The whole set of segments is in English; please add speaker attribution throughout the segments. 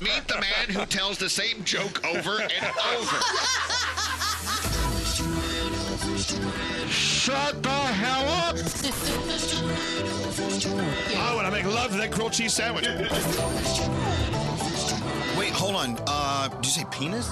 Speaker 1: Meet the man who tells the same joke over and over.
Speaker 2: Shut the hell up! oh, and I make love to that grilled cheese sandwich.
Speaker 3: Wait, hold on. Uh, did you say penis?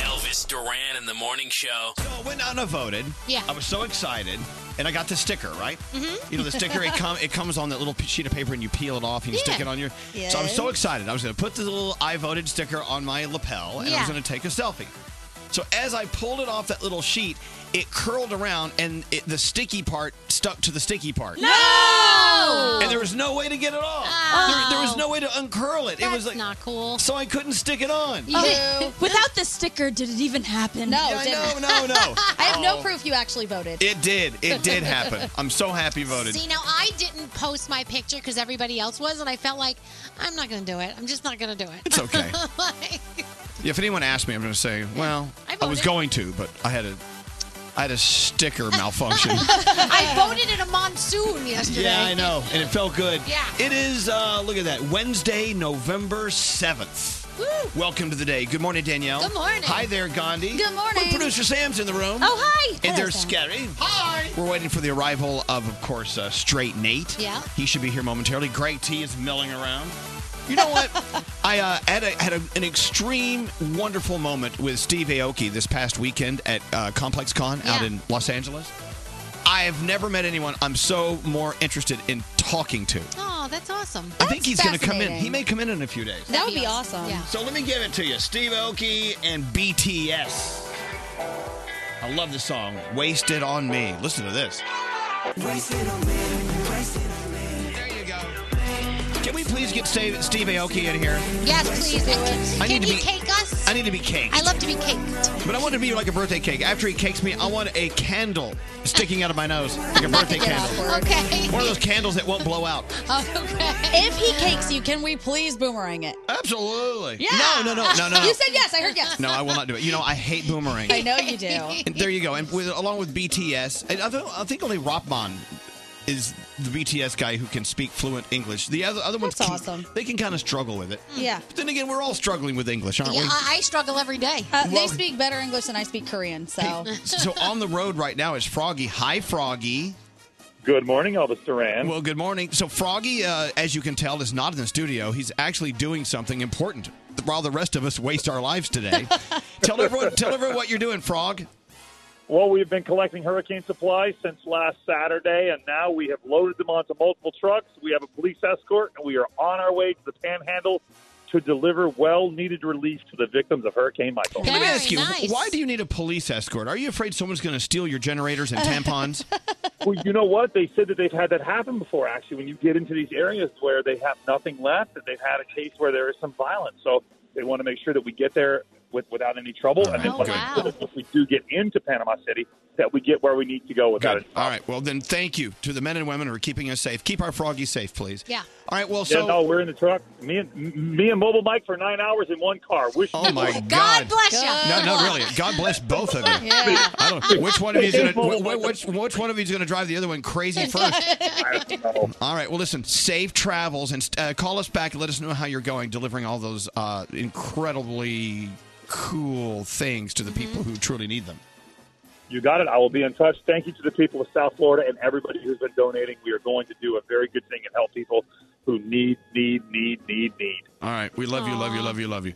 Speaker 4: Elvis Duran in the morning show.
Speaker 3: I went out and I voted.
Speaker 5: Yeah.
Speaker 3: I was so excited. And I got the sticker, right? Mm-hmm. You know, the sticker, it, com- it comes on that little p- sheet of paper and you peel it off and you stick
Speaker 5: Yeah.
Speaker 3: it on your. So I was so
Speaker 5: Yes.
Speaker 3: excited. I was going to put the little I voted sticker on my lapel and I
Speaker 5: Yeah.
Speaker 3: was going to take a selfie. So as I pulled it off that little sheet, it curled around and it, the sticky part stuck to the sticky part.
Speaker 6: No!
Speaker 3: And there was no way to get it off.
Speaker 6: Oh.
Speaker 3: There, there was no way to uncurl it. it was
Speaker 6: That's
Speaker 3: like
Speaker 6: not cool.
Speaker 3: So I couldn't stick it on.
Speaker 7: Oh, without the sticker, did it even happen?
Speaker 5: No,
Speaker 3: Yeah,
Speaker 5: it didn't.
Speaker 3: no, no, no.
Speaker 5: I have no
Speaker 3: Oh.
Speaker 5: proof you actually voted.
Speaker 3: It did. It did happen. I'm so happy you voted.
Speaker 6: See, now I didn't post my picture because everybody else was, and I felt like I'm not going to do it. I'm just not going to do it.
Speaker 3: It's okay.
Speaker 6: Like,
Speaker 3: Yeah, if anyone asked me, I'm going to say, well,
Speaker 6: I
Speaker 3: I, was
Speaker 6: voted.
Speaker 3: going to, but I had a, I had a sticker malfunction.
Speaker 6: I voted in a monsoon yesterday.
Speaker 3: yeah, I know, and it felt good.
Speaker 6: Yeah.
Speaker 3: It is. Uh, look at that. Wednesday, November seventh. Woo. Welcome to the day. Good morning, Danielle.
Speaker 6: Good morning.
Speaker 3: Hi there, Gandhi.
Speaker 7: Good morning.
Speaker 3: Well, Producer Sam's in the room.
Speaker 7: Oh, hi.
Speaker 3: And
Speaker 7: Hello,
Speaker 3: there's
Speaker 7: Sam.
Speaker 3: Scary. Hi. We're waiting for the arrival of, of course, uh, Straight Nate.
Speaker 6: Yeah.
Speaker 3: He should be here momentarily. Greg T is milling around. You know what? I uh, had, a, had a, an extreme, wonderful moment with Steve Aoki this past weekend at uh, Complex Con out
Speaker 6: Yeah.
Speaker 3: in Los Angeles. I have never met anyone I'm so more interested in talking to.
Speaker 6: Oh, that's awesome.
Speaker 3: I think he's going to come in.
Speaker 5: fascinating.
Speaker 3: He may come in in a few days.
Speaker 5: That would be awesome.
Speaker 6: Yeah.
Speaker 3: So let me give it to you Steve Aoki and BTS. I love the song Wasted on Me. Listen to this. There you go. Can we please get Steve, Steve Aoki in here?
Speaker 6: Yes, please. Can,
Speaker 3: I need to
Speaker 6: you
Speaker 3: be-
Speaker 6: cake us?
Speaker 3: I need to be caked.
Speaker 6: I love to be caked.
Speaker 3: but I want it to be like a birthday cake. After he cakes me, I want a candle sticking out of my nose, like a birthday candle.
Speaker 6: Okay.
Speaker 3: One of those candles that won't blow out.
Speaker 6: Okay.
Speaker 7: If he cakes you, can we please boomerang it?
Speaker 3: Absolutely.
Speaker 7: Yeah.
Speaker 3: No, no, no, no, no.
Speaker 7: You said yes. I heard yes.
Speaker 3: no, I will not do it. You know, I hate boomerang.
Speaker 7: I know you do.
Speaker 3: And there you go. And with, along with BTS, and I, th- I think only Rapman is the BTS guy who can speak fluent English. The other other ones,
Speaker 5: That's
Speaker 3: can-
Speaker 5: awesome.
Speaker 3: They can kind of struggle with it.
Speaker 7: Yeah.
Speaker 3: But then again, we're all struggling with English, aren't
Speaker 6: Yeah,
Speaker 3: we?
Speaker 6: I, I struggle every day.
Speaker 7: Uh, they
Speaker 3: Well-
Speaker 7: speak better English than I speak Korean, so.
Speaker 3: so on the road right now is Froggy. Hi, Froggy.
Speaker 8: Good morning, Elvis Duran.
Speaker 3: Well, good morning. So Froggy, uh, as you can tell, is not in the studio. He's actually doing something important, while the rest of us waste our lives today. tell everyone, tell everyone what you're doing, Frog.
Speaker 8: well, we've been collecting hurricane supplies since last Saturday, and now we have loaded them onto multiple trucks. We have a police escort, and we are on our way to the Panhandle to deliver well-needed relief to the victims of Hurricane Michael.
Speaker 3: Let me
Speaker 6: Very
Speaker 3: ask you,
Speaker 6: nice.
Speaker 3: why do you need a police escort? Are you afraid someone's going to steal your generators and tampons?
Speaker 8: well, you know what? They said that they've had that happen before, actually, when you get into these areas where they have nothing left, that they've had a case where there is some violence. So they want to make sure that we get there with, without any trouble.
Speaker 3: All right.
Speaker 8: And then
Speaker 6: Oh,
Speaker 8: like I
Speaker 6: wow.
Speaker 8: said, if we do get into Panama City, that we get where we need to go without
Speaker 3: Good.
Speaker 8: it.
Speaker 3: All right. Well, then thank you to the men and women who are keeping us safe. Keep our froggies safe, please.
Speaker 6: Yeah.
Speaker 3: All right. Well,
Speaker 8: Yeah,
Speaker 3: so.
Speaker 8: no, we're in the truck. Me and m- me and Mobile Mike for nine hours in one car. Wish
Speaker 3: Oh, my
Speaker 6: God,
Speaker 3: God.
Speaker 6: bless
Speaker 7: God.
Speaker 6: you.
Speaker 3: No, no, really. God bless both of you.
Speaker 7: Yeah.
Speaker 3: I don't. Which one of you is going to? Which which one of you is going to drive the other one crazy first?
Speaker 8: I don't know.
Speaker 3: All right. Well, listen. Safe travels and uh, call us back. and Let us know how you're going, delivering all those uh, incredibly cool things to the
Speaker 6: Mm-hmm.
Speaker 3: people who truly need them.
Speaker 8: You got it. I will be in touch. Thank you to the people of South Florida and everybody who's been donating. We are going to do a very good thing and help people who need, need, need, need, need.
Speaker 3: All right. We love you. Love you. Love you. Love you.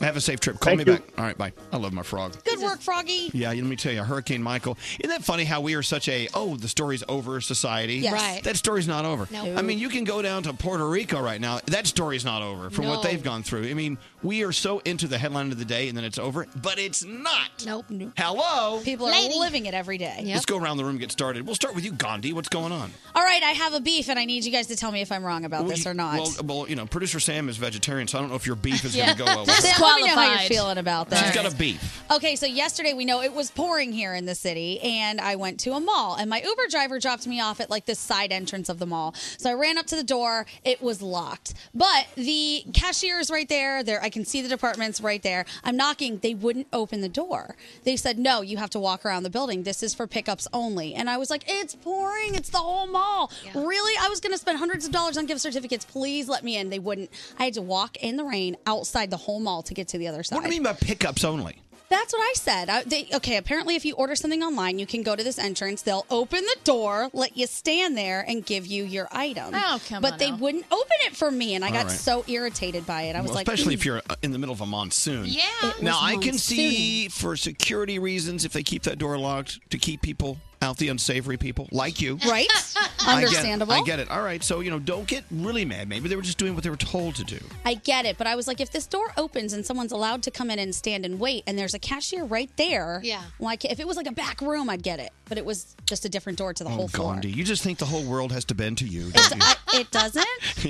Speaker 3: Have a safe trip. Call
Speaker 8: Thank
Speaker 3: me
Speaker 8: you.
Speaker 3: back. All right. Bye. I love my frog.
Speaker 5: Good work, Froggy.
Speaker 3: Yeah, let me tell you, Hurricane Michael. Isn't that funny how we are such a oh the story's over society?
Speaker 5: Yes.
Speaker 6: Right.
Speaker 3: That story's not over.
Speaker 6: No.
Speaker 3: I mean, you can go down to Puerto Rico right now. That story's not over from what
Speaker 6: No.
Speaker 3: they've gone through. I mean, we are so into the headline of the day and then it's over, but it's not.
Speaker 6: Nope. nope.
Speaker 3: Hello.
Speaker 7: People are
Speaker 6: Lady.
Speaker 7: living it every day.
Speaker 6: Yep.
Speaker 3: Let's go around the room and get started. We'll start with you, Gandhi. What's going on?
Speaker 7: All right, I have a beef, and I need you guys to tell me if I'm wrong about
Speaker 3: Well,
Speaker 7: this
Speaker 3: you-
Speaker 7: or not.
Speaker 3: Well, well, you know, producer Sam is vegetarian, so I don't know if your beef is going to go well. with
Speaker 7: Sam, let me know how you're
Speaker 5: Disqualified.
Speaker 7: feeling about this.
Speaker 3: She's got a beef.
Speaker 7: Okay, so yesterday we know it was pouring here in the city, and I went to a mall, and my Uber driver dropped me off at like the side entrance of the mall. So I ran up to the door; it was locked, but the cashier's right there. There, I can see the departments right there. I'm knocking. They wouldn't open the door. They said, no, you have to walk around the building. This is for pickups only. And I was like, it's pouring. It's the whole mall. Really? I was going to spend hundreds of dollars on gift certificates. Please let me in. They wouldn't. I had to walk in the rain outside the whole mall to get to the other side.
Speaker 3: What do you mean by pickups only?
Speaker 7: That's what I said. I, they, okay, apparently, if you order something online, you can go to this entrance. They'll open the door, let you stand there, and give you your item.
Speaker 5: Oh, come
Speaker 7: But
Speaker 5: on
Speaker 7: they
Speaker 5: now.
Speaker 7: wouldn't open it for me, and I
Speaker 3: All
Speaker 7: got
Speaker 3: right.
Speaker 7: so irritated by it. I was
Speaker 3: Well,
Speaker 7: like,
Speaker 3: especially if you're uh, in the middle of a monsoon.
Speaker 7: Yeah. It
Speaker 3: Now
Speaker 7: was
Speaker 3: I can
Speaker 7: monsoon.
Speaker 3: see for security reasons if they keep that door locked to keep people out, the unsavory people like you.
Speaker 7: right?
Speaker 3: I get it.
Speaker 7: Understandable.
Speaker 3: I get, it. All right. So you know, don't get really mad. Maybe they were just doing what they were told to do.
Speaker 7: I get it, but I was like, if this door opens and someone's allowed to come in and stand and wait, and there's a cashier right there, yeah. Like if it was like a back room, I'd get it. But it was just a different door to the
Speaker 3: Oh,
Speaker 7: whole floor.
Speaker 3: Gandhi, you just think the whole world has to bend to you. Don't you?
Speaker 7: It doesn't.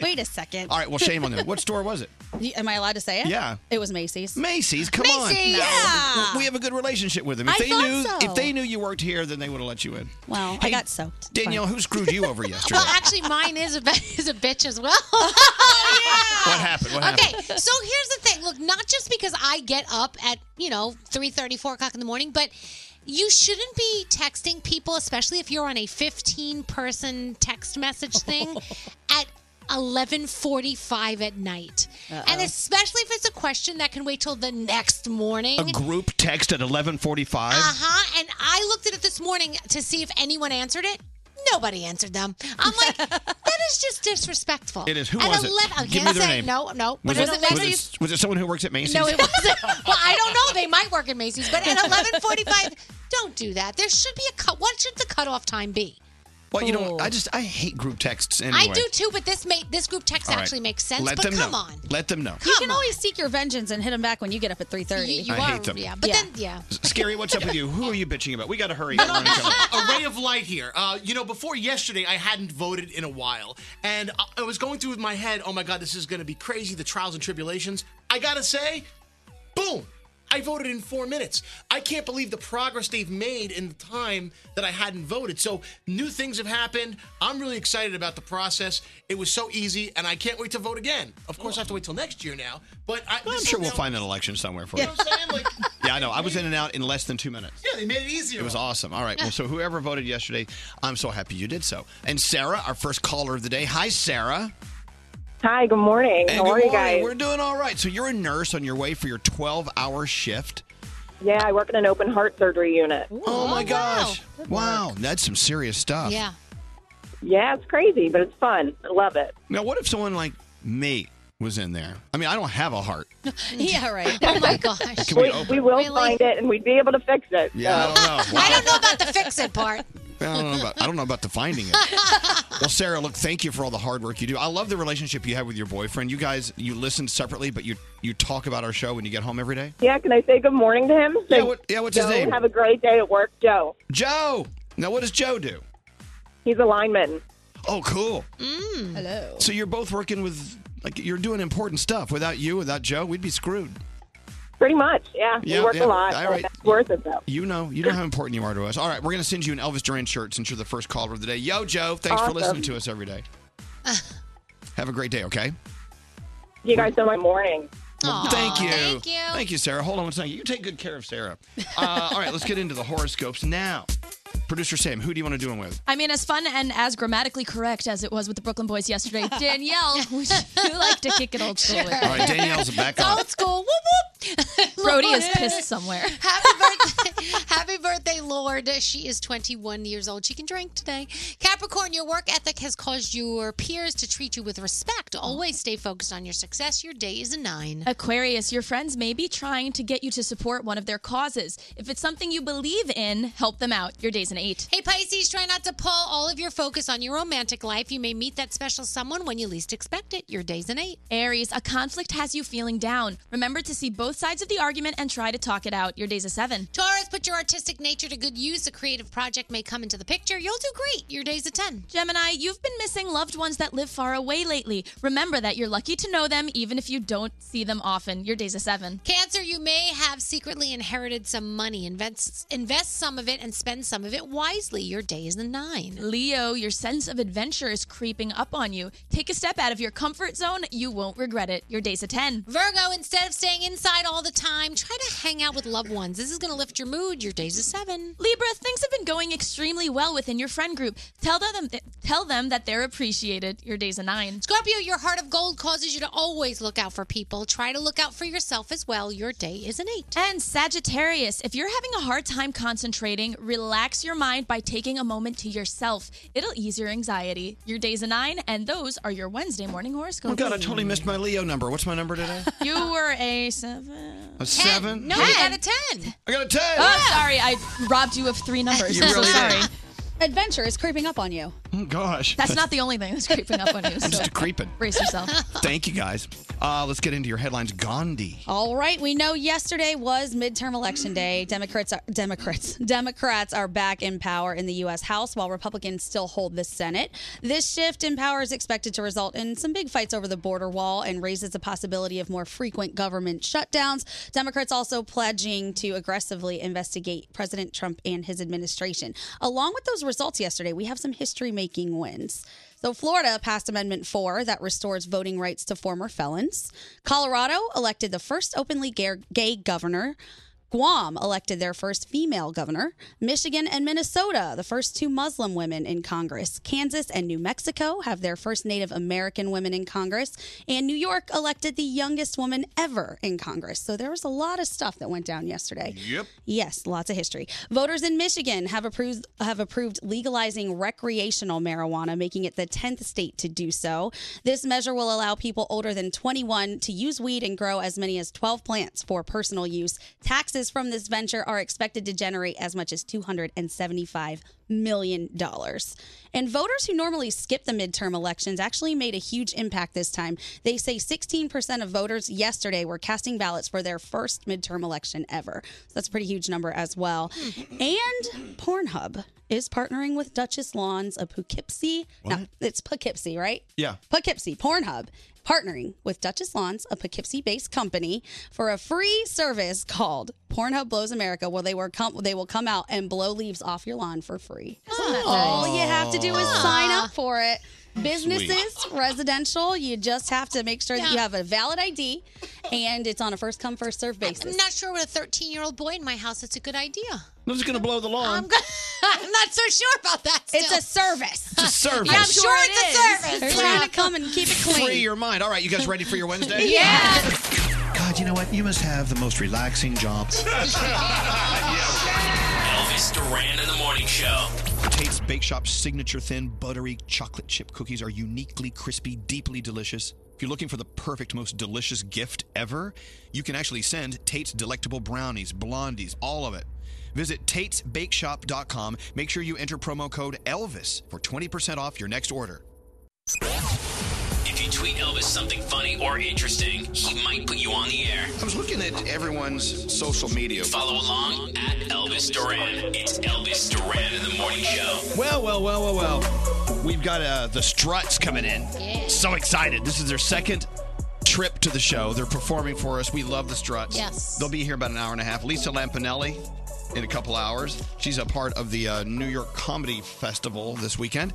Speaker 7: Wait a second.
Speaker 3: All right. Well, shame on them. What store was it?
Speaker 7: Am I allowed to say it?
Speaker 3: Yeah.
Speaker 7: It was Macy's.
Speaker 3: Macy's. Come on.
Speaker 7: Macy's! Yeah.
Speaker 3: We have a good relationship with them. If
Speaker 7: I
Speaker 3: they
Speaker 7: thought
Speaker 3: knew,
Speaker 7: so.
Speaker 3: if they knew you worked here, then they would have let you in.
Speaker 7: Well, I got soaked.
Speaker 3: Danielle, who screwed you over yesterday?
Speaker 6: Well, actually, mine is a is a bitch as well.
Speaker 3: what happened? What
Speaker 6: okay,
Speaker 3: happened?
Speaker 6: so here's the thing. Look, not just because I get up at you know three thirty, four o'clock in the morning, but you shouldn't be texting people, especially if you're on a fifteen person text message thing, at eleven forty five at night, and especially if it's a question that can wait till the next morning.
Speaker 3: A group text at 11:45.
Speaker 6: Uh huh. And I looked at it this morning to see if anyone answered it. Nobody answered them. I'm like, that is just disrespectful.
Speaker 3: It is. Who
Speaker 6: At
Speaker 3: was it?
Speaker 6: 11 I
Speaker 3: Give me
Speaker 6: can't
Speaker 3: their
Speaker 6: say.
Speaker 3: name.
Speaker 6: No, no.
Speaker 3: Was
Speaker 6: But
Speaker 3: it,
Speaker 6: at
Speaker 3: was,
Speaker 6: 11,
Speaker 3: it, was it someone who works at Macy's?
Speaker 6: no, it wasn't. well, I don't know. They might work at Macy's, but at 11:45, don't do that. There should be a cut. What should the cutoff time be?
Speaker 3: Well, you know, what? I just I hate group texts anyway.
Speaker 6: I do too, but this made this group text
Speaker 3: All right.
Speaker 6: actually makes sense.
Speaker 3: Let
Speaker 6: but
Speaker 3: them
Speaker 6: come
Speaker 3: know.
Speaker 6: on,
Speaker 3: Let them know.
Speaker 7: you can always seek your vengeance and hit them back when you get up at 3.30.
Speaker 3: You I hate are- them. yeah, but
Speaker 6: then, yeah.
Speaker 3: Scary, what's up with you? Who are you bitching about? We got to hurry.
Speaker 9: No, no,
Speaker 3: We're gonna come-
Speaker 9: a ray of light here. Uh, you know, before yesterday, I hadn't voted in a while, and I, I was going through with my head, "Oh my God, this is going to be crazy." The trials and tribulations. I gotta say, boom! I voted in four minutes. I can't believe the progress they've made in the time that I hadn't voted. So new things have happened. I'm really excited about the process. It was so easy, and I can't wait to vote again. Of course, I have to wait till next year now. But I,
Speaker 3: I'm sure we'll find an election somewhere for you. yeah, I know. I was in and out in less than two minutes.
Speaker 9: Yeah, they made it easier.
Speaker 3: It was awesome. All right. Well, so whoever voted yesterday, I'm so happy you did so. And Sarah, our first caller of the day. Hi, Sarah.
Speaker 10: Hi, good morning.
Speaker 3: Hey,
Speaker 10: How
Speaker 3: good
Speaker 10: are you
Speaker 3: morning.
Speaker 10: guys?
Speaker 3: We're doing all right. So you're a nurse on your way for your 12-hour shift.
Speaker 10: Yeah, I work in an open heart surgery unit.
Speaker 3: oh my gosh! Wow, that's some serious stuff.
Speaker 10: Yeah. Yeah, it's crazy, but it's fun. I love it.
Speaker 3: Now, what if someone like me was in there? I mean, I don't have a heart.
Speaker 7: yeah, right.
Speaker 6: Oh my gosh.
Speaker 3: Can we
Speaker 10: we,
Speaker 3: open-
Speaker 10: we will find it, and we'd be able to fix it.
Speaker 3: Yeah,
Speaker 10: so.
Speaker 3: I don't know. Wow.
Speaker 6: I don't know about the fix it part.
Speaker 3: I don't know about I don't know about the finding it. Well, Sarah, look, thank you for all the hard work you do. I love the relationship you have with your boyfriend. You guys, you listen separately, but you you talk about our show when you get home every day.
Speaker 10: Yeah, can I say good morning to him?
Speaker 3: Yeah, what- yeah, what's his
Speaker 10: Joe,
Speaker 3: name?
Speaker 10: Have a great day at work, Joe.
Speaker 3: Joe. Now, what does Joe do?
Speaker 10: He's a lineman.
Speaker 3: Oh, cool.
Speaker 10: Mm.
Speaker 7: Hello.
Speaker 3: So you're both working with like you're doing important stuff. Without you, without Joe, we'd be screwed.
Speaker 10: Pretty much, yeah.
Speaker 3: Yeah,
Speaker 10: we work
Speaker 3: yeah,
Speaker 10: a lot.
Speaker 3: all
Speaker 10: so
Speaker 3: right.
Speaker 10: That's worth it, though.
Speaker 3: You know, you know how important you are to us. All right, we're gonna send you an Elvis Duran shirt since you're the first caller of the day. Yo, Joe, thanks
Speaker 10: Awesome.
Speaker 3: for listening to us every day. Have a great day, okay?
Speaker 10: You guys know my morning.
Speaker 3: Well, thank you.
Speaker 10: thank you.
Speaker 3: Thank you, Sarah. Hold on one second. You take good care of Sarah. Uh, all right, let's get into the horoscopes now. Producer Sam, who do you want to do them with?
Speaker 5: I mean, as fun and as grammatically correct as it was with the Brooklyn Boys yesterday, Danielle, would you like to kick it old school? with?
Speaker 3: All right, Danielle's back on.
Speaker 6: Old school. Whoop whoop.
Speaker 5: Brody is pissed somewhere.
Speaker 6: Happy birthday, Lord. She is 21 years old. She can drink today. Capricorn, your work ethic has caused your peers to treat you with respect. Always stay focused on your success. Your day is a nine.
Speaker 5: Aquarius, your friends may be trying to get you to support one of their causes. If it's something you believe in, help them out. Your day's an eight.
Speaker 6: Hey, Pisces, try not to pull all of your focus on your romantic life. You may meet that special someone when you least expect it. Your day's an eight.
Speaker 5: Aries, a conflict has you feeling down. Remember to see both both sides of the argument and try to talk it out. Your day's a seven.
Speaker 6: Taurus, put your artistic nature to good use. A creative project may come into the picture. You'll do great. Your day's a 10.
Speaker 5: Gemini, you've been missing loved ones that live far away lately. Remember that you're lucky to know them even if you don't see them often. Your day's a seven.
Speaker 6: Cancer, you may have secretly inherited some money. Invest, invest some of it and spend some of it wisely. Your day is a 9.
Speaker 5: Leo, your sense of adventure is creeping up on you. Take a step out of your comfort zone. You won't regret it. Your day's a 10.
Speaker 6: Virgo, instead of staying inside all the time, try to hang out with loved ones. This is going to lift your mood. Your day's a 7.
Speaker 5: Libra, things have been going extremely well within your friend group. Tell them tell them that they're appreciated. Your day's a 9.
Speaker 6: Scorpio, your heart of gold causes you to always look out for people. Try to look out for yourself as well. Your day is an 8.
Speaker 5: And Sagittarius, if you're having a hard time concentrating, relax your mind by taking a moment to yourself. It'll ease your anxiety. Your day's a 9 and those are your Wednesday morning horoscopes.
Speaker 3: Oh, God, I totally missed my Leo number. What's my number today?
Speaker 5: You were a 7.
Speaker 3: A seven?
Speaker 5: No,
Speaker 3: Really?
Speaker 5: you got a
Speaker 6: 10.
Speaker 3: I got a 10.
Speaker 5: Oh, sorry. I robbed you of three numbers.
Speaker 3: You
Speaker 5: I'm so
Speaker 3: really did.
Speaker 5: sorry.
Speaker 7: Adventure is creeping up on you.
Speaker 3: Oh, gosh.
Speaker 5: That's not the only thing that's creeping up on you.
Speaker 3: I'm
Speaker 5: So
Speaker 3: just creeping.
Speaker 5: brace yourself.
Speaker 3: Thank you, guys. Uh, let's get into your headlines. Gandhi.
Speaker 7: All right, we know yesterday was midterm election day. Democrats are Democrats. Democrats are back in power in the US House while Republicans still hold the Senate. This shift in power is expected to result in some big fights over the border wall and raises the possibility of more frequent government shutdowns. Democrats also pledging to aggressively investigate President Trump and his administration. Along with those results yesterday, we have some history-making wins. So, Florida passed Amendment 4 that restores voting rights to former felons. Colorado elected the first openly gay, gay governor. Guam elected their first female governor. Michigan and Minnesota, the first two Muslim women in Congress. Kansas and New Mexico have their first Native American women in Congress. And New York elected the youngest woman ever in Congress. So there was a lot of stuff that went down yesterday.
Speaker 2: Yep.
Speaker 7: Yes, lots of history. Voters in Michigan have approved have approved legalizing recreational marijuana, making it the 10th state to do so. This measure will allow people older than 21 to use weed and grow as many as 12 plants for personal use. Taxes from this venture are expected to generate as much as 275 million dollars. And voters who normally skip the midterm elections actually made a huge impact this time. They say 16% of voters yesterday were casting ballots for their first midterm election ever. So that's a pretty huge number as well. And Pornhub is partnering with Duchess Lawns of Poughkeepsie. No, it's Poughkeepsie, right?
Speaker 3: Yeah.
Speaker 7: Poughkeepsie, Pornhub, partnering with Duchess Lawns, a Poughkeepsie based company, for a free service called Pornhub Blows America, where they, were com- they will come out and blow leaves off your lawn for free. Isn't that nice? All you have to do is
Speaker 2: Aw.
Speaker 7: sign up for it. Businesses, residential, you just have to make sure that you have a valid ID and it's on a first come, first serve basis.
Speaker 6: I'm not sure with a 13 year old boy in my house, it's a good idea.
Speaker 3: I'm just going to blow the lawn.
Speaker 6: I'm not so sure about that.
Speaker 7: It's a service.
Speaker 3: It's a service.
Speaker 6: Yeah, I'm sure, it's a service.
Speaker 7: They're trying to come and keep it clean.
Speaker 3: Free your mind. All right, you guys ready for your Wednesday? God, you know what? You must have the most relaxing job.
Speaker 11: Elvis Duran in the morning show.
Speaker 3: Tate's Bake Shop's signature thin, buttery chocolate chip cookies are uniquely crispy, deeply delicious. If you're looking for the perfect, most delicious gift ever, you can actually send Tate's Delectable Brownies, Blondies, all of it. Visit Tate'sBakeShop.com. Make sure you enter promo code ELVIS for 20% off your next order.
Speaker 11: If you tweet Elvis something funny or interesting, he might put you on the air.
Speaker 3: I was looking at everyone's social media.
Speaker 11: Follow along at Elvis Duran. It's Elvis Duran in the morning show.
Speaker 3: Well, well, well, well, well. We've got uh, the Struts coming in. So excited. This is their second trip to the show. They're performing for us. We love the Struts.
Speaker 12: Yes.
Speaker 3: They'll be here about an hour and a half. Lisa Lampanelli in a couple hours. She's a part of the uh, New York Comedy Festival this weekend.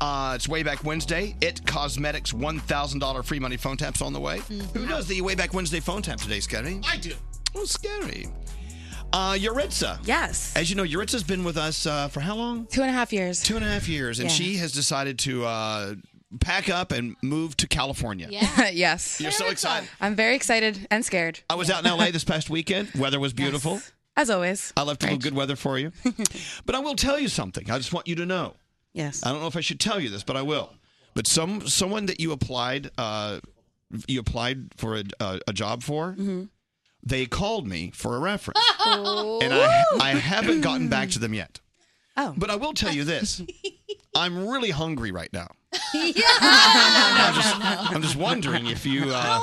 Speaker 3: Uh, it's Way Back Wednesday. It Cosmetics $1,000 free money phone taps on the way. Who does the Way Back Wednesday phone tap today, Scotty?
Speaker 13: I do.
Speaker 3: Oh, scary. Uh, Yuritsa.
Speaker 14: Yes.
Speaker 3: As you know, Yuritsa's been with us uh, for how long?
Speaker 14: Two and a half years.
Speaker 3: Two and a half years, and
Speaker 14: Yeah.
Speaker 3: she has decided to uh, pack up and move to California.
Speaker 14: yes.
Speaker 3: You're so excited.
Speaker 14: I'm very excited and scared.
Speaker 3: I was out in LA this past weekend. Weather was beautiful.
Speaker 14: As always.
Speaker 3: I left a little good weather for you. but I will tell you something. I just want you to know.
Speaker 14: Yes.
Speaker 3: I don't know if I should tell you this, but I will. But some someone that you applied uh, you applied for a, a, a job for,
Speaker 14: Mm-hmm.
Speaker 3: they called me for a reference,
Speaker 7: Oh.
Speaker 3: and I I haven't gotten back to them yet.
Speaker 14: Oh.
Speaker 3: But I will tell you this. I'm really hungry right now.
Speaker 2: Yeah.
Speaker 14: Oh
Speaker 3: I'm just wondering if you uh,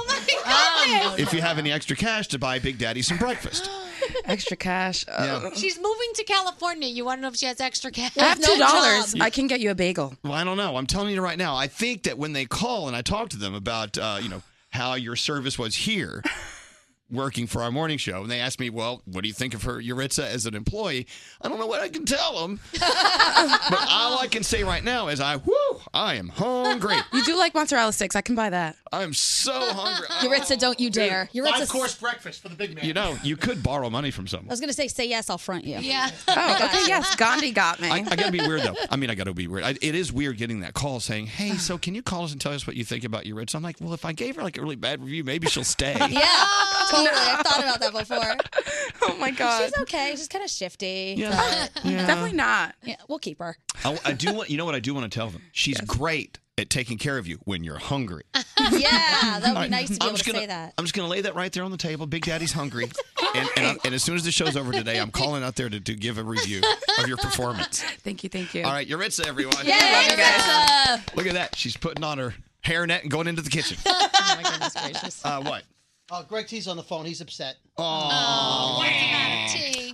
Speaker 6: Yes.
Speaker 15: if you have any extra cash to buy Big Daddy some breakfast.
Speaker 14: extra cash. Uh,
Speaker 15: Yeah.
Speaker 6: She's moving to California. You want to know if she has extra cash?
Speaker 14: I have two dollars.
Speaker 6: job.
Speaker 14: I can get you a bagel.
Speaker 3: Well, I don't know. I'm telling you right now. I think that when they call and I talk to them about, uh, you know, how your service was here, working for our morning show, and they ask me, well, what do you think of her Yuritsa as an employee? I don't know what I can tell them, but all I can say right now is, I whoo, I am hungry.
Speaker 14: You do like mozzarella sticks. I can buy that.
Speaker 3: I'm so hungry.
Speaker 7: Yuritsa, don't you dare.
Speaker 2: Five course breakfast for the big man.
Speaker 3: You know, you could borrow money from
Speaker 7: I
Speaker 3: someone.
Speaker 7: was going to say, say yes, I'll front you.
Speaker 6: Yeah.
Speaker 14: Oh, okay. Yes, Gandhi got me.
Speaker 3: I, I gotta be weird though. I mean, I gotta be weird. I, it is weird getting that call saying, "Hey, so can you call us and tell us what you think about Yuritsa?" I'm like, "Well, if I gave her like a really bad review, maybe she'll stay."
Speaker 7: Yeah, totally. I thought about that before.
Speaker 14: Oh my god.
Speaker 7: She's okay. She's kind of shifty.
Speaker 3: Yeah.
Speaker 7: but-
Speaker 3: Yeah. Definitely
Speaker 14: not.
Speaker 7: Yeah, we'll keep her.
Speaker 3: I, I do want you know what I do want to tell them. She's great at taking care of you when you're hungry.
Speaker 7: Yeah, that would
Speaker 3: All
Speaker 7: be
Speaker 3: right.
Speaker 7: nice to be
Speaker 3: I'm
Speaker 7: able to
Speaker 3: just gonna,
Speaker 7: say that.
Speaker 3: I'm just gonna lay that right there on the table. Big Daddy's hungry, and, and, I- and as soon as the show's over today, I'm calling out there to, to give a review of your performance.
Speaker 14: Thank you. Thank you.
Speaker 3: All right, Yuritsa, everyone.
Speaker 14: Yay, Love you guys.
Speaker 3: Look at that. She's putting on her hairnet and going into the kitchen.
Speaker 16: oh my goodness gracious.
Speaker 3: Uh, what?
Speaker 16: Oh, Greg T's on the phone. He's upset.
Speaker 3: Oh.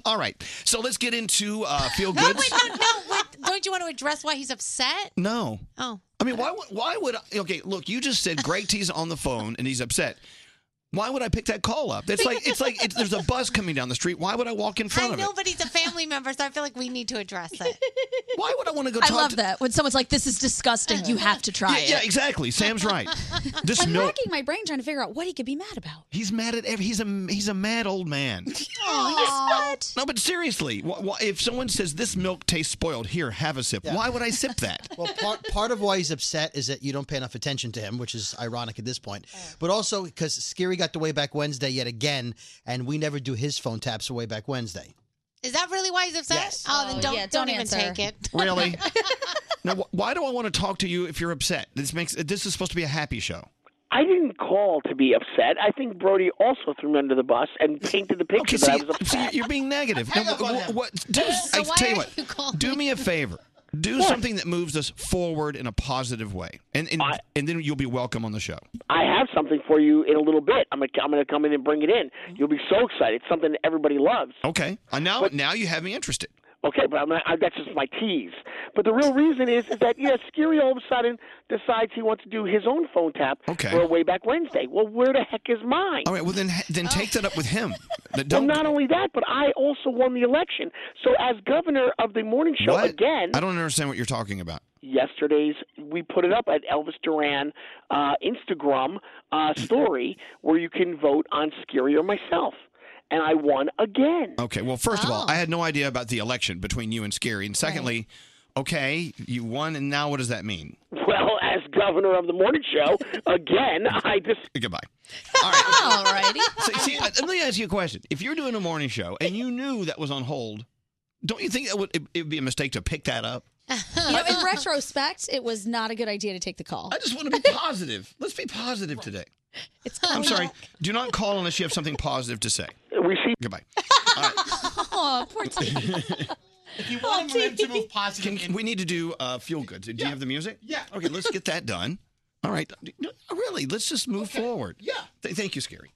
Speaker 3: All right, so let's get into uh, feel
Speaker 6: No,
Speaker 3: goods.
Speaker 6: wait, no, no. Wait, don't you want to address why he's upset?
Speaker 3: No.
Speaker 6: Oh.
Speaker 3: I mean, why would why would I, okay? Look, you just said Greg T's on the phone and he's upset. Why would I pick that call up? It's like it's like it's, there's a bus coming down the street. Why would I walk in front
Speaker 6: I
Speaker 3: of
Speaker 6: know,
Speaker 3: it?
Speaker 6: but he's a family member, so I feel like we need to address it.
Speaker 3: Why would I want to go
Speaker 5: I
Speaker 3: talk
Speaker 5: love
Speaker 3: to-
Speaker 5: that. When someone's like, this is disgusting, you have to try
Speaker 3: yeah,
Speaker 5: it.
Speaker 3: yeah, exactly. Sam's right. This
Speaker 7: I'm
Speaker 3: milk.
Speaker 7: racking my brain trying to figure out what he could be mad about.
Speaker 3: He's mad at every. He's a he's a mad old man.
Speaker 7: Oh,
Speaker 3: No, but seriously, wh- wh- if someone says this milk tastes spoiled, here, have a sip. Why would I sip that?
Speaker 16: Well, part, part of why he's upset is that you don't pay enough attention to him, which is ironic at this point. But also because Scary got the way back Wednesday yet again, and we never do his phone taps way back Wednesday.
Speaker 6: Is that really why he's upset? Oh, then
Speaker 7: Oh,
Speaker 6: don't,
Speaker 7: yeah,
Speaker 6: don't,
Speaker 7: don't
Speaker 6: even
Speaker 7: answer.
Speaker 6: take it.
Speaker 3: Really? now, wh- why do I want to talk to you if you're upset? This makes this is supposed to be a happy show.
Speaker 9: I didn't call to be upset. I think Brody also threw me under the bus and painted the picture
Speaker 3: Okay,
Speaker 9: that I
Speaker 3: see,
Speaker 9: was upset.
Speaker 3: see, you're being negative.
Speaker 9: Hang
Speaker 3: Now,
Speaker 9: up on
Speaker 3: wh-
Speaker 9: him.
Speaker 3: what, do,
Speaker 9: So
Speaker 3: I
Speaker 9: why
Speaker 3: tell you
Speaker 9: are
Speaker 3: what,
Speaker 9: you calling?
Speaker 3: do me a favor. Do
Speaker 9: What?
Speaker 3: something that moves us forward in a positive way, and and, and then you'll be welcome on the show.
Speaker 9: I have something for you in a little bit. I'm gonna, I'm going to come in and bring it in. You'll be so excited. It's something that everybody loves.
Speaker 3: Okay. Mm-hmm. Uh, now now you have me interested.
Speaker 9: Okay, but I'm not, I, that's just my tease. But the real reason is, is that, yeah, Scary all of a sudden decides he wants to do his own phone tap
Speaker 3: Okay.
Speaker 9: for a way back Wednesday. Well, where the heck is mine?
Speaker 3: All right. Well, then then take that up with him. But
Speaker 9: Well,
Speaker 3: Don't.
Speaker 9: not only that, but I also won the election. So, as governor of the morning show
Speaker 3: What?
Speaker 9: again,
Speaker 3: I don't understand what you're talking about.
Speaker 9: yesterday's we put it up at Elvis Duran uh, Instagram uh,
Speaker 3: Mm-hmm.
Speaker 9: story where you can vote on Scary or myself, and I won again.
Speaker 3: Okay. Well, first of
Speaker 9: Oh.
Speaker 3: all, I had no idea about the election between you and Scary, and secondly, okay, you won, and now what does that mean?
Speaker 9: Well, as governor of the morning show again, I just
Speaker 3: goodbye.
Speaker 5: All righty.
Speaker 3: So, see, uh, let me ask you a question. If you're doing a morning show and you knew that was on hold, don't you think that would it, it would be a mistake to pick that up?
Speaker 7: You know, in retrospect, it was not a good idea to take the call.
Speaker 3: I just want to be positive. Let's be positive today.
Speaker 7: It's
Speaker 3: I'm sorry. Do not call unless you have something positive to say. Goodbye.
Speaker 7: Oh, poor
Speaker 2: If you want him to move positive,
Speaker 3: Can, we need to do uh, feel good. Do you have the music? Yeah. Okay, let's get that done. All right. No, Really, let's just move forward. Yeah. Th- thank you, Scary.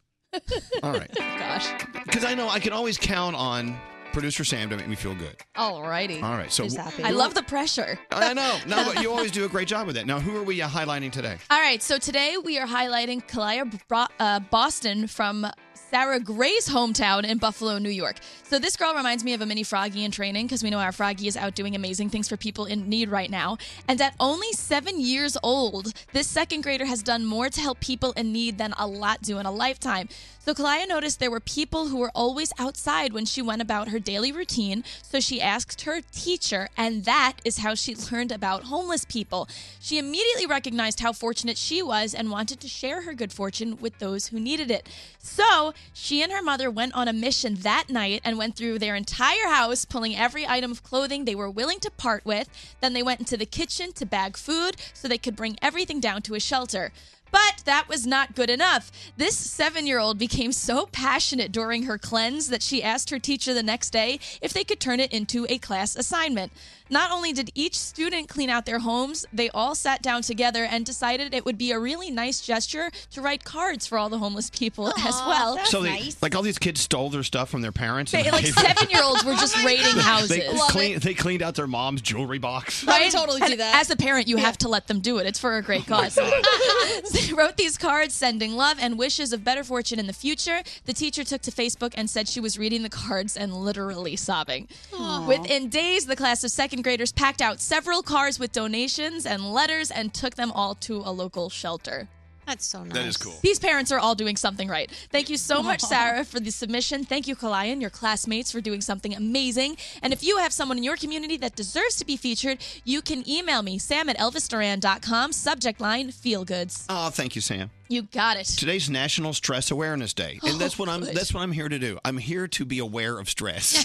Speaker 3: All right.
Speaker 5: Gosh.
Speaker 3: Because I know I can always count on producer Sam to make me feel good.
Speaker 5: All righty.
Speaker 3: All right, so- Who's happy?
Speaker 5: I love the pressure.
Speaker 3: I know. No, but you always do a great job with that. Now, who are we uh, highlighting today?
Speaker 5: All right, so today we are highlighting Kalia Bro- uh, Boston from Sarah Gray's hometown in Buffalo, New York. So this girl reminds me of a mini Froggy in training because we know our Froggy is out doing amazing things for people in need right now. And at only seven years old, this second grader has done more to help people in need than a lot do in a lifetime. So Kalia noticed there were people who were always outside when she went about her daily routine. So she asked her teacher, and that is how she learned about homeless people. She immediately recognized how fortunate she was and wanted to share her good fortune with those who needed it. So she and her mother went on a mission that night and went through their entire house, pulling every item of clothing they were willing to part with. Then they went into the kitchen to bag food so they could bring everything down to a shelter. But that was not good enough. This seven year old became so passionate during her cleanse that she asked her teacher the next day if they could turn it into a class assignment. Not only did each student clean out their homes, they all sat down together and decided it would be a really nice gesture to write cards for all the homeless people as well.
Speaker 3: so they like all these kids stole their stuff from their parents.
Speaker 5: They-
Speaker 3: and
Speaker 5: like
Speaker 3: gave-
Speaker 5: seven year olds were
Speaker 3: Oh
Speaker 5: just raiding houses.
Speaker 3: They, clean, they cleaned out their mom's jewelry box.
Speaker 5: Right? And As a parent, you have to let them do it. It's for a great cause. they wrote these cards sending love and wishes of better fortune in the future. The teacher took to Facebook and said she was reading the cards and literally sobbing.
Speaker 6: Aw.
Speaker 5: Within days, the class of second graders packed out several cars with donations and letters and took them all to a local shelter.
Speaker 6: That's so nice.
Speaker 5: That is cool. These parents are all doing something right. Thank you so much, Sarah, for the submission. Thank you, Kalai, and your classmates for doing something amazing. And if you have someone in your community that deserves to be featured, you can email me, sam at elvisduran.com, subject line, feel goods.
Speaker 3: Oh, thank you, Sam.
Speaker 5: You got it.
Speaker 3: Today's National Stress Awareness Day, and that's what I'm. That's what I'm here to do. I'm here to be aware of stress.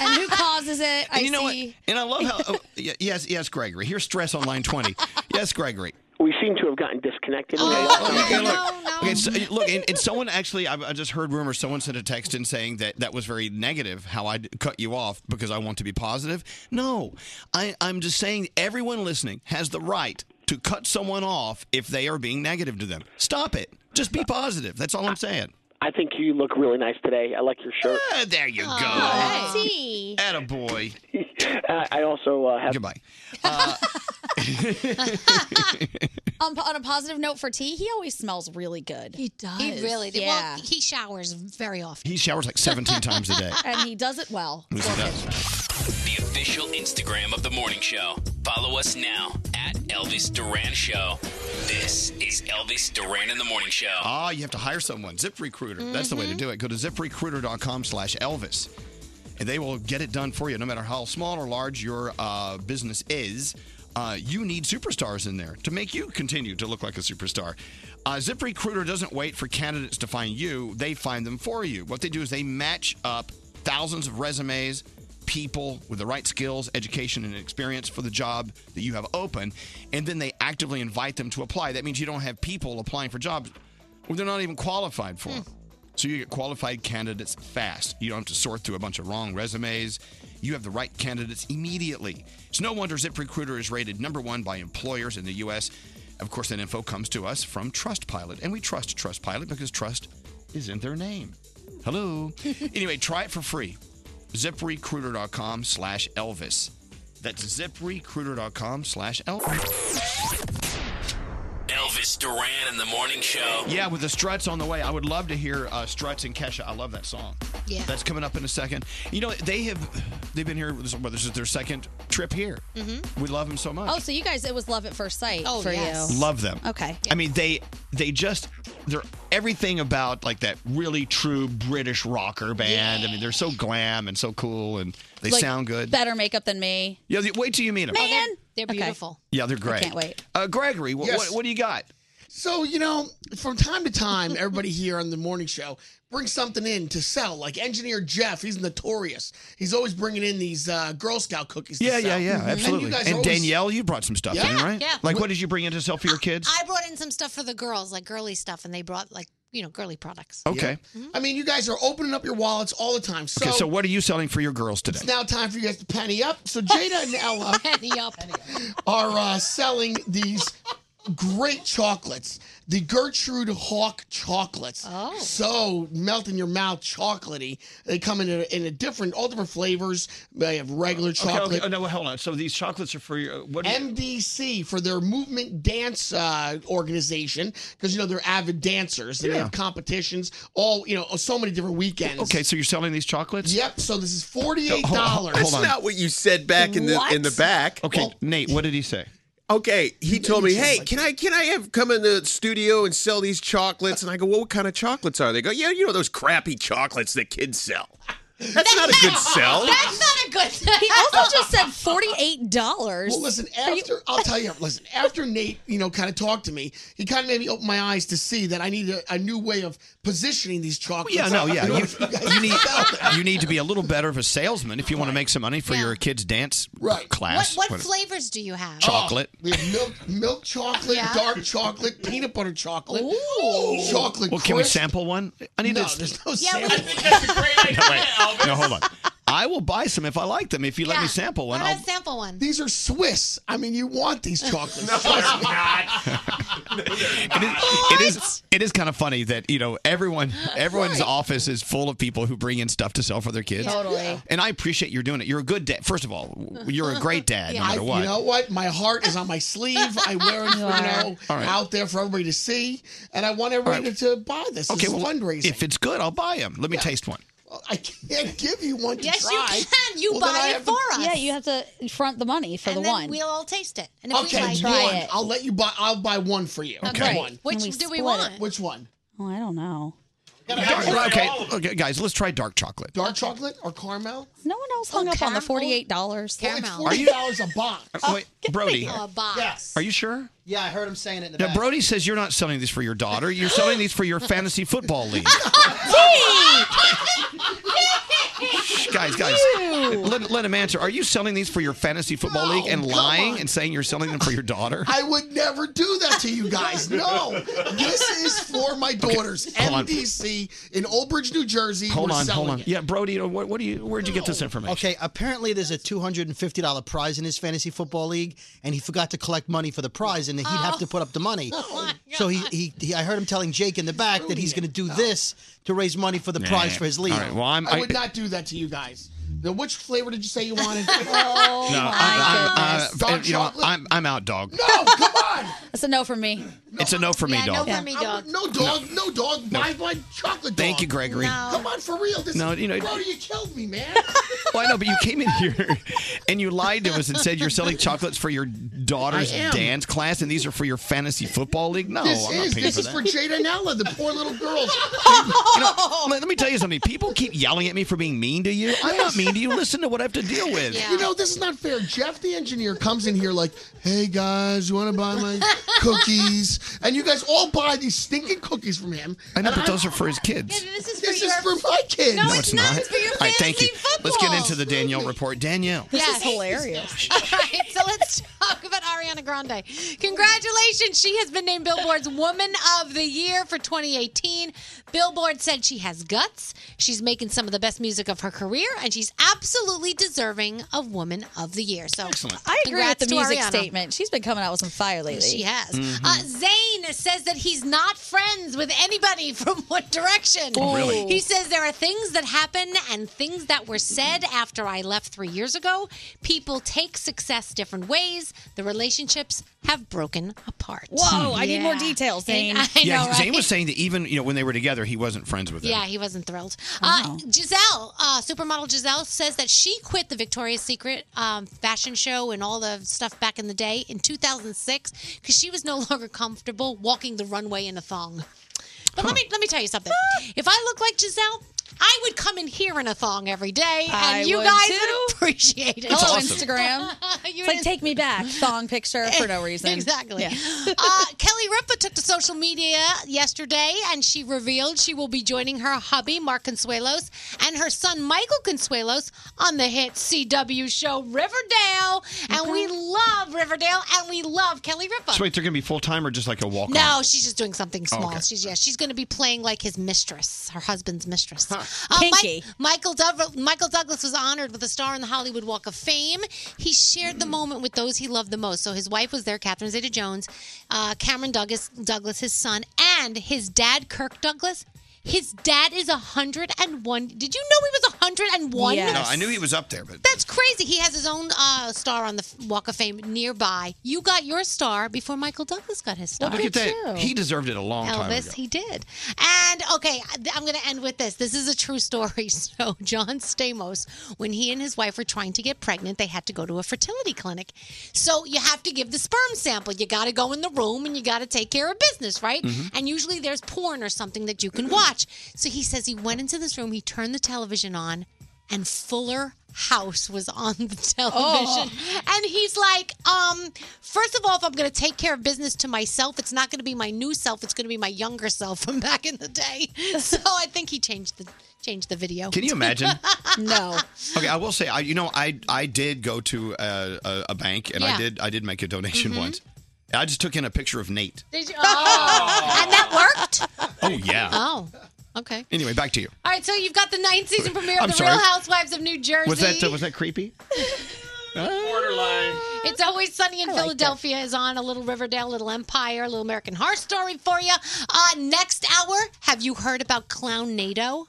Speaker 7: and who causes it? I
Speaker 3: and you know
Speaker 7: see.
Speaker 3: what? And I love how. Oh, y- yes, yes, Gregory. Here's stress on line twenty. yes, Gregory.
Speaker 17: We seem to have gotten disconnected.
Speaker 3: Oh. Okay, look. Okay, so, look, and, and someone actually, I, I just heard rumors. Someone sent a text in saying that that was very negative. How I cut you off because I want to be positive. No, I, I'm just saying everyone listening has the right to cut someone off if they are being negative to them. Stop it. Just be positive. That's all I'm saying.
Speaker 17: I think you look really nice today. I like your shirt.
Speaker 3: Ah, there you go.
Speaker 6: See.
Speaker 3: boy.
Speaker 17: I I also uh, have.
Speaker 3: Goodbye. Uh,
Speaker 7: Um, on a positive note for tea, he always smells really good. He
Speaker 5: does.
Speaker 6: He really did.
Speaker 7: Yeah.
Speaker 6: Well, he showers very often.
Speaker 3: He showers like 17 times a day.
Speaker 7: and he does it well.
Speaker 3: Yes, he does.
Speaker 11: The official Instagram of the morning show. Follow us now at Elvis Duran Show. This is Elvis Duran in the Morning Show.
Speaker 3: Ah, you have to hire someone. ZipRecruiter. That's the way to do it. Go to ziprecruiter.com slash Elvis. And they will get it done for you, no matter how small or large your uh, business is. Uh, you need superstars in there to make you continue to look like a superstar. Uh, ZipRecruiter doesn't wait for candidates to find you, they find them for you. What they do is they match up thousands of resumes, people with the right skills, education, and experience for the job that you have open, and then they actively invite them to apply. That means you don't have people applying for jobs well, they're not even qualified for. them. So you get qualified candidates fast. You don't have to sort through a bunch of wrong resumes. You have the right candidates immediately. It's no wonder ZipRecruiter is rated number one by employers in the U.S. Of course, that info comes to us from TrustPilot, and we trust TrustPilot because trust is in their name. Hello. anyway, try it for free. ZipRecruiter.com slash Elvis. That's ZipRecruiter.com slash Elvis.
Speaker 11: Elvis Duran in the Morning Show.
Speaker 3: Yeah, with the struts on the way. I would love to hear uh, Struts and Kesha. I love that song.
Speaker 11: Yeah.
Speaker 3: That's coming up in a second. You know, they have they've been here. This, well, this is their second trip here. Mm-hmm. We love them so much.
Speaker 7: Oh, so you guys, it was love at first sight
Speaker 6: Oh,
Speaker 7: for you.
Speaker 3: Love them.
Speaker 7: Okay.
Speaker 3: I mean, they they just they're everything about like that really true British rocker band. I mean, they're so glam and so cool, and they
Speaker 7: Like,
Speaker 3: sound good.
Speaker 7: Better makeup than me.
Speaker 3: yeah, they- wait till you meet them.
Speaker 7: Man,
Speaker 6: they're
Speaker 7: beautiful.
Speaker 3: Yeah, they're great.
Speaker 7: can't wait.
Speaker 3: Uh, Gregory, wh-
Speaker 9: Yes.
Speaker 3: what, what do you got?
Speaker 9: So, you know, from time to time, everybody here on the morning show brings something in to sell. Like engineer Jeff, he's notorious. He's always bringing in these uh, Girl Scout cookies. to
Speaker 3: Yeah, yeah,
Speaker 9: sell. Mm-hmm.
Speaker 3: yeah,
Speaker 9: And you
Speaker 3: absolutely.
Speaker 9: guys
Speaker 3: And,
Speaker 9: are always-
Speaker 3: Danielle, you brought some stuff in,
Speaker 9: Yeah,
Speaker 3: right?
Speaker 6: yeah.
Speaker 3: Like, what did you bring in to sell for your kids?
Speaker 6: I brought in some stuff for the girls, like girly stuff, and they brought like you know girly products. Mm-hmm.
Speaker 3: Okay.
Speaker 9: I mean, you guys are opening up your wallets all the time. So,
Speaker 3: Okay, so what are you selling for your girls today?
Speaker 9: it's now time for you guys to penny up. So Jada and Ella
Speaker 6: penny up.
Speaker 9: are uh, selling these great chocolates, the Gertrude Hawk chocolates. Oh, so melt in your mouth, chocolatey. They come in a, in a different, all different flavors. They have regular chocolate.
Speaker 3: Okay, okay. No, hold on. So these chocolates are for your. uh, What do you-
Speaker 9: MDC for their movement dance uh, organization because you know they're avid dancers and they
Speaker 3: Yeah.
Speaker 9: have competitions all you know so many different weekends.
Speaker 3: okay, so you're selling these chocolates?
Speaker 9: Yep. So this is forty
Speaker 3: Oh,
Speaker 9: eight dollars.
Speaker 2: That's not what you said back in the in the
Speaker 9: What?
Speaker 2: back.
Speaker 3: Okay, Nate, what did he say?
Speaker 2: Okay, he told me,
Speaker 9: said
Speaker 2: "Hey,
Speaker 9: like-
Speaker 2: can I can I have come in the studio and sell these chocolates?" And I go, "Well, what kind of chocolates are they?" They Go, "Yeah, you know those crappy chocolates that kids sell." That's not a good sell.
Speaker 6: That's not a good.
Speaker 7: He also just said forty-eight dollars.
Speaker 9: Well, listen, after I'll tell you, listen, after Nate, you know, kind of talked to me, he kind of made me open my eyes to see that I need a, a new way of positioning these chocolates.
Speaker 3: Yeah, no,
Speaker 9: out in
Speaker 3: yeah.
Speaker 9: order
Speaker 3: You,
Speaker 9: for you guys
Speaker 3: you
Speaker 9: to
Speaker 3: need
Speaker 9: sell them.
Speaker 3: you need to be a little better of a salesman if you want to make some money for your kids' dance
Speaker 9: Right.
Speaker 6: What,
Speaker 3: class.
Speaker 6: what
Speaker 3: What-
Speaker 6: flavors do you have?
Speaker 3: Chocolate.
Speaker 9: Oh, We have milk, milk chocolate, dark chocolate, peanut butter chocolate, Oh. chocolate.
Speaker 3: Well, can we
Speaker 9: crisp.
Speaker 3: sample one? I need
Speaker 9: No,
Speaker 3: to.
Speaker 9: there's no
Speaker 3: Yeah,
Speaker 9: sample.
Speaker 3: no, wait. No, hold on. I will buy some if I like them. If you let me sample one, I'll.
Speaker 6: sample one.
Speaker 9: These are Swiss. I mean, you want these chocolates. Trust me.
Speaker 3: it is it is kind of funny that you know everyone everyone's office is full of people who bring in stuff to sell for their kids.
Speaker 9: Totally.
Speaker 3: And I appreciate you're doing it. You're a good dad. First of all, you're a great dad, no
Speaker 9: I-
Speaker 3: matter what.
Speaker 9: You know what? My heart is on my sleeve. I wear it, you,
Speaker 3: You are.
Speaker 9: know,
Speaker 3: All right.
Speaker 9: out there for everybody to see, and I want everybody to buy this.
Speaker 3: okay,
Speaker 9: this is
Speaker 3: well,
Speaker 9: fundraising.
Speaker 3: if it's good, I'll buy them. Let me taste one.
Speaker 9: I can't give you one to
Speaker 6: Yes, you
Speaker 9: try.
Speaker 6: can. You
Speaker 9: Well,
Speaker 6: buy
Speaker 9: then I
Speaker 6: it
Speaker 9: have
Speaker 6: for us.
Speaker 7: Yeah, you have to front the money for
Speaker 6: and
Speaker 7: the
Speaker 6: then
Speaker 7: one.
Speaker 6: We'll all taste it. And if
Speaker 9: Okay,
Speaker 6: we like
Speaker 9: one. I'll let you buy. I'll buy one for you.
Speaker 6: Okay. Right.
Speaker 9: One.
Speaker 6: Which
Speaker 7: And
Speaker 6: do we
Speaker 7: split
Speaker 6: want?
Speaker 7: it.
Speaker 9: Which one?
Speaker 7: Oh, I don't know.
Speaker 3: Okay, okay, guys, let's try dark chocolate.
Speaker 9: Dark chocolate or caramel?
Speaker 7: No one else
Speaker 6: Oh,
Speaker 7: hung up on the forty-eight dollars.
Speaker 3: Are
Speaker 9: Forty
Speaker 3: you-
Speaker 9: dollars a box.
Speaker 3: Uh, wait, Brody,
Speaker 6: box.
Speaker 3: are you sure?
Speaker 16: Yeah, I heard him saying it in the
Speaker 3: Now,
Speaker 16: back.
Speaker 3: Brody says you're not selling these for your daughter. You're selling these for your fantasy football league. guys, guys, let, let him answer. Are you selling these for your fantasy football league and lying and saying you're selling them for your daughter?
Speaker 9: I would never do that to you guys. No, this is for my daughters.
Speaker 3: hold on.
Speaker 9: MDC in Old Bridge, New Jersey.
Speaker 3: hold
Speaker 9: We're
Speaker 3: on,
Speaker 9: selling
Speaker 3: hold on.
Speaker 9: it.
Speaker 3: Yeah, Brody, you know, what, what do you? Where'd you get this information?
Speaker 16: Okay, apparently there's a $250 prize in his fantasy football league, and he forgot to collect money for the prize, and he'd have to put up the money. So he, he, he, I heard him telling Jake in the back that he's going to do this to raise money for the
Speaker 3: Nah.
Speaker 16: prize for his league.
Speaker 3: All right, well, I'm-
Speaker 9: I would
Speaker 3: I-
Speaker 9: not do that to you guys. Now, which flavor did you say you wanted?
Speaker 7: oh,
Speaker 3: No, I, I, I, you know, I'm, I'm out, dog.
Speaker 7: That's a no for me.
Speaker 3: It's a no for me, dog.
Speaker 7: dog.
Speaker 9: No dog, no, dog.
Speaker 3: No.
Speaker 9: Buy my chocolate dog.
Speaker 3: Thank you, Gregory. No.
Speaker 9: Come on, for real. This
Speaker 3: No,
Speaker 9: is,
Speaker 3: you know-
Speaker 9: Brody, you killed me, man.
Speaker 3: Well, I know, but you came in here and you lied to us and said you're selling chocolates for your daughter's
Speaker 9: I am.
Speaker 3: dance class, and these are for your fantasy football league. No,
Speaker 9: this
Speaker 3: I'm not
Speaker 9: is
Speaker 3: paying
Speaker 9: this
Speaker 3: for
Speaker 9: is
Speaker 3: that.
Speaker 9: for Jada and Ella, the poor little girls.
Speaker 3: You know, let, let me tell you something. People keep yelling at me for being mean to you. I'm not mean to you. Listen to what I have to deal with.
Speaker 9: You know, this is not fair. Jeff the engineer comes in here like, hey guys, you want to buy my cookies? And you guys all buy these stinking cookies from him.
Speaker 3: I know,
Speaker 9: And
Speaker 3: but
Speaker 9: I'm-
Speaker 3: those are for his kids.
Speaker 6: This is
Speaker 9: This is for my kids.
Speaker 3: No, it's not. All right, thank you. Let's get into the Danielle report. Danielle.
Speaker 6: This
Speaker 7: is hilarious.
Speaker 6: All right, so let's talk about Ariana Grande. Congratulations, she has been named Billboard's Woman of the Year for 2018. Billboard said she has guts, she's making some of the best music of her career, and she's absolutely deserving of Woman of the Year. So
Speaker 7: I agree
Speaker 6: congrats
Speaker 7: with the
Speaker 6: to
Speaker 7: music
Speaker 6: Ariana.
Speaker 7: statement. She's been coming out with some fire lately.
Speaker 6: She has. Uh, Zayn says that he's not friends with anybody from One Direction.
Speaker 7: Oh, really?
Speaker 6: He says there are things that happen and things that were said after I left three years ago. People take success different ways. The relationships have broken apart. Hmm.
Speaker 7: Whoa, I need more details, Zayn.
Speaker 6: I know,
Speaker 3: yeah,
Speaker 6: right?
Speaker 3: Zayn was saying that even you know when they were together, he wasn't friends with her.
Speaker 6: Yeah, he wasn't thrilled.
Speaker 7: Oh.
Speaker 6: Uh, Giselle, uh, supermodel Giselle, says that she quit the Victoria's Secret um, fashion show and all the stuff back in the day in 2006 because she was no longer comfortable walking the runway in a thong. But let me let me tell you something. If I look like Giselle, I would come in here in a thong every day, and
Speaker 7: I
Speaker 6: you
Speaker 7: would
Speaker 6: guys
Speaker 7: too.
Speaker 6: would appreciate it.
Speaker 7: Hello, Instagram. it's like, take me back. Thong picture for no reason.
Speaker 6: Exactly.
Speaker 7: Yeah.
Speaker 6: uh, Kelly Ripa took to social media yesterday and she revealed she will be joining her hubby, Mark Consuelos, and her son, Michael Consuelos, on the hit CW show Riverdale. And we love Riverdale and we love Kelly Ripa.
Speaker 3: So wait, they're gonna be full time or just like a walk?
Speaker 6: No, she's just doing something
Speaker 3: Oh,
Speaker 6: small.
Speaker 3: okay.
Speaker 6: She's yeah, she's going to be playing like his mistress, her husband's mistress. Uh,
Speaker 7: Kinky.
Speaker 6: Mi- Michael Dov- Michael Douglas was honored with a star on the Hollywood Walk of Fame. He shared the moment with those he loved the most. So his wife was there, Catherine Zeta-Jones, uh, Cameron Douglas, Douglas, his son, and his dad, Kirk Douglas. His dad is 101. Did you know he was 101?
Speaker 3: No, I knew he was up there, but
Speaker 6: That's crazy. He has his own uh, star on the F- Walk of Fame nearby. You got your star before Michael Douglas got his star.
Speaker 3: look at that. He deserved it a long time ago.
Speaker 6: Elvis, he did. And okay, I'm going to end with this. This is a true story. So, John Stamos, when he and his wife were trying to get pregnant, they had to go to a fertility clinic. So, you have to give the sperm sample. You got to go in the room and you got to take care of business, right?
Speaker 5: Mhm.
Speaker 3: Mm-hmm.
Speaker 6: And usually there's porn or something that you can watch. So, he says he went into this room, he turned the television on, and Fuller House was on the television. And he's like, um, first of all, if I'm going to take care of business to myself, it's not going to be my new self. It's going to be my younger self from back in the day. So I think he changed the changed the video.
Speaker 3: Can you imagine?
Speaker 6: no.
Speaker 3: Okay, I will say, I, you know, I I did go to a, a, a bank and
Speaker 6: Yeah.
Speaker 3: I did I did make a donation
Speaker 6: Mhm.
Speaker 3: once. I just took in a picture of Nate.
Speaker 6: Did you? Oh. and that worked?
Speaker 3: Oh yeah.
Speaker 6: Oh, okay.
Speaker 3: Anyway, back to you.
Speaker 6: All right, so you've got the ninth season premiere of
Speaker 3: I'm
Speaker 6: The
Speaker 3: sorry.
Speaker 6: Real Housewives of New Jersey.
Speaker 3: Was that uh, was that creepy?
Speaker 18: Borderline.
Speaker 6: It's always sunny in Philadelphia is on a little Riverdale, little Empire, little American Horror Story for you. Uh, next hour, have you heard about Clown NATO?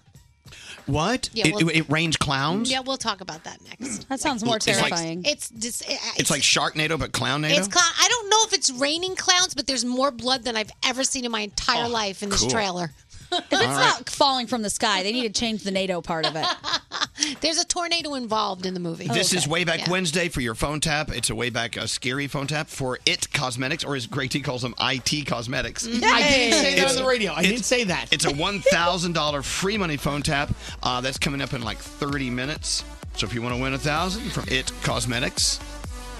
Speaker 3: What?
Speaker 6: Yeah,
Speaker 3: it,
Speaker 6: well-
Speaker 3: it rains clowns.
Speaker 6: Yeah, we'll talk about that next.
Speaker 7: That sounds
Speaker 3: more It's like- terrifying.
Speaker 6: It's dis- it's,
Speaker 3: It's like Sharknado, but clownnado.
Speaker 6: it's clown. I don't know if it's raining clowns, but there's more blood than I've ever seen in my entire life in this
Speaker 3: Oh, cool.
Speaker 6: trailer.
Speaker 7: If it's not falling from the sky, they need to change the NATO part of it.
Speaker 6: There's a tornado involved in the movie.
Speaker 3: This
Speaker 9: Oh,
Speaker 3: is Way Back
Speaker 6: Yeah.
Speaker 3: Wednesday for your phone tap. It's a Way Back uh, Scary phone tap for It Cosmetics, or as Gray T calls them, IT Cosmetics.
Speaker 9: I didn't say that
Speaker 3: It's-
Speaker 9: on the radio. I
Speaker 3: it's-
Speaker 9: didn't say that.
Speaker 3: It's a $1,000 free money phone tap. Uh, that's coming up in like 30 minutes. So if you want to win 1000 from It Cosmetics,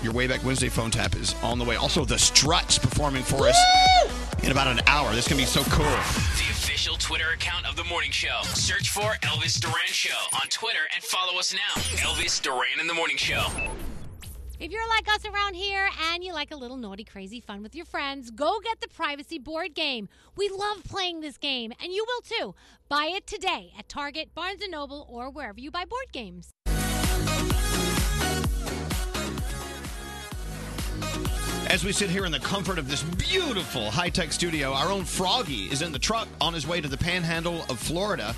Speaker 3: your Way Back Wednesday phone tap is on the way. Also, The Struts performing for us in about an hour. That's going to be so cool.
Speaker 11: The official Twitter account of the morning show. Search for Elvis Duran Show on Twitter and follow us now. Elvis Duran in the morning show.
Speaker 6: If you're like us around here and you like a little naughty, crazy fun with your friends, go get the Privacy Board Game. We love playing this game, and you will too. Buy it today at Target, Barnes & Noble, or wherever you buy board games.
Speaker 3: As we sit here in the comfort of this beautiful high tech studio, our own Froggy is in the truck on his way to the panhandle of Florida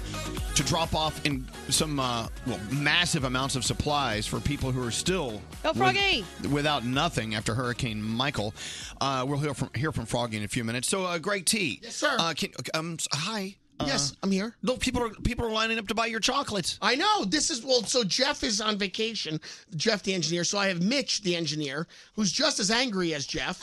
Speaker 3: to drop off in some uh, well, massive amounts of supplies for people who are still
Speaker 19: Go, Froggy!
Speaker 3: without nothing after Hurricane Michael. Uh, we'll hear from, hear from Froggy in a few minutes. So, uh, Greg T. Yes, sir. Uh, can, um, s- hi.
Speaker 14: Yes,
Speaker 3: I'm here. No, people are people are lining up to buy your chocolates.
Speaker 9: I know. This is well. So Jeff is on vacation. Jeff, the engineer. So I have Mitch, the engineer, who's just as angry as Jeff.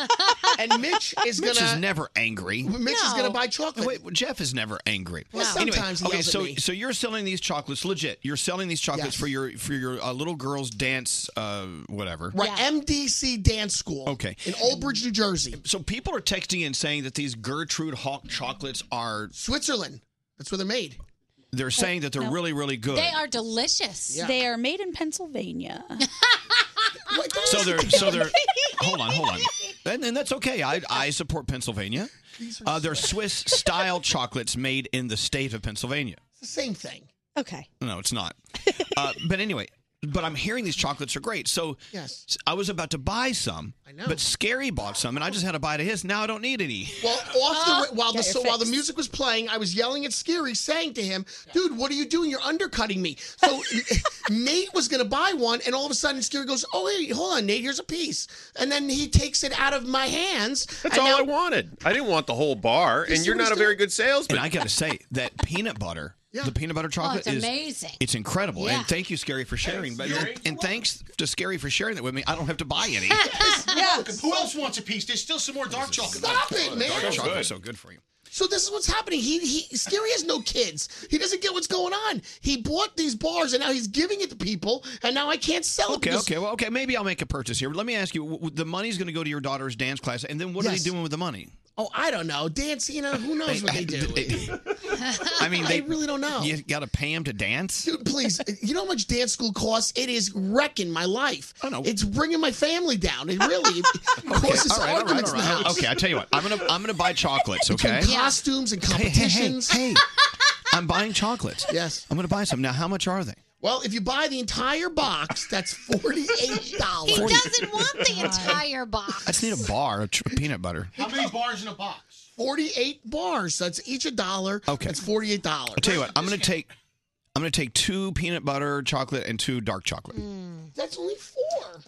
Speaker 9: and Mitch is
Speaker 3: Mitch
Speaker 9: gonna.
Speaker 3: is never angry.
Speaker 9: Mitch is gonna buy chocolate.
Speaker 3: Wait, well, Jeff is never angry.
Speaker 9: Well, No. sometimes he
Speaker 3: okay,
Speaker 9: yells at
Speaker 3: so
Speaker 9: me.
Speaker 3: so you're selling these chocolates legit. You're selling these
Speaker 9: Yes.
Speaker 3: chocolates for your for your uh, little girl's dance, uh, whatever.
Speaker 9: Right, MDC Dance School.
Speaker 3: Okay.
Speaker 9: In Old Bridge, New Jersey.
Speaker 3: So people are texting and saying that these Gertrude Hawk chocolates are
Speaker 9: Switzerland. That's where they're made.
Speaker 3: They're saying that they're
Speaker 7: No.
Speaker 3: really really good.
Speaker 6: They are delicious.
Speaker 7: They are made in Pennsylvania.
Speaker 3: So they're so they're. Hold on, hold on. And, and that's okay. I I support Pennsylvania. Uh, they're Swiss style chocolates made in the state of Pennsylvania.
Speaker 9: It's the same thing.
Speaker 7: Okay.
Speaker 3: No, it's not. uh, but anyway, but I'm hearing these chocolates are great. So
Speaker 9: Yes.
Speaker 3: s- I was about to buy some, I know. but Scary bought some, and I just had a bite of his. Now I don't need any.
Speaker 9: Well, off
Speaker 18: Ah.
Speaker 9: the ra- while the
Speaker 3: Get
Speaker 9: so,
Speaker 3: your
Speaker 9: while the
Speaker 3: fix.
Speaker 9: music was playing, I was yelling at Scary, saying to him, "Dude, what are you doing? You're undercutting me." So Nate was gonna buy one, and all of a sudden Scary goes, "Oh, hey, hold on, Nate, here's a piece," and then he takes it out of my hands.
Speaker 20: That's
Speaker 9: and
Speaker 20: all
Speaker 9: now-
Speaker 20: I wanted. I didn't want the whole bar,
Speaker 9: You
Speaker 20: and
Speaker 9: see
Speaker 20: you're
Speaker 9: what
Speaker 20: not a
Speaker 9: he's
Speaker 20: very good salesman.
Speaker 3: And I gotta say that peanut butter, the peanut butter chocolate
Speaker 6: it's
Speaker 3: is
Speaker 6: amazing.
Speaker 3: Oh, It's incredible,
Speaker 6: Yeah.
Speaker 3: and thank you, Scary, for sharing. But
Speaker 18: Scary.
Speaker 3: and thanks to Scary for sharing that with me. I don't have to buy any.
Speaker 18: Who else wants a piece? There's still some more dark chocolate.
Speaker 9: Stop it, man.
Speaker 3: Dark
Speaker 9: So
Speaker 3: chocolate
Speaker 9: good.
Speaker 3: so good for you.
Speaker 9: So this is what's happening. He he Scary has no kids. He doesn't get what's going on. He bought these bars and now he's giving it to people and now I can't sell it.
Speaker 3: Okay,
Speaker 9: because-
Speaker 3: okay, well, okay. Maybe I'll make a purchase here. But let me ask you: w- w- the money's going to go to your daughter's dance class, and then what are
Speaker 9: Yes.
Speaker 3: they doing with the money?
Speaker 9: Oh, I don't know. Dance, you know, who knows what they do.
Speaker 3: I mean, they
Speaker 9: I really don't know.
Speaker 3: You got to pay them to dance.
Speaker 9: Dude, please. You know how much dance school costs? It is wrecking my life. I know. It's bringing my family down. It really it causes
Speaker 3: all right, all right,
Speaker 9: arguments
Speaker 3: all
Speaker 9: in the
Speaker 3: right.
Speaker 9: house.
Speaker 3: Okay, I tell you what. I'm gonna I'm gonna buy chocolates. Okay.
Speaker 9: Between Costumes and
Speaker 3: Hey, hey, hey,
Speaker 9: competitions.
Speaker 3: hey. I'm buying chocolates. Yes. I'm gonna buy some now. How much are they?
Speaker 9: Well, if you buy the entire box, that's forty-eight dollars.
Speaker 3: He
Speaker 6: doesn't want the entire box.
Speaker 3: I just need a bar of ch- peanut butter.
Speaker 9: How many bars in a box? Forty-eight bars. So That's each a dollar.
Speaker 3: Okay.
Speaker 9: That's forty-eight dollars.
Speaker 3: I'll tell you what. I'm gonna take I'm gonna take two peanut butter chocolate and two dark chocolate.
Speaker 9: Mm. That's only four.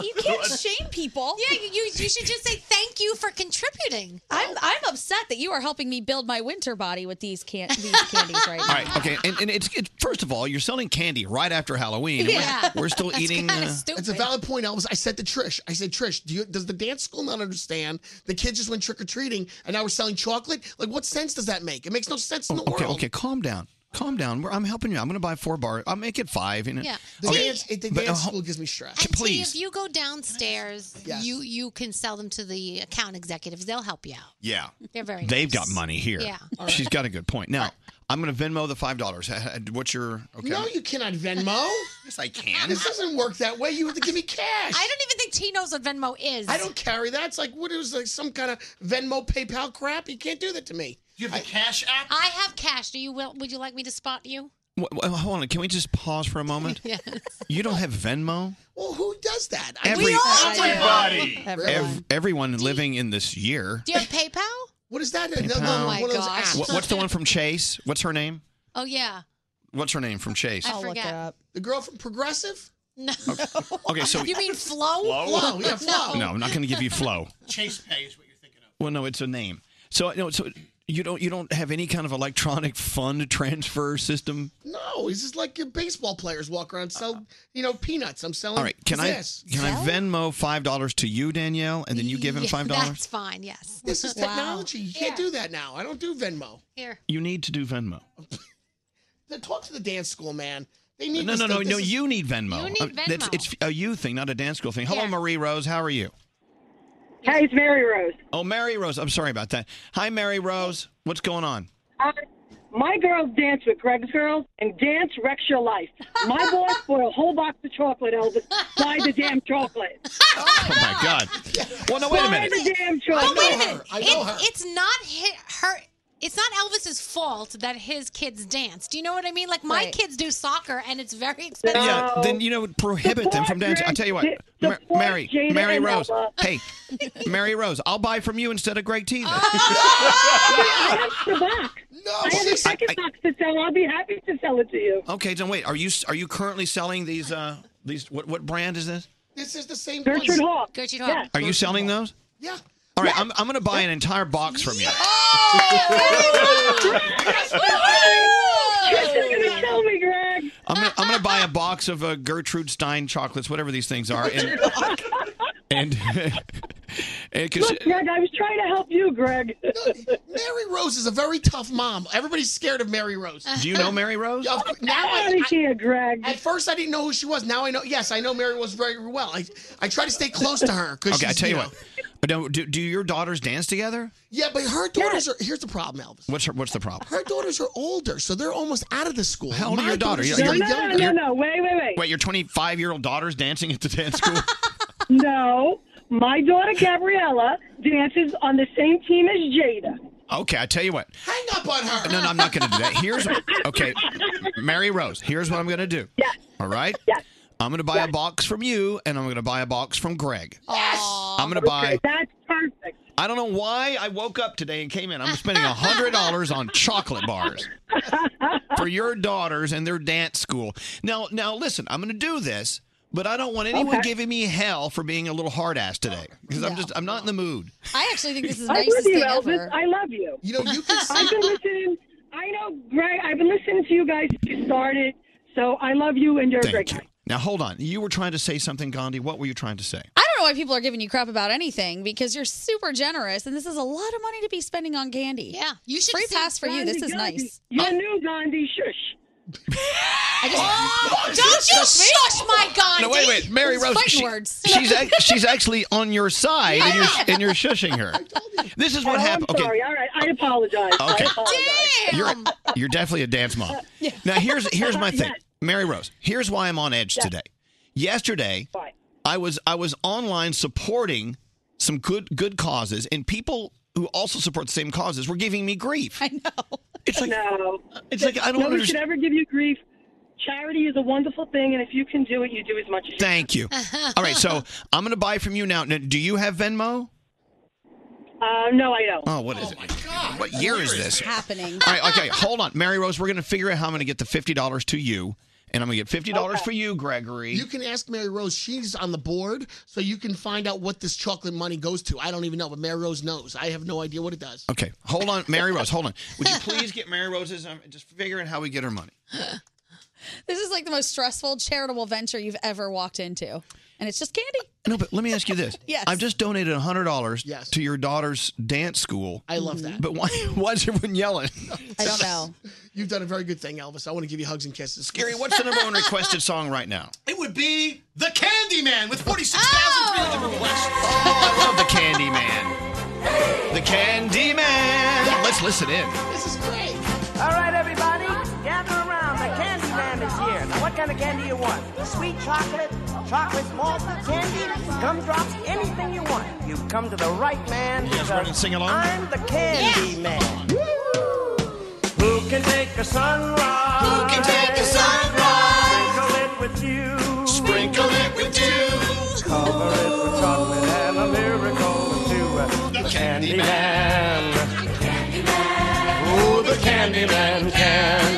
Speaker 7: You can't shame people.
Speaker 6: Yeah, you, you, you should just say thank you for contributing.
Speaker 7: I'm I'm upset that you are helping me build my winter body with these can these candies right now.
Speaker 3: All right. Okay. And, and it's, it's first of all, you're selling candy right after Halloween. and we're-
Speaker 9: Yeah.
Speaker 3: We're, still eating. uh,
Speaker 9: It's a valid point, Elvis. I said to Trish, I said, Trish, do you, does the dance school not understand? The kids just went trick or treating, and now we're selling chocolate. Like, what sense does that make? It makes no sense in the
Speaker 3: okay.
Speaker 9: world.
Speaker 3: Okay. Calm down. calm down. We're- I'm helping you. I'm going to buy four bars. I'll make it five. You know?
Speaker 6: Yeah.
Speaker 9: The
Speaker 6: Okay.
Speaker 9: dance, it, the
Speaker 3: But, uh,
Speaker 9: dance
Speaker 3: ho-
Speaker 9: school gives me stress.
Speaker 3: Ch- please.
Speaker 6: If you go downstairs, you you can sell them to the account executives. They'll help you out.
Speaker 3: Yeah.
Speaker 6: They're very.
Speaker 3: They've
Speaker 6: nice.
Speaker 3: got money here.
Speaker 6: Yeah.
Speaker 3: She's got a good point. Now, I'm going to Venmo the $5. What's your. Okay.
Speaker 9: No, you cannot Venmo.
Speaker 3: yes, I can.
Speaker 9: This doesn't work that way. You have to give me cash.
Speaker 6: I don't even think T knows what Venmo is.
Speaker 9: I don't carry that. It's like what is like some kind of Venmo PayPal crap. You can't do that to me.
Speaker 18: You have the cash app.
Speaker 6: I have cash. Do you will? Would you like me to spot you?
Speaker 3: Wha- wha- hold on. Can we just pause for a moment?
Speaker 6: Yes.
Speaker 3: You don't have Venmo?
Speaker 9: Well, who does that?
Speaker 3: Every- We
Speaker 6: all do.
Speaker 3: Everybody.
Speaker 9: Everyone.
Speaker 3: Ev- everyone living in this year.
Speaker 6: Do you have PayPal?
Speaker 9: What is that?
Speaker 3: PayPal.
Speaker 9: one of those apps.
Speaker 3: What- what's the one from Chase? What's her name?
Speaker 6: Oh yeah.
Speaker 3: What's her
Speaker 6: Oh.
Speaker 3: name from Chase?
Speaker 6: I forget.
Speaker 9: The girl from Progressive?
Speaker 6: No.
Speaker 3: Okay, so
Speaker 6: you mean Flow?
Speaker 9: Flo, yeah, Flo.
Speaker 3: No, I'm not going to give you flow.
Speaker 18: Chase Pay is what you're
Speaker 3: Well, no, it's a name. So no, so you don't you don't have any kind of electronic fund transfer system.
Speaker 9: No, it's just like your baseball players walk around and sell, you know, peanuts. I'm selling.
Speaker 3: All right, can I
Speaker 9: this.
Speaker 3: can I Venmo five dollars to you, Danielle, and then you give him
Speaker 9: Yeah,
Speaker 3: five
Speaker 6: That's
Speaker 3: dollars?
Speaker 6: fine. Yes.
Speaker 9: This is
Speaker 6: Wow.
Speaker 9: technology. You can't do that now. I don't do Venmo.
Speaker 6: Here,
Speaker 3: You need to do Venmo.
Speaker 9: Then talk to the dance school man. They need
Speaker 3: No,
Speaker 9: this
Speaker 3: no, no,
Speaker 9: stuff.
Speaker 3: no.
Speaker 9: This is-
Speaker 3: You need Venmo.
Speaker 9: You need
Speaker 3: Uh, that's-
Speaker 9: Venmo.
Speaker 3: It's, a you thing, not a dance school thing. Hello, Marie Rose. How are you?
Speaker 12: Hey, it's Mary Rose.
Speaker 3: Oh, Mary Rose. I'm sorry about that. Hi, Mary Rose. What's going on?
Speaker 12: Uh, my girls dance with Greg's girls, and dance wrecks your life. My boy spoiled a whole box of chocolate, Elvis. Buy the damn chocolate.
Speaker 3: Oh my God. Well, no, wait a
Speaker 12: Buy
Speaker 3: minute.
Speaker 12: the damn chocolate.
Speaker 6: But wait a minute. It's- It's not hi- her. It's not Elvis's fault that his kids dance. Do you know what I mean? Like my kids do soccer, and it's very expensive.
Speaker 3: Yeah, then you know prohibit them from dancing. I tell you what,
Speaker 6: Greg-
Speaker 3: Ma- Mary,
Speaker 6: Jada
Speaker 3: Mary
Speaker 6: and
Speaker 3: Rose.
Speaker 6: Ella.
Speaker 3: Hey, Mary Rose, I'll buy from you instead of Greg T. then.
Speaker 12: I have the box. I Oh, have
Speaker 3: Oh, I-
Speaker 12: the second
Speaker 3: I-
Speaker 12: box to sell. I'll be happy to sell it to you.
Speaker 3: okay, then wait. Are you are you currently selling these? Uh, these what what brand is this?
Speaker 9: This is the same.
Speaker 12: Gertrude
Speaker 9: place.
Speaker 12: Hall.
Speaker 6: Gertrude
Speaker 12: Hall.
Speaker 3: Are you selling those?
Speaker 9: Yeah.
Speaker 3: All right, I'm, I'm going to buy an entire box from you.
Speaker 12: gonna kill me, Greg.
Speaker 3: I'm gonna, I'm gonna buy a box of uh, Gertrude Stein chocolates, whatever these things are, and and, and 'cause-
Speaker 12: Look, Greg, I was trying to help you, Greg.
Speaker 9: Mary Rose is a very tough mom. Everybody's scared of Mary Rose.
Speaker 3: Do you know Mary Rose?
Speaker 9: Yeah, of- now I,
Speaker 12: Outta here, Greg.
Speaker 9: At first, I didn't know who she was. Now I know. Yes, I know Mary Rose very well. I, I try to stay close to her. 'cause
Speaker 3: okay, I
Speaker 9: she's,
Speaker 3: tell you
Speaker 9: know-
Speaker 3: what. Do, do, do your daughters dance together?
Speaker 9: Yeah, but her daughters are. Here's the problem, Elvis.
Speaker 3: What's her, what's the problem?
Speaker 9: Her daughters are older, so they're almost out of the school.
Speaker 3: How old are
Speaker 9: My
Speaker 3: your daughter?
Speaker 9: daughters
Speaker 3: You're-
Speaker 9: are
Speaker 3: you're-
Speaker 9: younger.
Speaker 3: you're-
Speaker 12: wait, wait, wait.
Speaker 3: Wait, your 25 year old daughter's dancing at the dance school?
Speaker 12: No, my daughter Gabriella dances on the same team as Jada.
Speaker 3: okay, I tell you what.
Speaker 9: Hang up on her.
Speaker 3: No, no, I'm not going to do that. Here's okay, Mary Rose. Here's what I'm going to do.
Speaker 12: Yes.
Speaker 3: All right.
Speaker 12: Yes.
Speaker 3: I'm going to buy a box from you, and I'm going to buy a box from Greg.
Speaker 12: Yes.
Speaker 3: I'm going to buy.
Speaker 12: That's perfect.
Speaker 3: I don't know why I woke up today and came in. I'm spending hundred dollars on chocolate bars for your daughters and their dance school. Now, now, listen. I'm going to do this, but I don't want anyone
Speaker 7: Okay.
Speaker 3: giving me hell for being a little hard ass today because I'm just I'm not in the mood.
Speaker 7: I actually think this is the
Speaker 12: I'm
Speaker 7: nicest
Speaker 12: with you,
Speaker 7: thing
Speaker 12: Elvis.
Speaker 7: ever.
Speaker 12: I love you.
Speaker 9: You know, you
Speaker 7: can.
Speaker 12: I've been listening. I know, Greg. I've been listening to you guys since you started. So I love you, and you're a great guy.
Speaker 3: Now, hold on. You were trying to say something, Gandhi. What were you trying to say?
Speaker 7: I don't know why people are giving you crap about anything because you're super generous and this is a lot of money to be spending on candy. Yeah,
Speaker 6: you should
Speaker 7: free
Speaker 6: see
Speaker 7: pass for you. This is
Speaker 12: Gandhi,
Speaker 7: nice.
Speaker 12: You're new, Gandhi. Shush.
Speaker 7: I just Oh,
Speaker 6: Don't you shush my Gandhi.
Speaker 3: No, wait, wait, Mary
Speaker 6: It's
Speaker 3: Rose.
Speaker 6: Fighting
Speaker 3: she-
Speaker 6: words.
Speaker 3: She's ac- she's actually on your side, and you're and you're shushing her. This is what
Speaker 12: oh,
Speaker 3: happened.
Speaker 12: I'm
Speaker 3: Okay, Oh,
Speaker 12: sorry. All right. I apologize.
Speaker 3: Okay.
Speaker 12: I apologize.
Speaker 3: you're you're definitely a dance mom. Now here's here's my thing, Mary Rose. Here's why I'm on edge today. Yesterday, I was I was online supporting some good good causes, and people who also support the same causes were giving me grief. I know. It's like
Speaker 12: no.
Speaker 3: It's like I don't
Speaker 12: Nobody should
Speaker 3: understand.
Speaker 12: ever give you grief. Charity is a wonderful thing, and if you can do it, you do as much as you
Speaker 3: Thank you.
Speaker 6: Uh.
Speaker 3: All right, so I'm gonna buy from you now. now do you have Venmo?
Speaker 12: Uh, no, I don't.
Speaker 3: Oh, what is it? What year is this?
Speaker 7: happening?
Speaker 3: All right, okay, hold on, Mary Rose. We're gonna figure out how I'm gonna get the fifty dollars to you, and I'm gonna get fifty dollars
Speaker 9: Okay.
Speaker 3: for you, Gregory.
Speaker 9: You can ask Mary Rose. She's on the board, so you can find out what this chocolate money goes to. I don't even know, but Mary Rose knows. I have no idea what it does.
Speaker 3: okay, hold on, Mary Rose. Hold on. Would you please get Mary Rose's? I'm just figuring how we get her money.
Speaker 7: This is like the most stressful charitable venture you've ever walked into. and it's just candy.
Speaker 3: No, but let me ask you this.
Speaker 7: Yes.
Speaker 3: I've just donated hundred dollars
Speaker 7: Yes.
Speaker 3: to your daughter's dance school.
Speaker 9: I love
Speaker 18: Mm-hmm.
Speaker 9: that.
Speaker 3: But why why is everyone yelling?
Speaker 9: I
Speaker 7: don't know.
Speaker 9: You've done a very good thing, Elvis. I want to give you hugs and kisses.
Speaker 3: Gary, what's the number one requested song right now?
Speaker 18: It would be the Candyman with 46,300 requests.
Speaker 3: I love the Candy Man. The Candy Man. Let's listen in.
Speaker 9: This is great.
Speaker 2: All right, everybody, gather around. The candy man is here. Now, what kind of candy you want? Sweet chocolate, chocolate malt candy, gumdrops, anything you want. You've come to the right man.
Speaker 3: You guys
Speaker 2: because
Speaker 3: ready to sing along?
Speaker 2: I'm the candy man. Who can take a sunrise?
Speaker 12: Who can take a sunrise?
Speaker 2: Sprinkle it with you.
Speaker 12: Sprinkle it with you.
Speaker 2: Cover it with chocolate and a miracle to the candy man.
Speaker 3: Oh, the Candyman can.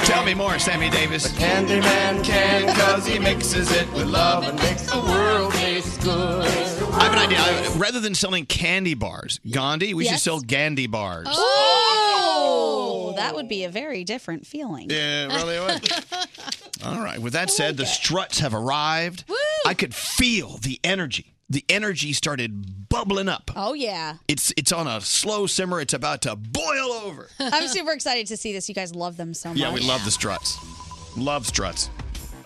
Speaker 3: Tell me more, Sammy Davis. The Candyman can, cause he mixes it with love and makes the world taste good. I have an idea. I- rather than selling candy bars, Gandhi, we should
Speaker 7: Yes.
Speaker 3: sell Gandhi bars.
Speaker 7: Oh, that would be a very different feeling.
Speaker 3: Yeah, really would. All right. With that said, the struts have arrived. I could feel the energy. The energy started bubbling up.
Speaker 7: Oh yeah.
Speaker 3: It's it's on a slow simmer. It's about to boil over.
Speaker 7: I'm super excited to see this. You guys love them so much.
Speaker 3: Yeah, we love the struts. Love struts.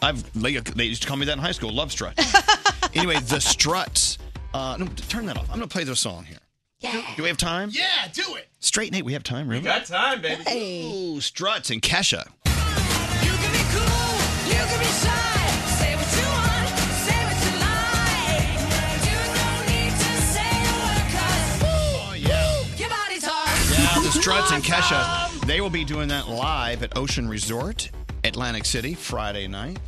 Speaker 3: I've they, they used to call me that in high school. Love struts. anyway, the struts. Uh, no, turn that off. I'm gonna play their song here.
Speaker 18: Yeah.
Speaker 3: Do we have time?
Speaker 18: Yeah, do it.
Speaker 3: Straight Nate, we have time, really?
Speaker 18: got time, baby.
Speaker 3: Ooh, struts and Kesha.
Speaker 18: Oh,
Speaker 3: Yeah, the Struts and Kesha. They will be doing that live at Ocean Resort, Atlantic City, Friday night.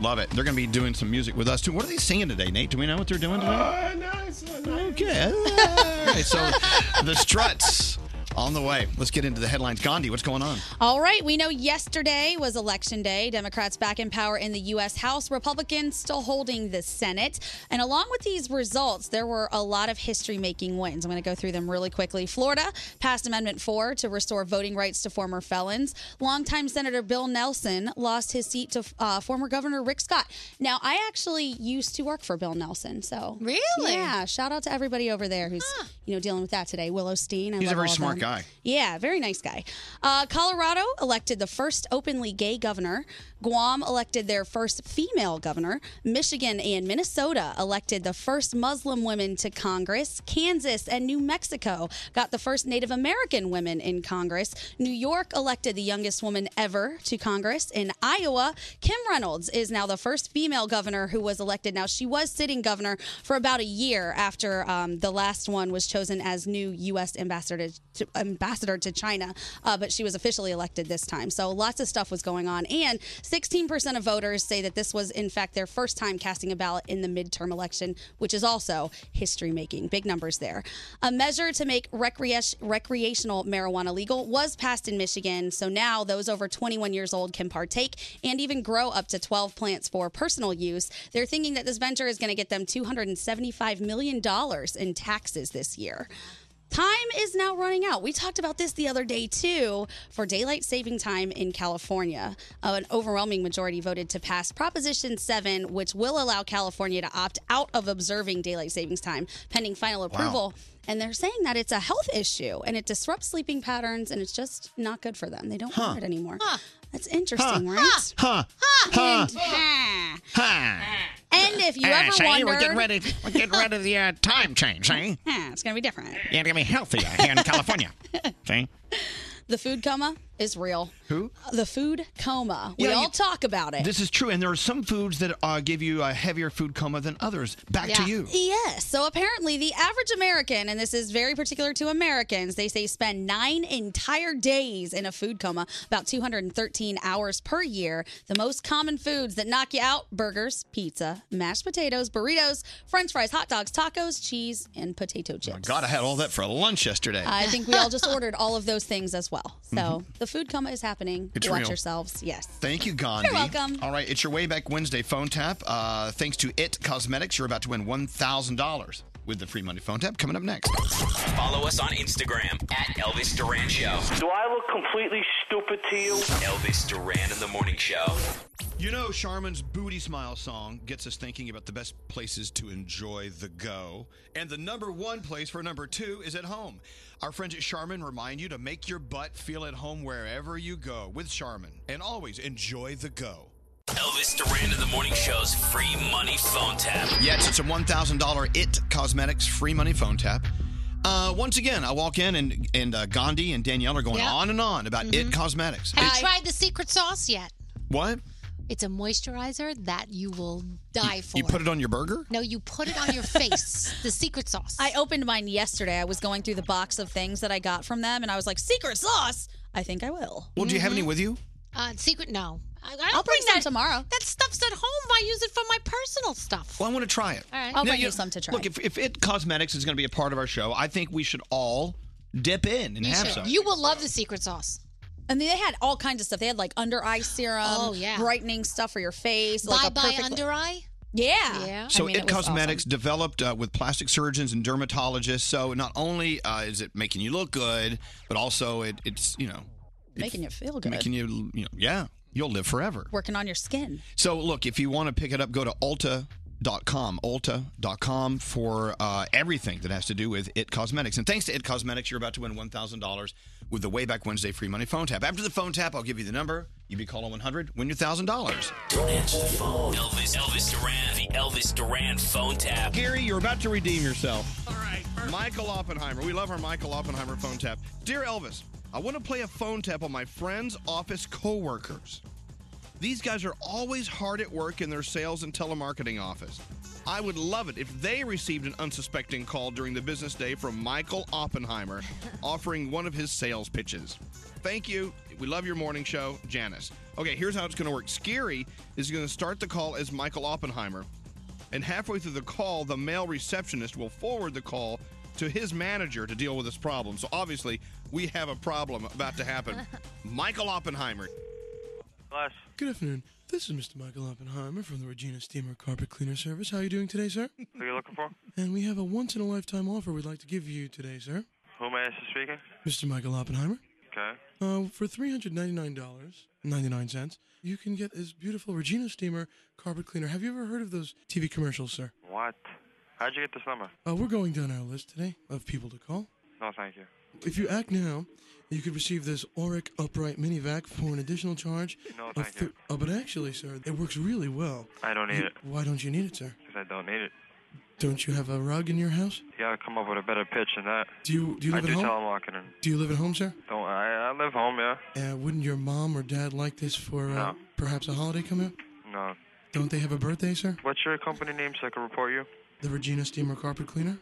Speaker 3: Love it. They're going to be doing some music with us too. What are they singing today, Nate? Do we know what they're doing today? Okay. All right, so the Struts on the way. Let's get into the headlines. Gandhi, what's going on?
Speaker 7: All right, we know yesterday was election day. Democrats back in power in the U.S. House, Republicans still holding the Senate. And along with these results, there were a lot of history making wins. I'm going to go through them really quickly. Florida passed Amendment 4 to restore voting rights to former felons. Longtime Senator Bill Nelson lost his seat to uh, former Governor Rick Scott. Now, I actually used to work for Bill Nelson, so. Really? Yeah, shout out to everybody over there who's, you know, dealing with that today. Willow Steen. I
Speaker 3: He's a
Speaker 7: love
Speaker 3: very
Speaker 7: all of
Speaker 3: smart
Speaker 7: them.
Speaker 3: guy.
Speaker 7: Yeah, very nice guy. Uh, Colorado elected the first openly gay governor. Guam elected their first female governor. Michigan and Minnesota elected the first Muslim women to Congress. Kansas and New Mexico got the first Native American women in Congress. New York elected the youngest woman ever to Congress. In Iowa, Kim Reynolds is now the first female governor who was elected. Now, she was sitting governor for about a year after um, the last one was chosen as new U.S. ambassador to, ambassador to China, uh, but she was officially elected this time. So lots of stuff was going on. And 16% of voters say that this was, in fact, their first time casting a ballot in the midterm election, which is also history making. Big numbers there. A measure to make recreat- recreational marijuana legal was passed in Michigan. So now those over 21 years old can partake and even grow up to 12 plants for personal use. They're thinking that this venture is going to get them $275 million in taxes this year. Time is now running out. We talked about this the other day too for daylight saving time in California. Uh, an overwhelming majority voted to pass Proposition 7, which will allow California to opt out of observing daylight savings time pending final approval. And they're saying that it's a health issue and it disrupts sleeping patterns and it's just not good for them. They don't want it anymore. That's interesting, right?
Speaker 3: Huh.
Speaker 7: And,
Speaker 3: Huh.
Speaker 7: and if you
Speaker 3: Ah,
Speaker 7: ever
Speaker 3: see,
Speaker 7: wondered,
Speaker 3: we're getting ready. We're getting rid of the uh, time change, eh?
Speaker 7: Ah, it's going to be different.
Speaker 3: Yeah, it's gonna be healthier here in California. See?
Speaker 7: The food coma is real.
Speaker 3: Who?
Speaker 7: The food coma. We
Speaker 3: Yeah, you-
Speaker 7: all talk about it.
Speaker 3: This is true, and there are some foods that uh, give you a heavier food coma than others. Back to you.
Speaker 7: Yes. So apparently, the average American, and this is very particular to Americans, they say spend nine entire days in a food coma, about 213 hours per year. The most common foods that knock you out burgers, pizza, mashed potatoes, burritos, french fries, hot dogs, tacos, cheese, and potato chips.
Speaker 3: God, I had all that for lunch yesterday.
Speaker 7: I think we all just ordered all of those things as well. So
Speaker 3: Mhm.
Speaker 7: the food coma is happening.
Speaker 3: It's
Speaker 7: Watch
Speaker 3: real.
Speaker 7: yourselves. Yes.
Speaker 3: Thank you, Gandhi.
Speaker 7: You're welcome.
Speaker 3: All right, it's your way back Wednesday phone tap. Uh, thanks to It Cosmetics, you're about to win one thousand dollars with the free money phone tap coming up next.
Speaker 11: Follow us on Instagram at Elvis Duran Show.
Speaker 21: Do I look completely stupid to you?
Speaker 11: Elvis Duran in the Morning Show.
Speaker 3: You know, Charmin's Booty Smile song gets us thinking about the best places to enjoy the go. And the number one place for number two is at home. Our friends at Charmin remind you to make your butt feel at home wherever you go with Charmin. And always enjoy the go.
Speaker 11: Elvis Duran in the Morning Show's free money phone tap.
Speaker 3: Yes, it's a $1,000 IT Cosmetics free money phone tap. Uh, once again, I walk in and, and uh, Gandhi and Danielle are going
Speaker 6: Yeah.
Speaker 3: on and on about
Speaker 6: Mhm.
Speaker 3: IT Cosmetics.
Speaker 6: Have
Speaker 3: It-
Speaker 6: you tried the secret sauce yet?
Speaker 3: what?
Speaker 6: It's a moisturizer that you will die for.
Speaker 3: You put it on your burger?
Speaker 6: no, you put it on your face. the secret sauce.
Speaker 7: I opened mine yesterday. I was going through the box of things that I got from them, and I was like, secret sauce. I think I will.
Speaker 3: Well, do you have
Speaker 7: Mm-hmm.
Speaker 3: any with you?
Speaker 6: Uh, secret? No. I, I
Speaker 7: I'll
Speaker 6: don't
Speaker 7: bring
Speaker 6: bring
Speaker 7: some
Speaker 6: that
Speaker 7: tomorrow.
Speaker 6: That stuff's at home. I use it for my personal stuff.
Speaker 3: Well, I want to try it.
Speaker 6: All right. I'll bring you
Speaker 3: some to try. Look, if, if it cosmetics is going to be a part of our show, I think we should all dip in and
Speaker 6: You
Speaker 3: have
Speaker 6: should.
Speaker 3: some.
Speaker 6: You will love the secret sauce.
Speaker 7: And they had all kinds of stuff. They had like under eye serum,
Speaker 6: Oh, yeah.
Speaker 7: brightening stuff for your face.
Speaker 6: Bye
Speaker 7: like a
Speaker 6: bye
Speaker 7: perfect
Speaker 6: under eye.
Speaker 7: Yeah. Yeah.
Speaker 3: so, it, Cosmetics developed uh, with plastic surgeons and dermatologists. So, not only uh, is it making you look good, but also it, it's you know
Speaker 7: making you feel good.
Speaker 3: making you you know yeah you'll live forever.
Speaker 7: Working on your skin.
Speaker 3: So, look, if you want to pick it up, go to ulta.com, ulta.com for uh, everything that has to do with It Cosmetics. And thanks to It Cosmetics, you're about to win $1,000 with the Wayback Wednesday free money phone tap. After the phone tap, I'll give you the number. You be calling 100, win your $1,000.
Speaker 11: Don't answer the phone. Elvis, Elvis Duran, the Elvis Duran phone tap.
Speaker 3: Gary, you're about to redeem yourself. All right. Michael Oppenheimer. We love our Michael Oppenheimer phone tap. Dear Elvis, I want to play a phone tap on my friends' office coworkers. These guys are always hard at work in their sales and telemarketing office. I would love it if they received an unsuspecting call during the business day from Michael Oppenheimer offering one of his sales pitches. Thank you. We love your morning show, Janice. Okay, here's how it's going to work. Scary is going to start the call as Michael Oppenheimer, and halfway through the call, the male receptionist will forward the call to his manager to deal with this problem. So obviously, we have a problem about to happen. Michael Oppenheimer.
Speaker 22: Good afternoon. This is Mr. Michael Oppenheimer from the Regina Steamer Carpet Cleaner Service. How are you doing today, sir?
Speaker 23: Who are you looking for?
Speaker 22: And we have a once in a lifetime offer we'd like to give you today, sir.
Speaker 23: Who am I actually speaking?
Speaker 22: Mr. Michael Oppenheimer.
Speaker 23: Okay.
Speaker 22: Uh, for $399.99, you can get this beautiful Regina Steamer Carpet Cleaner. Have you ever heard of those TV commercials, sir?
Speaker 23: What? How'd you get this number?
Speaker 22: Uh, we're going down our list today of people to call.
Speaker 23: No, thank you.
Speaker 22: If you act now, you could receive this Auric Upright Mini Vac for an additional charge.
Speaker 23: No,
Speaker 22: of
Speaker 23: thank you.
Speaker 22: thir- Oh, but actually, sir, it works really well.
Speaker 23: I don't need
Speaker 22: You-
Speaker 23: it.
Speaker 22: Why don't you need it, sir?
Speaker 23: Because I don't need it.
Speaker 22: Don't you have a rug in your house?
Speaker 23: You gotta come up with a better pitch than that.
Speaker 22: Do you- do you live
Speaker 23: I
Speaker 22: at
Speaker 23: do
Speaker 22: home?
Speaker 23: telemarketing.
Speaker 22: Do you live at home, sir?
Speaker 23: Don't I? I live home, yeah.
Speaker 22: Uh, wouldn't your mom or dad like this for uh,
Speaker 23: No.
Speaker 22: perhaps a holiday coming up?
Speaker 23: No.
Speaker 22: Don't they have a birthday, sir?
Speaker 23: What's your company name so I can report you?
Speaker 22: The Regina Steamer Carpet Cleaner?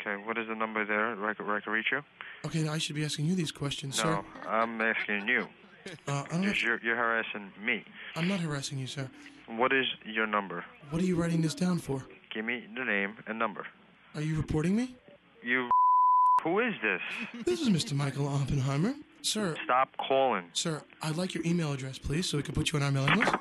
Speaker 23: Okay. What is the number there where I could, where I could reach you?
Speaker 22: Okay, I should be asking you these questions,
Speaker 23: No, I'm asking you.
Speaker 22: sir. Uh, I'm, not,
Speaker 23: Because You're, you're harassing me.
Speaker 22: I'm not harassing you, sir.
Speaker 23: What is your number?
Speaker 22: What are you writing this down for?
Speaker 23: Give me the name and number.
Speaker 22: Are you reporting me?
Speaker 23: You. Who is this?
Speaker 22: This is Mr. Michael Oppenheimer. Sir,
Speaker 23: Stop calling.
Speaker 22: sir, I'd like your email address, please, so we can put you on our mailing list.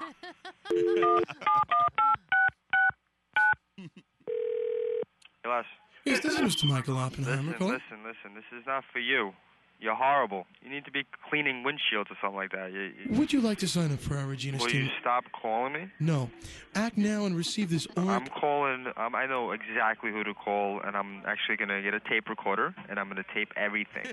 Speaker 23: Yes.
Speaker 22: Yes, this is Mr. Michael Oppenheimer.
Speaker 23: Listen,
Speaker 22: calling.
Speaker 23: listen, listen. This is not for you. You're horrible. You need to be cleaning windshields or something like that. You, you-
Speaker 22: Would you like to sign up for our Regina
Speaker 23: will
Speaker 22: Steamer?
Speaker 23: you stop calling me?
Speaker 22: No. Act now and receive this Auric
Speaker 23: I'm calling. Um, I know exactly who to call, and I'm actually gonna get a tape recorder, and I'm gonna tape everything.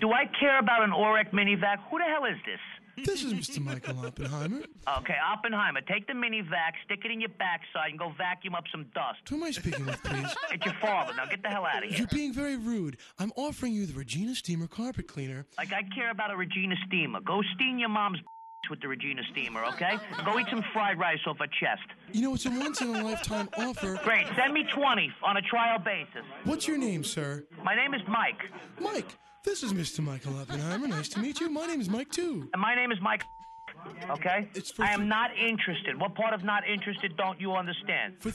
Speaker 24: Do I care about an Auric minivac? Who the hell is this?
Speaker 22: This is Mr. Michael Oppenheimer.
Speaker 24: Okay, Oppenheimer, take the minivac, stick it in your backside, and go vacuum up some dust.
Speaker 22: Who am I speaking with, please?
Speaker 24: It's your father. Now get the hell out of here.
Speaker 22: You're being very rude. I'm offering you the Regina Steamer carpet cleaner.
Speaker 24: Like I care about a Regina steamer. Go steam your mom's with the Regina steamer, okay? Go eat some fried rice off her chest.
Speaker 22: You know, it's a once in a lifetime offer.
Speaker 24: Great. Send me 20 on a trial basis.
Speaker 22: What's your name, sir?
Speaker 24: My name is Mike.
Speaker 22: Mike. This is Mr. Michael Oppenheimer. Nice to meet you. My name is Mike, too.
Speaker 24: And my name is Mike. Okay? I am not interested. What part of not interested don't you understand?
Speaker 22: For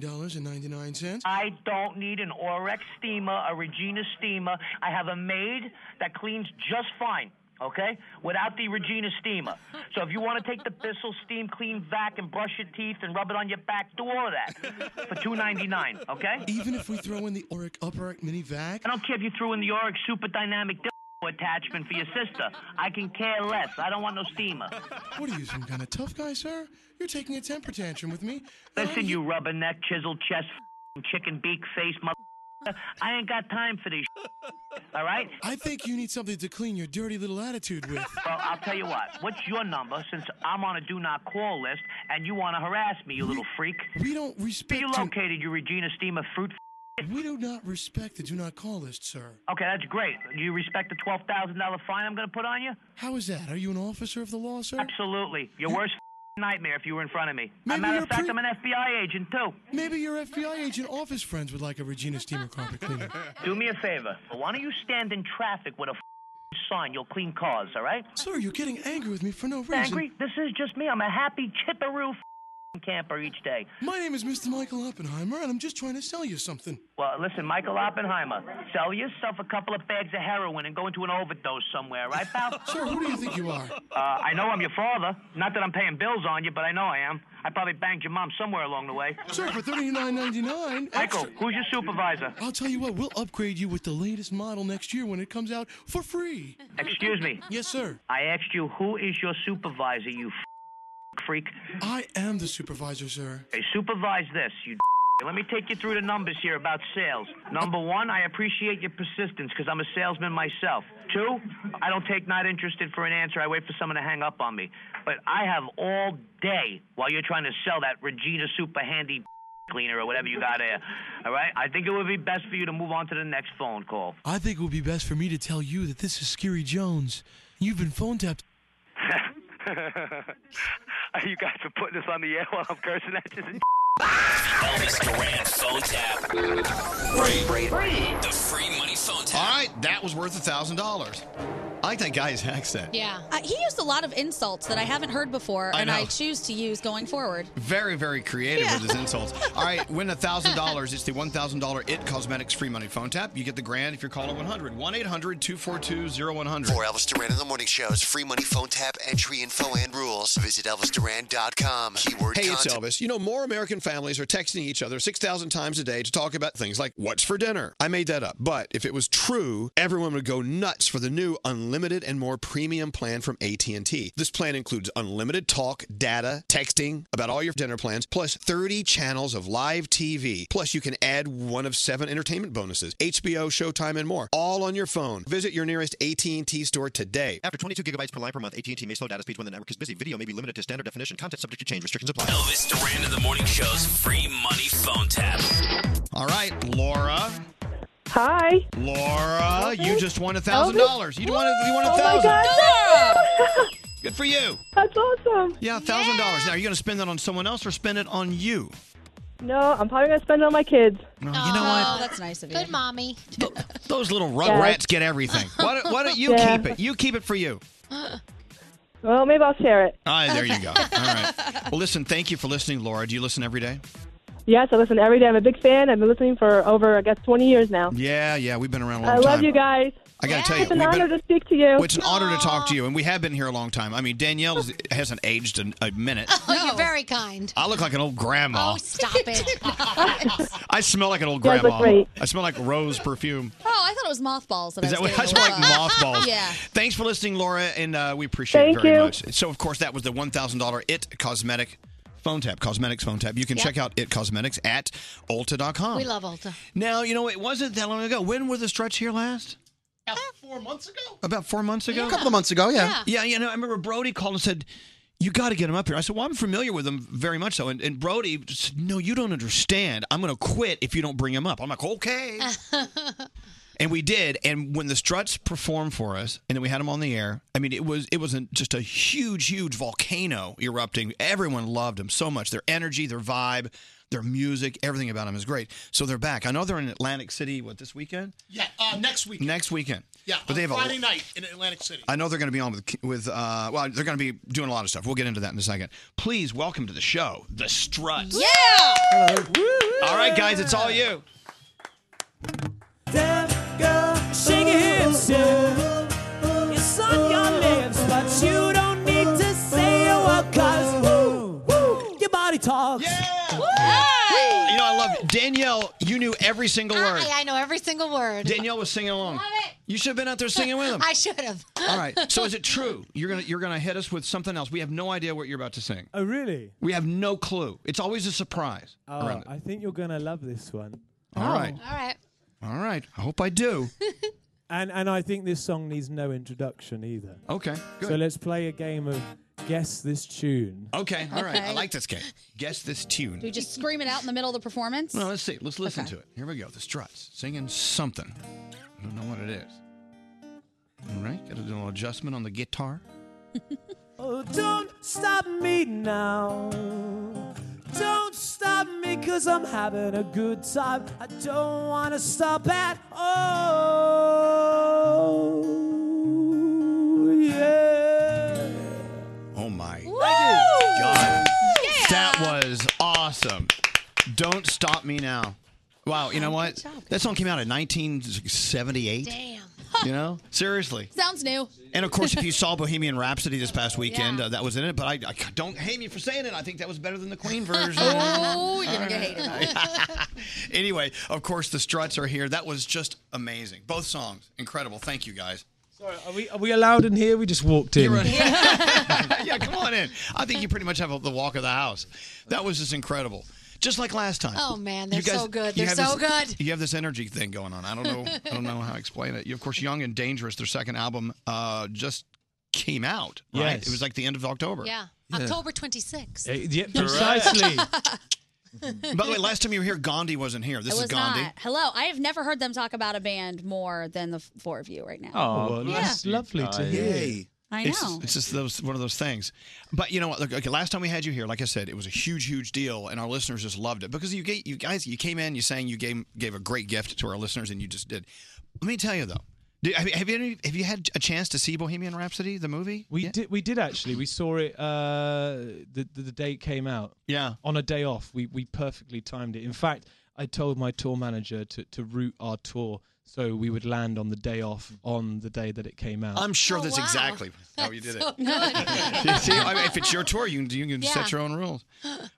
Speaker 22: $399.99,
Speaker 24: I don't need an Orex steamer, a Regina steamer. I have a maid that cleans just fine, okay? Without the Regina steamer. So if you want to take the Bissell steam clean vac and brush your teeth and rub it on your back, do all of that for two ninety nine, okay?
Speaker 22: even if we throw in the Auric Upright Mini Vac,
Speaker 24: I don't care if you threw in the Orex Super Dynamic. attachment for your sister. I can care less. I don't want no steamer.
Speaker 22: What are you, some kind of tough guy, sir? You're taking a temper tantrum with me.
Speaker 24: Listen, you rubberneck, chiseled chest, chicken beak face, mother. I ain't got time for this. All right?
Speaker 22: I think you need something to clean your dirty little attitude with.
Speaker 24: Well, I'll tell you what. What's your number since I'm on a do not call list and you want to harass me, you little freak?
Speaker 22: We don't respect.
Speaker 24: Be located, you Regina Steamer fruit.
Speaker 22: We do not respect the do not call list, sir.
Speaker 24: Okay, that's great. You respect the twelve thousand dollar fine I'm going to put on you?
Speaker 22: How is that? Are you an officer of the law, sir?
Speaker 24: Absolutely. Your worst nightmare if you were in front of me. As
Speaker 22: Maybe
Speaker 24: a matter
Speaker 22: you're
Speaker 24: of fact,
Speaker 22: pre-
Speaker 24: I'm an FBI agent too.
Speaker 22: Maybe your FBI agent office friends would like a Regina steamer carpet cleaner.
Speaker 24: Do me a favor. Why don't you stand in traffic with a sign? You'll clean cars, all right?
Speaker 22: Sir, you're getting angry with me for no reason.
Speaker 24: Angry? This is just me. I'm a happy chipperoo camper each day.
Speaker 22: My name is Mr. Michael Oppenheimer, and I'm just trying to sell you something.
Speaker 24: Well, listen, Michael Oppenheimer, sell yourself a couple of bags of heroin and go into an overdose somewhere, right, pal?
Speaker 22: Sir, who do you think you are?
Speaker 24: Uh, I know I'm your father. Not that I'm paying bills on you, but I know I am. I probably banged your mom somewhere along the way.
Speaker 22: Sir, for thirty-nine ninety-nine.
Speaker 24: Michael, who's your supervisor?
Speaker 22: I'll tell you what, we'll upgrade you with the latest model next year when it comes out for free.
Speaker 24: Excuse me.
Speaker 22: Yes, sir.
Speaker 24: I asked you who is your supervisor, you f- freak.
Speaker 22: I am the supervisor, sir.
Speaker 24: Hey, supervise this, you. d- Let me take you through the numbers here about sales. Number one, I appreciate your persistence because I'm a salesman myself. Two, I don't take not interested for an answer. I wait for someone to hang up on me. But I have all day while you're trying to sell that Regina Super Handy cleaner or whatever you got there. All right? I think it would be best for you to move on to the next phone call.
Speaker 22: I think it would be best for me to tell you that this is Scary Jones. You've been phone tapped.
Speaker 25: you guys are putting this on the air while I'm cursing at you.
Speaker 11: Elvis Duran phone tap. Free. The free money phone
Speaker 3: All
Speaker 11: tap.
Speaker 3: right, that was worth a thousand dollars. I like that guy's accent.
Speaker 7: Yeah. Uh, he used a lot of insults that I haven't heard before,
Speaker 3: I
Speaker 7: and
Speaker 3: know.
Speaker 7: I choose to use going forward.
Speaker 3: Very, very creative
Speaker 7: Yeah.
Speaker 3: with his insults. All right, win a thousand dollars. It's the one thousand dollar It Cosmetics free money phone tap. You get the grand if you're caller 100 1 800 242 0100.
Speaker 26: For Elvis Duran in the Morning Show's free money phone tap entry info and rules, visit ElvisDuran.com. Keyword
Speaker 3: Hey, it's
Speaker 26: content.
Speaker 3: Elvis. You know, more American families are texting each other 6,000 times a day to talk about things like what's for dinner. I made that up, but if it was true, everyone would go nuts for the new unlimited and more premium plan from AT&T. This plan includes unlimited talk, data, texting about all your dinner plans, plus 30 channels of live TV. Plus, you can add one of seven entertainment bonuses, HBO, Showtime, and more, all on your phone. Visit your nearest AT&T store today.
Speaker 27: After 22 gigabytes per line per month, AT&T may slow data speeds when the network is busy. Video may be limited to standard definition. Content subject to change. Restrictions apply.
Speaker 11: Elvis Duran in the Morning Show's free money phone tap.
Speaker 3: All right, Laura.
Speaker 10: Hi.
Speaker 3: Laura, you just won a
Speaker 10: Elvis?
Speaker 3: thousand dollars. You won a, you
Speaker 10: Oh
Speaker 3: won a thousand. Good for you.
Speaker 10: That's awesome.
Speaker 3: Yeah, a thousand dollars. Now, are you going to spend that on someone else or spend it on you?
Speaker 10: No, I'm probably gonna spend it on my kids.
Speaker 3: No, you know what?
Speaker 7: Oh,
Speaker 6: that's nice of you. Oh, Good mommy.
Speaker 3: Those little
Speaker 10: Yeah.
Speaker 3: rugrats get everything. Why don't, why don't you
Speaker 10: Yeah.
Speaker 3: keep it? You keep it for you.
Speaker 10: Well, maybe I'll share it.
Speaker 3: All right, there you go. All right. Well, listen, thank you for listening, Laura. Do you listen every day?
Speaker 10: Yes, I listen every day. I'm a big fan. I've been listening for over, I guess, 20 years now.
Speaker 3: Yeah, yeah. We've been around a long
Speaker 10: I
Speaker 3: time.
Speaker 10: love you guys.
Speaker 3: I got to tell you,
Speaker 10: it's an
Speaker 3: we've been-
Speaker 10: honor to speak to you.
Speaker 3: Well, it's an honor to talk to you, and we have been here a long time. I mean, Danielle is- hasn't aged an, a minute.
Speaker 6: Oh, you're very kind.
Speaker 3: I look like an old grandma.
Speaker 6: Oh, stop it.
Speaker 3: I smell like an old
Speaker 7: You guys look
Speaker 3: grandma.
Speaker 7: great.
Speaker 3: I smell like rose perfume.
Speaker 7: Oh, I thought it was mothballs. That
Speaker 3: Is
Speaker 7: I
Speaker 3: that
Speaker 7: was
Speaker 3: what I
Speaker 7: getting
Speaker 3: smell
Speaker 7: a
Speaker 3: like?
Speaker 7: little, uh,
Speaker 3: Mothballs.
Speaker 7: Yeah.
Speaker 3: Thanks for listening, Laura, and uh, we appreciate
Speaker 7: Thank
Speaker 3: it very
Speaker 7: you.
Speaker 3: much. So, of course, that was the one thousand dollar It Cosmetic phone tap. Cosmetics phone tap. You can
Speaker 6: Yep.
Speaker 3: check out It Cosmetics at Ulta.com.
Speaker 6: we love Ulta.
Speaker 3: Now you know it wasn't that long ago. When were the struts here last?
Speaker 14: Four months ago.
Speaker 3: About four months ago.
Speaker 14: A couple of months ago, yeah.
Speaker 3: Yeah, you know, I remember Brody called and said. You got to get him up here. I said, "Well, I'm familiar with him very much so." And, and Brody said, "No, you don't understand. I'm going to quit if you don't bring him up." I'm like, "Okay." And we did. And when the Struts performed for us, and then we had them on the air. I mean, it was it was an, just a huge, huge volcano erupting. Everyone loved them so much. Their energy, their vibe, their music, everything about them is great. So they're back. I know they're in Atlantic City. What this weekend?
Speaker 18: Yeah, uh, next week.
Speaker 3: Next weekend.
Speaker 18: Yeah,
Speaker 3: but
Speaker 18: on
Speaker 3: they have
Speaker 18: Friday
Speaker 3: a,
Speaker 18: night in Atlantic City.
Speaker 3: I know they're going to be on with with uh, well, they're going to be doing a lot of stuff. We'll get into that in a second. Please welcome to the show the Struts.
Speaker 6: Yeah.
Speaker 3: All right, guys, it's all you.
Speaker 28: Shake your hips, yeah. It's on your lips, but you don't need to say a word, 'cause, ooh, ooh, your body talks. Yeah.
Speaker 3: You know, I love Danielle. You knew every single word.
Speaker 6: I, I know every single word.
Speaker 3: Danielle was singing along.
Speaker 6: Love it.
Speaker 3: You should have been out there singing with them.
Speaker 6: I should have.
Speaker 3: All right. So is it true? You're gonna you're gonna hit us with something else. We have no idea what you're about to sing.
Speaker 29: Oh, really?
Speaker 3: We have no clue. It's always a surprise.
Speaker 29: Oh,
Speaker 3: around it.
Speaker 29: I think you're gonna love this one.
Speaker 14: Oh.
Speaker 3: All right.
Speaker 6: All right.
Speaker 3: All right. I hope I do.
Speaker 29: And and I think this song needs no introduction either.
Speaker 3: Okay.
Speaker 29: So let's play a game of guess this tune.
Speaker 3: Okay. All right. I
Speaker 7: Okay.
Speaker 3: like this game. Guess this tune.
Speaker 7: Do we just scream it out in the middle of the performance?
Speaker 3: No, let's see. Let's listen to it. Here we go. The Struts singing something. I don't know what it is. All right. Got to do a little adjustment on the guitar.
Speaker 28: Oh, don't stop me now. Don't stop me, cause I'm having a good time. I don't wanna stop at all. Yeah.
Speaker 3: Oh my
Speaker 28: Woo!
Speaker 3: God. That was awesome. Don't stop me now. Wow, you know what? That song came out in 1978. Damn. You know? Seriously.
Speaker 7: Sounds new.
Speaker 3: And of course, if you saw Bohemian Rhapsody this past weekend, uh, that was in it. But I, I don't hate me for saying it. I think that was better than the Queen version.
Speaker 7: Oh, you're gonna get hated.
Speaker 3: anyway, of course, the Struts are here. That was just amazing. Both songs, incredible. Thank you guys.
Speaker 29: Are we are we allowed in here? We just walked in.
Speaker 3: yeah, come on in. I think you pretty much have the walk of the house. That was just incredible. Just like last time.
Speaker 6: Oh, man, they're
Speaker 3: Uh, You guys-
Speaker 6: so good.
Speaker 3: you
Speaker 6: They're
Speaker 3: have
Speaker 6: so
Speaker 3: this-
Speaker 6: good.
Speaker 3: You have this energy thing going on. I don't know. I don't know how to explain it. You, of course, Young and Dangerous, their second album, uh, just came out. Right?
Speaker 29: Yes.
Speaker 3: It was like the end of October.
Speaker 6: Yeah.
Speaker 3: Yeah.
Speaker 6: October 26th.
Speaker 29: Eh, yeah,
Speaker 3: Correct.
Speaker 29: precisely.
Speaker 3: By the way, last time you were here, Gandhi wasn't here. This
Speaker 7: I
Speaker 3: is
Speaker 7: was
Speaker 3: Gandhi.
Speaker 7: not. Hello, I have never heard them talk about a band more than the f- four of you right now.
Speaker 3: Oh,
Speaker 29: that's lovely to hear.
Speaker 3: Yay.
Speaker 7: I
Speaker 3: It's-
Speaker 7: know.
Speaker 3: It's, just those, one of those things. But you know what? Look, okay, last time we had you here, like I said, it was a huge, huge deal, and our listeners just loved it because you gave, you guys you came in, you sang, you gave gave a great gift to our listeners, and you just did. Let me tell you though, do, have, you- have you any, have you had a chance to see Bohemian Rhapsody the movie?
Speaker 29: We did. We did actually. We saw it. Uh, the, the the day it came out.
Speaker 3: Yeah.
Speaker 29: On a day off, we we perfectly timed it. In fact, I told my tour manager to to route our tour so we would land on the day off on the day that it came out.
Speaker 3: I'm
Speaker 7: Oh,
Speaker 3: sure that's exactly how you did it. See, I mean, if it's your tour, you can, you can
Speaker 29: Yeah.
Speaker 3: set your own rules.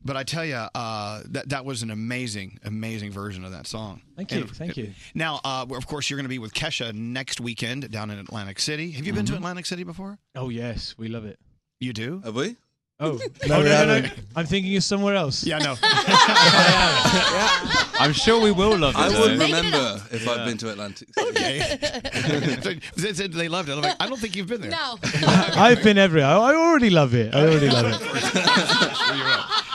Speaker 3: But I tell you, uh, that that was an amazing, amazing version of that song.
Speaker 29: Thank
Speaker 3: And
Speaker 29: you, thank you.
Speaker 3: Now, uh, of course, you're going to be with Kesha next weekend down in Atlantic City. Have you been
Speaker 29: Mm-hmm.
Speaker 3: to Atlantic City before?
Speaker 29: Oh yes, we love it.
Speaker 3: You do?
Speaker 29: Have we? Oh
Speaker 3: No, we
Speaker 29: no, no, no, no.
Speaker 3: haven't.
Speaker 29: I'm thinking of somewhere else.
Speaker 3: Yeah, no.
Speaker 5: I'm sure we will love it.
Speaker 3: I wouldn't
Speaker 5: though.
Speaker 3: remember Make it up.
Speaker 5: if I've been to Atlantic.
Speaker 3: Okay. they, said they loved it. I'm like, I don't think you've been there. No.
Speaker 29: I've been everywhere. I already love it. I already love it.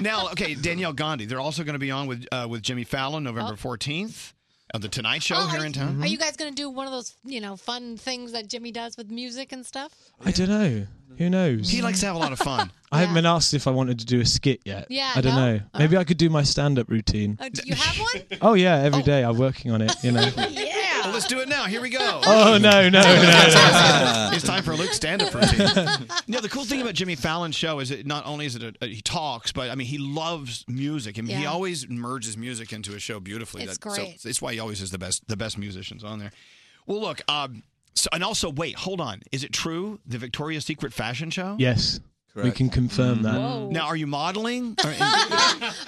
Speaker 3: Now, okay, Danielle Gandhi. They're also going to be on with uh, with Jimmy Fallon November 14th of the Tonight Show here in town.
Speaker 6: Oh.
Speaker 3: Mm-hmm.
Speaker 6: Are you guys going to do one of those, you know, fun things that Jimmy does with music and stuff?
Speaker 29: I don't know. Who knows?
Speaker 3: He likes to have a lot of fun.
Speaker 29: I haven't been asked if I wanted to do a skit yet.
Speaker 6: Yeah,
Speaker 29: I don't
Speaker 6: no? Uh-huh.
Speaker 29: know. Maybe I could do my stand-up routine.
Speaker 6: Oh, do you have one?
Speaker 29: Oh yeah, every day I'm working on it. You know.
Speaker 3: yeah. Well, let's do it now. Here we go.
Speaker 29: Oh, no, no, no, no.
Speaker 3: it's time for Luke's stand-up routine. No, the cool thing about Jimmy Fallon's show is that not only is it a, a- he talks, but I mean he loves music. I mean, he
Speaker 6: Yeah.
Speaker 3: always merges music into his show beautifully.
Speaker 6: It's
Speaker 3: That-
Speaker 6: great.
Speaker 3: So it's why he always is the best the best musicians on there. Well, look, um, so, and also wait, hold on. Is it true the Victoria's Secret fashion show?
Speaker 29: Yes. We can confirm that.
Speaker 6: Mm.
Speaker 3: Now, are you modeling? Or-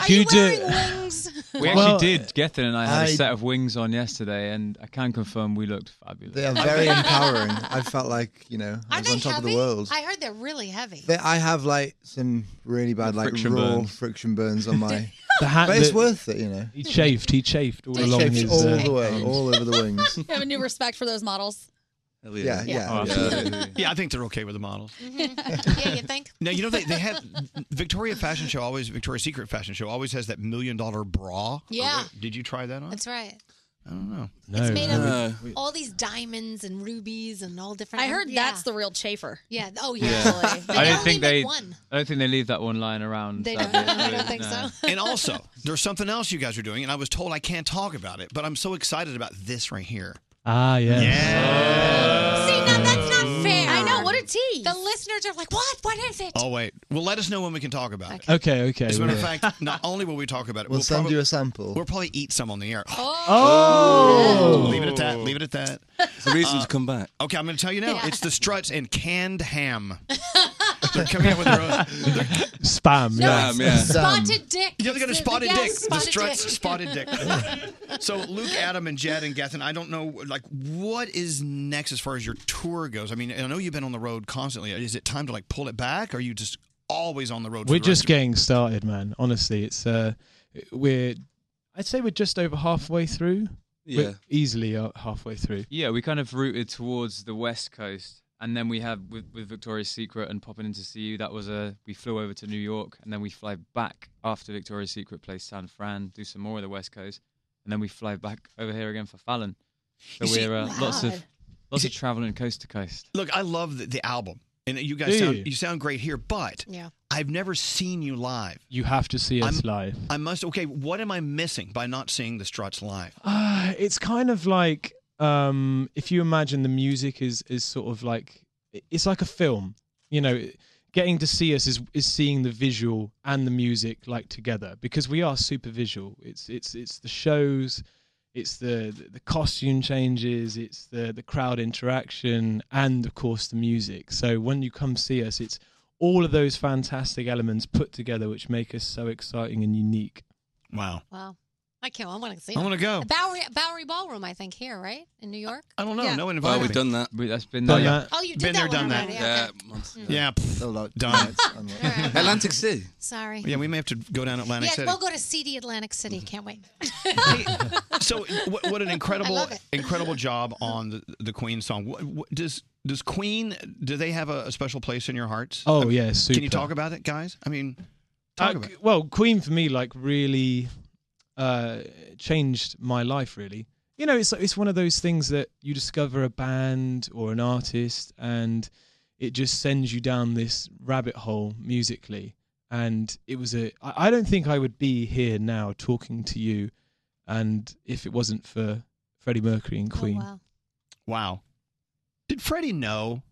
Speaker 5: you
Speaker 3: wearing
Speaker 6: wings?
Speaker 5: We actually
Speaker 29: Well,
Speaker 5: did. Gethin and I had a
Speaker 16: I-
Speaker 5: set of wings on yesterday, and I can confirm we looked fabulous.
Speaker 16: They are very empowering. I felt like you know I
Speaker 6: Are
Speaker 16: was
Speaker 6: they
Speaker 16: on top
Speaker 6: heavy?
Speaker 16: of the world.
Speaker 6: I heard they're really heavy.
Speaker 16: They- I have like some really bad like
Speaker 5: Friction
Speaker 16: raw
Speaker 5: burns.
Speaker 16: friction burns on my.
Speaker 29: The hat
Speaker 16: but it's
Speaker 29: that-
Speaker 16: worth it, you know.
Speaker 29: He chafed. He chafed all
Speaker 16: He
Speaker 29: along
Speaker 16: chafed
Speaker 29: his.
Speaker 16: all
Speaker 29: uh,
Speaker 16: the way, all over the wings.
Speaker 7: You have a new respect for those models.
Speaker 16: Yeah, yeah.
Speaker 3: yeah. I think they're okay with the models.
Speaker 6: yeah, you think?
Speaker 3: Now you know they, they have Victoria Fashion Show always Victoria's Secret Fashion Show always has that million dollar bra.
Speaker 6: Yeah.
Speaker 3: Did you try that on?
Speaker 6: That's right.
Speaker 3: I don't know.
Speaker 5: Oh,
Speaker 6: It's made of
Speaker 5: Uh,
Speaker 6: all these diamonds and rubies and all different.
Speaker 7: I heard
Speaker 6: yeah.
Speaker 7: that's the real chafer.
Speaker 6: Yeah. Oh, yeah.
Speaker 5: Yeah.
Speaker 6: They
Speaker 5: I don't
Speaker 6: only
Speaker 5: think
Speaker 6: make
Speaker 5: they.
Speaker 6: one.
Speaker 5: I don't think they leave that one lying around.
Speaker 6: They
Speaker 5: sadly.
Speaker 6: don't. I don't think so.
Speaker 3: and also, there's something else you guys are doing, and I was told I can't talk about it, but I'm so excited about this right here.
Speaker 29: Ah, yeah.
Speaker 6: See, now that's
Speaker 5: Oh.
Speaker 6: not fair.
Speaker 7: I know,
Speaker 6: What a tease. The listeners are like, what? What is it?
Speaker 3: Oh wait, well let us know when we can talk about it.
Speaker 29: Okay, okay.
Speaker 3: As a matter of
Speaker 29: yeah.
Speaker 3: fact, not only will we talk about it,
Speaker 16: We'll,
Speaker 3: we'll,
Speaker 16: send
Speaker 3: probably,
Speaker 16: you a sample.
Speaker 3: we'll probably eat some on the air.
Speaker 16: Oh.
Speaker 3: leave it at that. Leave it at that. Uh, It's
Speaker 16: a reason to come
Speaker 3: back. Okay, I'm going to tell you now. It's the Struts and canned ham. They're coming out with their own.
Speaker 29: Spam. yeah.
Speaker 6: Spotted dick.
Speaker 3: Yeah, they're going to
Speaker 6: It's the-
Speaker 3: spotted
Speaker 6: yes,
Speaker 3: dick. the
Speaker 6: spotted
Speaker 3: struts
Speaker 6: dick.
Speaker 3: spotted dick. so Luke, Adam, and Jed and Gethin, I don't know, like, what is next as far as your tour goes? I mean, I know you've been on the road constantly. Is it time to like pull it back? Or are you just always on the road? for
Speaker 29: We're
Speaker 3: the rest
Speaker 29: just getting started, man. Honestly, it's uh, we're I'd say we're just over halfway through. We're
Speaker 5: Yeah.
Speaker 29: easily uh, halfway through.
Speaker 5: Yeah, we kind of rooted towards the west coast, and then we have with, with Victoria's Secret and popping in to see you. That was a we flew over to New York, and then we fly back after Victoria's Secret plays San Fran, do some more of the west coast, and then we fly back over here again for Fallon. So
Speaker 3: You see-
Speaker 5: we're uh, lots of
Speaker 3: Wow.
Speaker 5: lots of traveling coast to coast.
Speaker 3: Look, I love the, the album, and you
Speaker 5: Do
Speaker 3: guys sound,
Speaker 5: you?
Speaker 3: you? sound great here. But
Speaker 6: Yeah.
Speaker 3: I've never seen you live.
Speaker 29: You have to see us live.
Speaker 3: I must. Okay, what am I missing by not seeing the Struts live?
Speaker 29: Uh, it's kind of like um, if you imagine the music is is sort of like it's like a film. You know, getting to see us is is seeing the visual and the music like together because we are super visual. It's it's it's the shows, it's the the costume changes, it's the the crowd interaction, and of course the music. So when you come see us, it's all of those fantastic elements put together, which make us so exciting and unique.
Speaker 3: Wow.
Speaker 6: Wow. I can't. I want to see.
Speaker 29: I
Speaker 6: it.
Speaker 29: wanna go.
Speaker 6: Bowery Bowery Ballroom, I think here, right in New York.
Speaker 30: Uh,
Speaker 3: I don't
Speaker 5: know.
Speaker 6: Yeah.
Speaker 5: No one
Speaker 3: invited
Speaker 5: Oh, we've
Speaker 3: me.
Speaker 5: done that. We, that's been
Speaker 3: Done
Speaker 5: there.
Speaker 3: that.
Speaker 6: Oh, you did
Speaker 3: Been
Speaker 6: that
Speaker 3: there, done
Speaker 6: one
Speaker 3: that.
Speaker 6: already.
Speaker 3: Yeah,
Speaker 6: okay. Mm.
Speaker 3: Yeah, pff, done.
Speaker 27: Atlantic City.
Speaker 6: Sorry.
Speaker 3: uh, Yeah, we may have to go down Atlantic
Speaker 6: yeah,
Speaker 3: City. Mm-hmm.
Speaker 6: we'll go to CD Atlantic City. Can't wait.
Speaker 3: so what, what an
Speaker 6: I
Speaker 3: incredible
Speaker 6: love it.
Speaker 3: incredible job on the, the Queen song. What, what, does does Queen do they have a, a special place in your hearts?
Speaker 29: Oh,
Speaker 3: I mean,
Speaker 29: yeah,
Speaker 3: Can you
Speaker 29: super.
Speaker 3: talk about it, guys? I mean, talk
Speaker 29: Uh,
Speaker 3: about it.
Speaker 29: Well, Queen for me, like, really uh, changed my life. Really, you know, it's it's one of those things that you discover a band or an artist, and it just sends you down this rabbit hole musically. And it was a. I, I don't think I would be here now talking to you, and if it wasn't for Freddie Mercury and Queen.
Speaker 3: Wow. Did Freddie know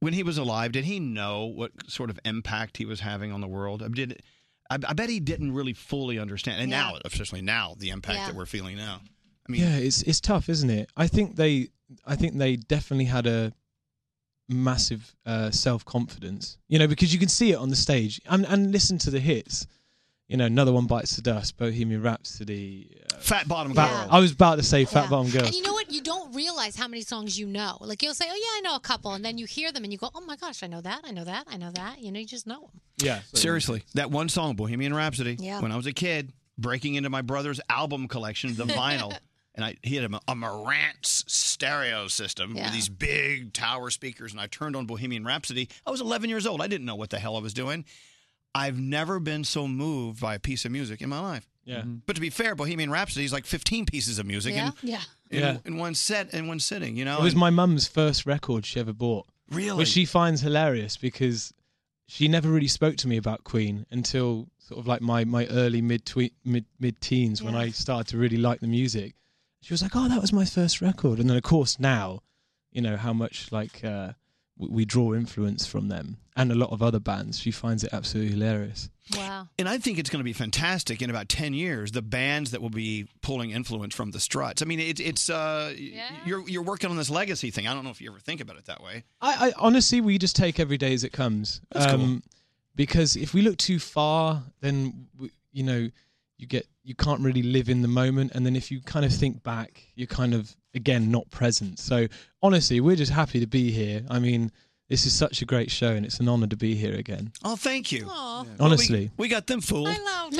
Speaker 3: when he was alive? Did he know what sort of impact he was having on the world? I did. I, I bet he didn't really fully understand. And now, especially now, the impact
Speaker 29: Yeah.
Speaker 3: that we're feeling now.
Speaker 29: yeah, it's it's tough, isn't it? I think they, I think they definitely had a massive uh, self confidence, you know, because you can see it on the stage and and listen to the hits, you know, another one bites the dust, Bohemian Rhapsody, uh,
Speaker 3: Fat Bottom
Speaker 29: Fat-
Speaker 3: Girl.
Speaker 29: I was about to say Fat Bottom Girl.
Speaker 6: And you know what? You don't realize how many songs you know. Like you'll say, "Oh yeah, I know a couple," and then you hear them and you go, "Oh my gosh, I know that, I know that, I know that." You know, you just know them.
Speaker 29: Yeah.
Speaker 3: Seriously, that one song, Bohemian Rhapsody.
Speaker 6: Yeah.
Speaker 3: When I was a kid, breaking into my brother's album collection, the vinyl. And I, he had a, a Marantz stereo system
Speaker 6: Yeah.
Speaker 3: with these big tower speakers, and I turned on Bohemian Rhapsody. I was 11 years old. I didn't know what the hell I was doing. I've never been so moved by a piece of music in my life. Mm-hmm.
Speaker 29: Yeah. Mm-hmm.
Speaker 3: But to be fair, Bohemian Rhapsody is like 15 pieces of music in,
Speaker 6: yeah.
Speaker 3: in,
Speaker 29: Yeah.
Speaker 3: in one set, in one sitting, you know?
Speaker 29: It was
Speaker 3: And-
Speaker 29: my mum's first record she ever bought.
Speaker 3: Really?
Speaker 29: Which she finds hilarious because she never really spoke to me about Queen until sort of like my, my early mid mid mid teens when I started to really like the music. She was like, "Oh, that was my first record," and then of course now, you know how much like uh, w- we draw influence from them and a lot of other bands. She finds it absolutely hilarious.
Speaker 6: Wow.
Speaker 3: And I think it's going to be fantastic in about 10 years, the bands that will be pulling influence from the struts. I mean, it, it's, uh, y- you're, you're working on this legacy thing. I don't know if you ever think about it that way.
Speaker 29: I, I honestly, we just take every day as it comes. Um,
Speaker 3: That's cool.
Speaker 29: Because if we look too far, then w- you know, you get you can't really live in the moment, and then if you kind of think back, you're kind of again not present. So honestly, we're just happy to be here. I mean, this is such a great show, and it's an honor to be here again.
Speaker 3: Oh, thank you.
Speaker 6: Well,
Speaker 3: we-
Speaker 29: Honestly.
Speaker 3: we, got them fooled.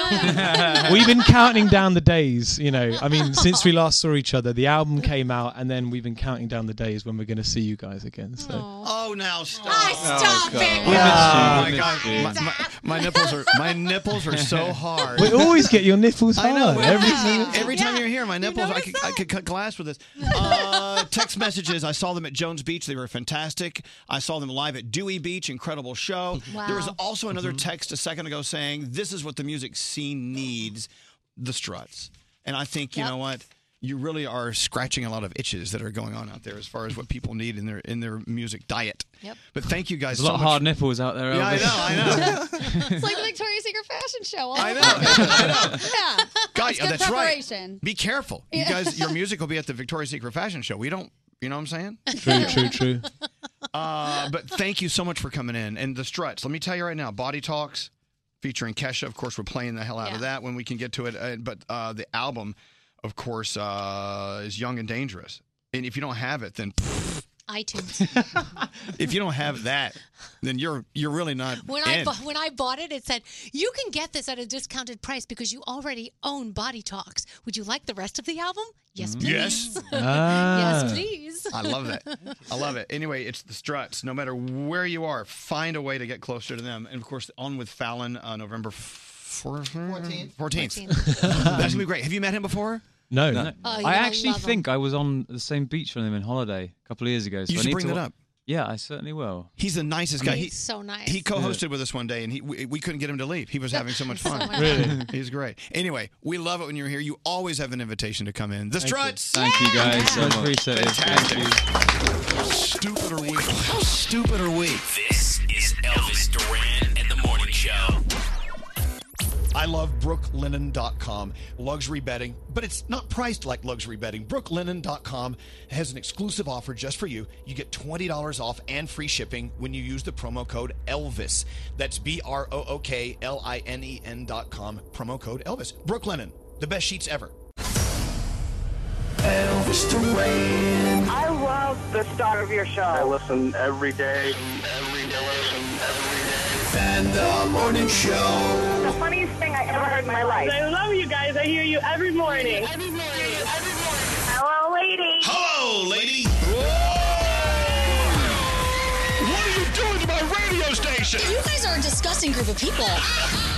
Speaker 29: we've been counting down the days, you know. I mean, since we last saw each other, the album came out, and then we've been counting down the days when we're going to see you guys again. So.
Speaker 3: Oh, now stop.
Speaker 6: stop
Speaker 3: it.
Speaker 29: We
Speaker 3: Oh, my
Speaker 29: missed you.
Speaker 3: God.
Speaker 29: We
Speaker 3: My,
Speaker 29: missed
Speaker 3: my- my nipples are, my nipples are so hard.
Speaker 29: We always get your nipples hard.
Speaker 3: I know.
Speaker 29: Every
Speaker 3: time, every time you're here, my nipples, I could, I could cut glass with this. Uh, text messages. I saw them at Jones Beach. They were fantastic. I saw them live at Dewey Beach. Incredible show.
Speaker 6: Wow. Mm-hmm.
Speaker 3: There was also another text a second ago saying, This is what the music scene needs the struts. And I think, you know what? You really are scratching a lot of itches that are going on out there as far as what people need in their in their music diet.
Speaker 6: Yep.
Speaker 3: But thank you guys
Speaker 5: There's
Speaker 3: so
Speaker 5: a lot of
Speaker 3: much.
Speaker 5: hard nipples out there.
Speaker 3: Yeah, I
Speaker 5: Elvis.
Speaker 3: know, I know.
Speaker 7: it's like the Victoria's Secret fashion show.
Speaker 3: I know.
Speaker 7: yeah.
Speaker 3: God,
Speaker 7: It's good
Speaker 3: that's
Speaker 7: preparation.
Speaker 3: right. Be careful. You
Speaker 7: Yeah.
Speaker 3: guys, your music will be at the Victoria's Secret Fashion Show. We don't, you know what I'm saying?
Speaker 29: True, true, true.
Speaker 3: Uh, but thank you so much for coming in. And the struts, let me tell you right now, Body Talks featuring Kesha. Of course, we're playing the hell out of that when we can get to it. Uh, but uh, the album, of course, uh, is Young and Dangerous. And if you don't have it, then
Speaker 6: iTunes.
Speaker 3: if you don't have that, then you're you're really not.
Speaker 6: When I
Speaker 3: in.
Speaker 6: bu- when I bought it, it said you can get this at a discounted price because you already own Body Talks. Would you like the rest of the album? Yes,
Speaker 3: Mm.
Speaker 6: please.
Speaker 3: Yes.
Speaker 29: Ah.
Speaker 30: Ah.
Speaker 6: yes, please.
Speaker 3: I love that. I love it. Anyway, it's the Struts. No matter where you are, find a way to get closer to them. And of course, on with Fallon, uh, November fourteenth. Fourteenth. That's gonna be great. Have you met him before?
Speaker 30: No,
Speaker 3: No.
Speaker 30: no.
Speaker 3: Oh, you're
Speaker 30: I
Speaker 3: gonna
Speaker 30: actually
Speaker 3: love him.
Speaker 30: think I was on the same beach with him in holiday a couple of years ago. So
Speaker 3: You
Speaker 30: I
Speaker 3: should
Speaker 30: need to
Speaker 3: bring that
Speaker 30: wa-
Speaker 3: up.
Speaker 30: Yeah, I certainly will.
Speaker 3: He's the nicest guy.
Speaker 6: He's so nice.
Speaker 3: He co-hosted with us one day, and he we, we couldn't get him to leave. He was having so much
Speaker 6: So
Speaker 3: fun.
Speaker 6: much fun. Really?
Speaker 3: he's great. Anyway, we love it when you're here. You always have an invitation to come in. The
Speaker 30: Thank you.
Speaker 3: Struts.
Speaker 30: Thank you guys so much. Appreciate it.
Speaker 3: Fantastic.
Speaker 30: Thank
Speaker 3: Stupid or weak? How stupid are we?
Speaker 11: This is Elvis Duran and the Morning Show.
Speaker 31: I love brooklinen.com luxury bedding, but it's not priced like luxury bedding. Brooklinen.com has an exclusive offer just for you. You get $20 off and free shipping when you use the promo code Elvis. That's B R O O K L I N E N.com, promo code Elvis. Brooklinen, the best sheets ever.
Speaker 2: Elvis Duran. I love the start of your show. I
Speaker 32: listen every day.
Speaker 2: And the morning show. The funniest thing I ever heard in my life.
Speaker 10: I love you guys. I hear you every morning.
Speaker 2: Every morning. Every morning. Hello, lady.
Speaker 31: Hello, lady.
Speaker 2: What are you doing to my radio station?
Speaker 7: You guys are a disgusting group of people.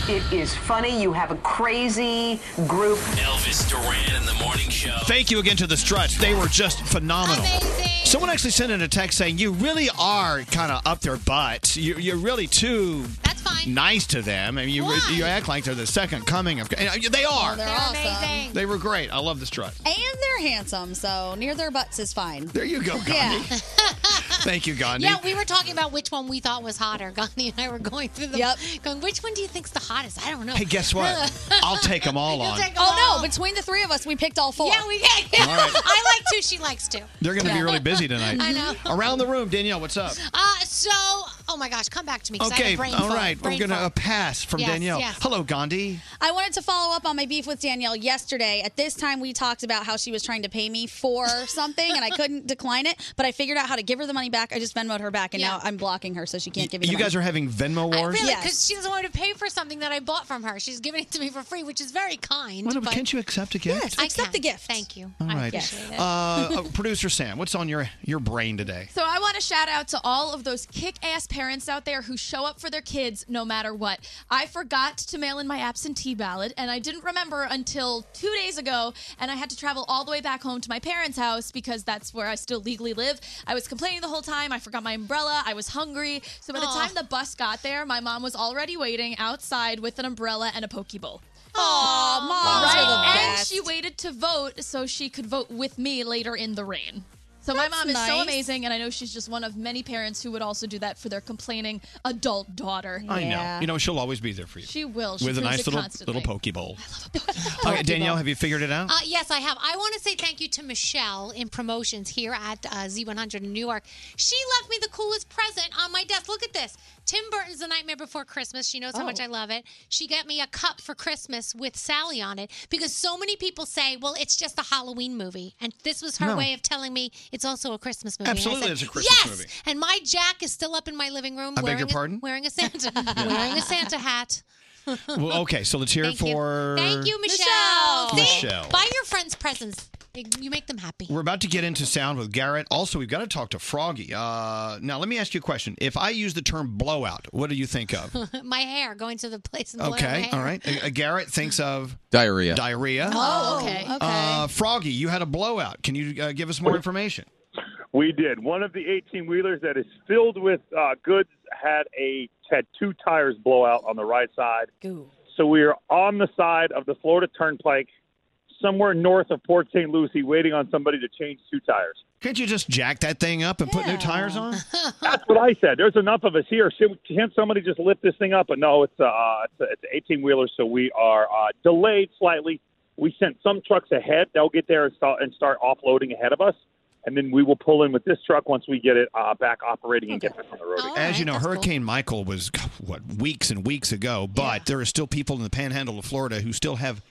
Speaker 2: It is funny. You have a crazy group.
Speaker 11: Elvis Duran and the Morning Show.
Speaker 3: Thank you again to the Struts. They were just phenomenal. Someone actually sent in a text saying, "You really are kind of up their butts. You, you're really too nice to them. I mean, you you act like they're the second coming of. and, uh, They are.
Speaker 7: they're awesome.
Speaker 3: They were great. I love the Struts.
Speaker 7: And they're handsome, so near their butts is fine.
Speaker 3: There you go, Gandhi.
Speaker 7: Yeah.
Speaker 3: Thank you, Gandhi.
Speaker 6: Uh-uh. Yeah, we were talking about which one we thought was hotter. Gandhi and I were going through the going, which one do you think's the hottest? I don't know.
Speaker 3: Hey, guess what? I'll take them all on.
Speaker 7: oh no! Between the three of us, we picked all four. Yeah,
Speaker 6: we did.
Speaker 3: All right.
Speaker 6: I like two, she likes two.
Speaker 3: They're going to be
Speaker 6: Yeah.
Speaker 3: really busy tonight.
Speaker 6: I know.
Speaker 3: Around the room, Danielle, what's up?
Speaker 6: Uh, so, oh my gosh, come back to me. 'cause I had
Speaker 3: Okay,
Speaker 6: a brain
Speaker 3: all
Speaker 6: fart,
Speaker 3: right. We're
Speaker 6: brain
Speaker 3: going to
Speaker 6: fart.
Speaker 3: a pass from
Speaker 7: Yes,
Speaker 3: Danielle.
Speaker 7: yes.
Speaker 3: Hello, Gandhi.
Speaker 7: I wanted to follow up on my beef with Danielle yesterday. At this time, we talked about how she was trying to pay me for something, and I couldn't decline it. But I figured out how to give her the money back. I just Venmoed her back, and now I'm blocking her, so she can't give me.
Speaker 3: You
Speaker 7: the money.
Speaker 3: guys are having Venmo wars?
Speaker 6: Really? Because she doesn't want me to pay for something that I bought from her. She's giving it to me for free, which is very kind.
Speaker 3: Well, no,
Speaker 6: but
Speaker 3: but can't you accept a gift?
Speaker 6: I accept the gift. Thank you.
Speaker 3: All right.
Speaker 6: appreciate it.
Speaker 3: Uh, uh, Producer Sam, what's on your your brain today?
Speaker 5: So I want to shout out to all of those kick-ass parents out there who show up for their kids no matter what. I forgot to mail in my absentee ballot and I didn't remember until 2 days ago and I had to travel all the way back home to my parents' house because that's where I still legally live. I was complaining the whole time. I forgot my umbrella. I was hungry. So by the
Speaker 6: Aw.
Speaker 5: time the bus got there, my mom was already waiting outside with an umbrella and a poke bowl.
Speaker 7: Aw, moms are the
Speaker 5: And
Speaker 7: best.
Speaker 5: she waited to vote so she could vote with me later in the rain. So my
Speaker 7: That's
Speaker 5: mom is so
Speaker 7: nice.
Speaker 5: amazing, and I know she's just one of many parents who would also do that for their complaining adult daughter.
Speaker 3: I know. You know, she'll always be there for you.
Speaker 5: She will. She
Speaker 3: With a
Speaker 5: proves
Speaker 3: nice
Speaker 5: it
Speaker 3: little
Speaker 5: constantly.
Speaker 3: little poke bowl. okay, Danielle, have you figured it out?
Speaker 6: Uh, yes, I have. I want to say thank you to Michelle in promotions here at uh, Z100 in New York. She left me the coolest present on my desk. Look at this. Tim Burton's The Nightmare Before Christmas. She knows how
Speaker 33: Oh.
Speaker 6: much I love it. She got me a cup for Christmas with Sally on it because so many people say, well, it's just a Halloween movie. And this was her
Speaker 3: No.
Speaker 6: way of telling me it's also a Christmas movie. And I
Speaker 3: Absolutely,
Speaker 6: said,
Speaker 3: it's a Christmas
Speaker 6: yes!
Speaker 3: movie.
Speaker 6: And my Jack is still up in my living
Speaker 3: I
Speaker 6: room
Speaker 3: beg
Speaker 6: wearing,
Speaker 3: your
Speaker 6: a,
Speaker 3: pardon?
Speaker 6: wearing a Santa wearing a Santa hat.
Speaker 3: well, okay, so let's hear it
Speaker 6: Thank you.
Speaker 3: for
Speaker 6: Thank you, Michelle. See?
Speaker 3: Michelle.
Speaker 6: Buy your friends presents. You make them happy.
Speaker 3: We're about to get into sound with Garrett. Also, we've got to talk to Froggy. Uh, now, let me ask you a question. If I use the term blowout, what do you think of?
Speaker 6: my hair going to the place and blowing my
Speaker 3: Okay,
Speaker 6: hair.
Speaker 3: all right. Uh, Garrett thinks of
Speaker 8: Diarrhea.
Speaker 3: diarrhea.
Speaker 6: Oh, okay. Okay.
Speaker 3: Uh, Froggy, you had a blowout. Can you uh, give us more information?
Speaker 8: We did. One of the 18 wheelers that is filled with uh, goods had a had two tires blow out on the right side. So we are on the side of the Florida Turnpike, somewhere north of Port St. Lucie, waiting on somebody to change two tires.
Speaker 3: Can't you just jack that thing up and put new tires on?
Speaker 8: That's what I said. There's enough of us here. Should- Can't somebody just lift this thing up? But no, it's a, uh, it's a, it's an 18 wheeler, so we are uh, delayed slightly. We sent some trucks ahead. They'll get there and start, and start offloading ahead of us. and then we will pull in with this truck once we get it uh, back operating and get back on the road. again.
Speaker 3: As you know, Hurricane Michael was what weeks and weeks ago, but there are still people in the Panhandle of Florida who still have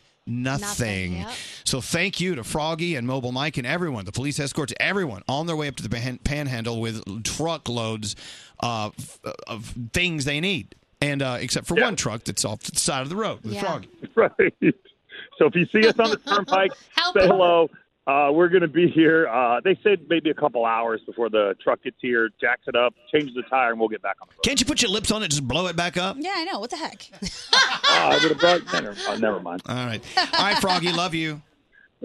Speaker 3: nothing. So thank you to Froggy and Mobile Mike and everyone, the police escorts, everyone on their way up to the pan- Panhandle with truckloads uh, f- of things they need, and uh, except for one truck that's off the side of the road with
Speaker 8: Yeah.
Speaker 3: Froggy.
Speaker 8: Right. So if you see us on the turnpike, say hello. Uh, we're going to be here. Uh, they said maybe a couple hours before the truck gets here, jacks it up, changes the tire, and we'll get back on.
Speaker 3: Can't you put your lips on it, just blow it back up?
Speaker 7: Yeah, I know. What the heck?
Speaker 8: Ah, I would have brought. Never, oh, never mind.
Speaker 3: All right. All right, Froggy, love you.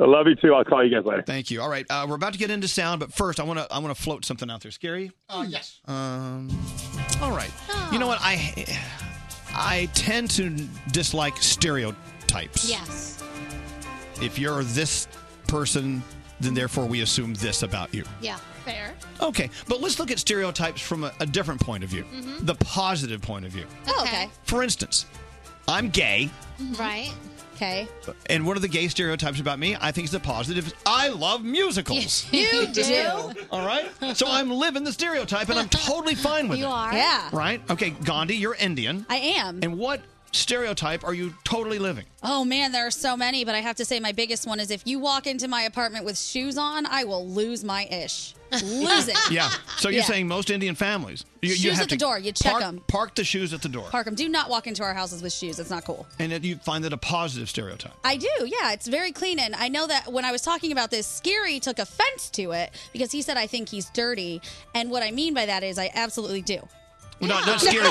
Speaker 8: I love you too. I'll call you guys later.
Speaker 3: Thank you. All right, uh, we're about to get into sound, but first I want to I want to float something out there. Scary?
Speaker 14: Uh, yes.
Speaker 3: Um, all right. You know what? I I tend to dislike stereotypes.
Speaker 6: Yes.
Speaker 3: If you're this person, then therefore we assume this about you.
Speaker 6: Yeah. Fair.
Speaker 3: Okay, but let's look at stereotypes from a, a different point of view,
Speaker 6: Mhm.
Speaker 3: the positive point of view.
Speaker 7: Oh, okay.
Speaker 3: For instance, I'm gay,
Speaker 6: Right.
Speaker 7: Okay.
Speaker 3: and one of the gay stereotypes about me, I think, is the positive. is I love musicals.
Speaker 7: You do.
Speaker 3: All right. So I'm living the stereotype and I'm totally fine with it.
Speaker 7: You are. Yeah.
Speaker 3: Right? Okay, Gandhi, you're Indian.
Speaker 7: I am.
Speaker 3: And what stereotype are you totally living?
Speaker 7: Oh man, there are so many, but I have to say my biggest one is if you walk into my apartment with shoes on, I will lose my ish. Lose it.
Speaker 3: Yeah. So you're
Speaker 7: Yeah.
Speaker 3: saying most Indian families. You, you
Speaker 7: Shoes
Speaker 3: have
Speaker 7: at the
Speaker 3: to
Speaker 7: door, you check
Speaker 3: park,
Speaker 7: 'em.
Speaker 3: Park the shoes at the door.
Speaker 7: Park 'em. Do not walk into our houses with shoes. It's not cool.
Speaker 3: And it, you find that a positive stereotype.
Speaker 7: I do, yeah. It's very clean. And I know that when I was talking about this, Scary took offense to it because he said, I think he's dirty. And what I mean by that is, I absolutely do.
Speaker 3: Well, not, not scary.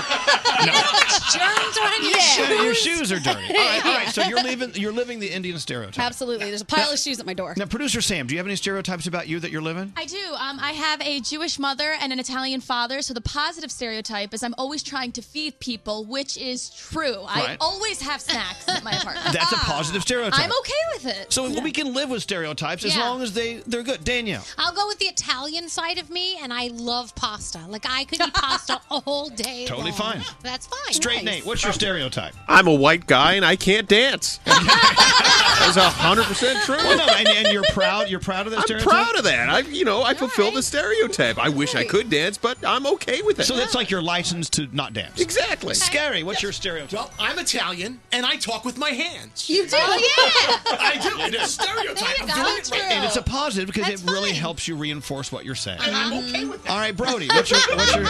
Speaker 7: Germs are
Speaker 3: Your shoe- Your shoes are dirty. All right, all right. So you're living you're living the Indian stereotype.
Speaker 7: Absolutely. There's a pile of shoes at my door.
Speaker 3: Now, producer Sam, do you have any stereotypes about you that you're living?
Speaker 9: I do. Um, I have a Jewish mother and an Italian father, so the positive stereotype is I'm always trying to feed people, which is true. I
Speaker 3: Right.
Speaker 9: always have snacks at my apartment.
Speaker 3: That's
Speaker 5: Ah,
Speaker 7: Ah,
Speaker 3: a positive stereotype.
Speaker 9: I'm okay with it.
Speaker 3: So we can live with stereotypes as
Speaker 6: Yeah.
Speaker 3: long as they they're good. Danielle.
Speaker 6: I'll go with the Italian side of me, and I love pasta. Like I could eat pasta all day.
Speaker 3: Totally
Speaker 6: long.
Speaker 3: fine.
Speaker 6: That's fine.
Speaker 3: Straight Nate, what's your stereotype?
Speaker 21: I'm a white guy and I can't dance. That's hundred percent true.
Speaker 3: Well, no, and, and you're proud. You're proud of that
Speaker 21: I'm
Speaker 3: stereotype.
Speaker 21: proud of that. I, you know, I fulfill the stereotype. I wish I could dance, but I'm okay with it.
Speaker 3: So that's like your license to not dance.
Speaker 21: Exactly.
Speaker 3: Scary. What's your stereotype?
Speaker 18: Well, I'm Italian and I talk with my hands.
Speaker 6: You do?
Speaker 18: Oh,
Speaker 6: yeah.
Speaker 18: I do. It's a stereotype. I'm doing it right now.
Speaker 3: And it's a positive because it really helps you reinforce what you're saying.
Speaker 18: And I'm okay with
Speaker 3: All right, Brody, what's your what's your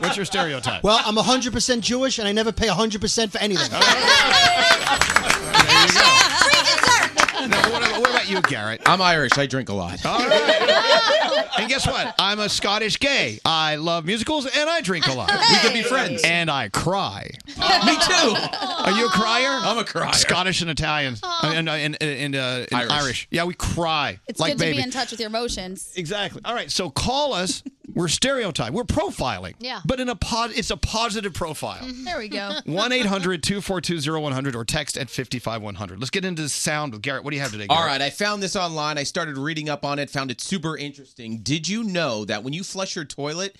Speaker 3: what's your stereotype?
Speaker 34: Well, I'm 100% Jewish and I never pay 100% for anything.
Speaker 3: No, but what, about- what about you, Garrett?
Speaker 12: I'm Irish. I drink a lot.
Speaker 3: And guess what? I'm a Scottish gay. I love musicals and I drink a lot. We could be friends. And I cry. Me too. Are you a crier? I'm a crier. Scottish and Italian I mean, and and and, uh, and Irish.
Speaker 21: Irish.
Speaker 3: Yeah, we cry
Speaker 7: It's
Speaker 3: like
Speaker 7: good
Speaker 3: baby.
Speaker 7: to be in touch with your emotions.
Speaker 3: Exactly. All right. So call us. We're stereotype. We're profiling.
Speaker 7: Yeah.
Speaker 3: But in a pos- it's a positive profile.
Speaker 9: There we go.
Speaker 3: 1 800 242 100 or text at 55100. Let's get into the sound with Garrett. What do you have today, Garrett?
Speaker 12: All right, I found this online. I started reading up on it, found it super interesting. Did you know that when you flush your toilet,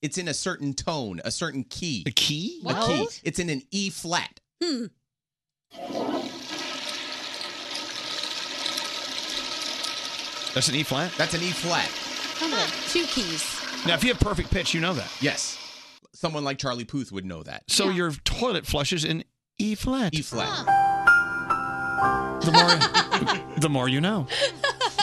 Speaker 12: it's in a certain tone, a certain key? A
Speaker 3: key?
Speaker 12: A key.
Speaker 3: What?
Speaker 12: It's in an E flat.
Speaker 7: Hmm.
Speaker 3: That's an E flat?
Speaker 12: That's an E flat.
Speaker 7: Two keys.
Speaker 3: Now, if you have perfect pitch, you know that.
Speaker 12: Yes. Someone like Charlie Puth would know that.
Speaker 3: So your toilet flushes in E flat. E
Speaker 12: flat.
Speaker 3: The more, the more you know.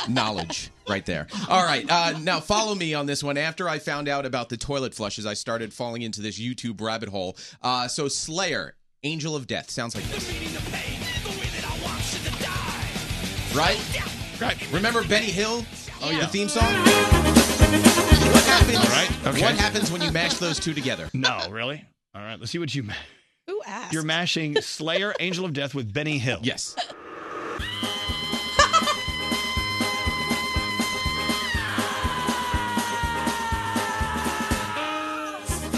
Speaker 12: knowledge right there. All right. Uh, now, follow me on this one. After I found out about the toilet flushes, I started falling into this YouTube rabbit hole. Uh, so, Slayer, Angel of Death, sounds like this. Right? Right. Remember Benny Hill? Oh, yeah. The theme song? What happens,
Speaker 3: okay.
Speaker 12: what happens when you mash those two together?
Speaker 3: No, really? All right. Let's see what you ma-
Speaker 7: Who asked?
Speaker 3: You're mashing Slayer, Angel of Death with Benny Hill.
Speaker 12: Yes.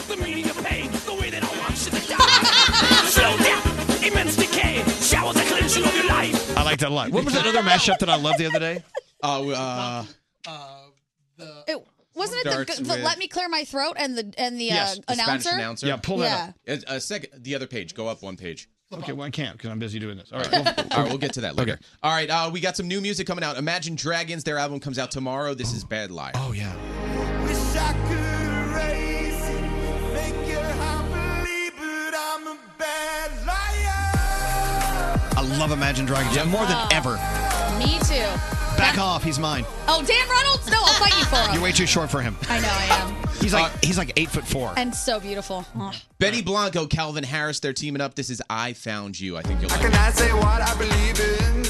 Speaker 2: The meaning of pain, the way that I want you to die. Slow down, immense decay, shower the cleansing of your life.
Speaker 3: I like that a lot. What was that other mashup that I loved the other day?
Speaker 12: Oh, uh,
Speaker 7: It, wasn't it
Speaker 12: Starts
Speaker 7: the, the
Speaker 12: with-
Speaker 7: let me clear my throat and the and the
Speaker 12: yes.
Speaker 7: uh,
Speaker 12: the
Speaker 7: announcer?
Speaker 12: Spanish announcer. Uh,
Speaker 7: yeah.
Speaker 12: A, a second, the other page. Go up one page.
Speaker 3: Okay, well, I can't because I'm busy doing this. All right.
Speaker 12: All
Speaker 3: well,
Speaker 12: right, we'll get to that later. All right, uh, we got some new music coming out. Imagine Dragons, their album comes out tomorrow. This is Bad Liar. Oh
Speaker 3: yeah.
Speaker 25: Wish I could erase it, make it happily, but I'm a bad liar.
Speaker 3: I love Imagine Dragons more
Speaker 7: Oh.
Speaker 3: than ever.
Speaker 7: Me too.
Speaker 3: Back off. He's mine.
Speaker 7: Oh, Dan Reynolds? No, I'll fight you for
Speaker 12: Oh.
Speaker 7: him.
Speaker 3: You're way too short for him.
Speaker 7: I know I
Speaker 3: He's
Speaker 12: Uh,
Speaker 3: like he's like eight foot four.
Speaker 7: am. And so beautiful. Oh.
Speaker 12: Betty Blanco, Calvin Harris, they're teaming up. This is I Found You. I think you'll like
Speaker 25: Can I say what I believe in?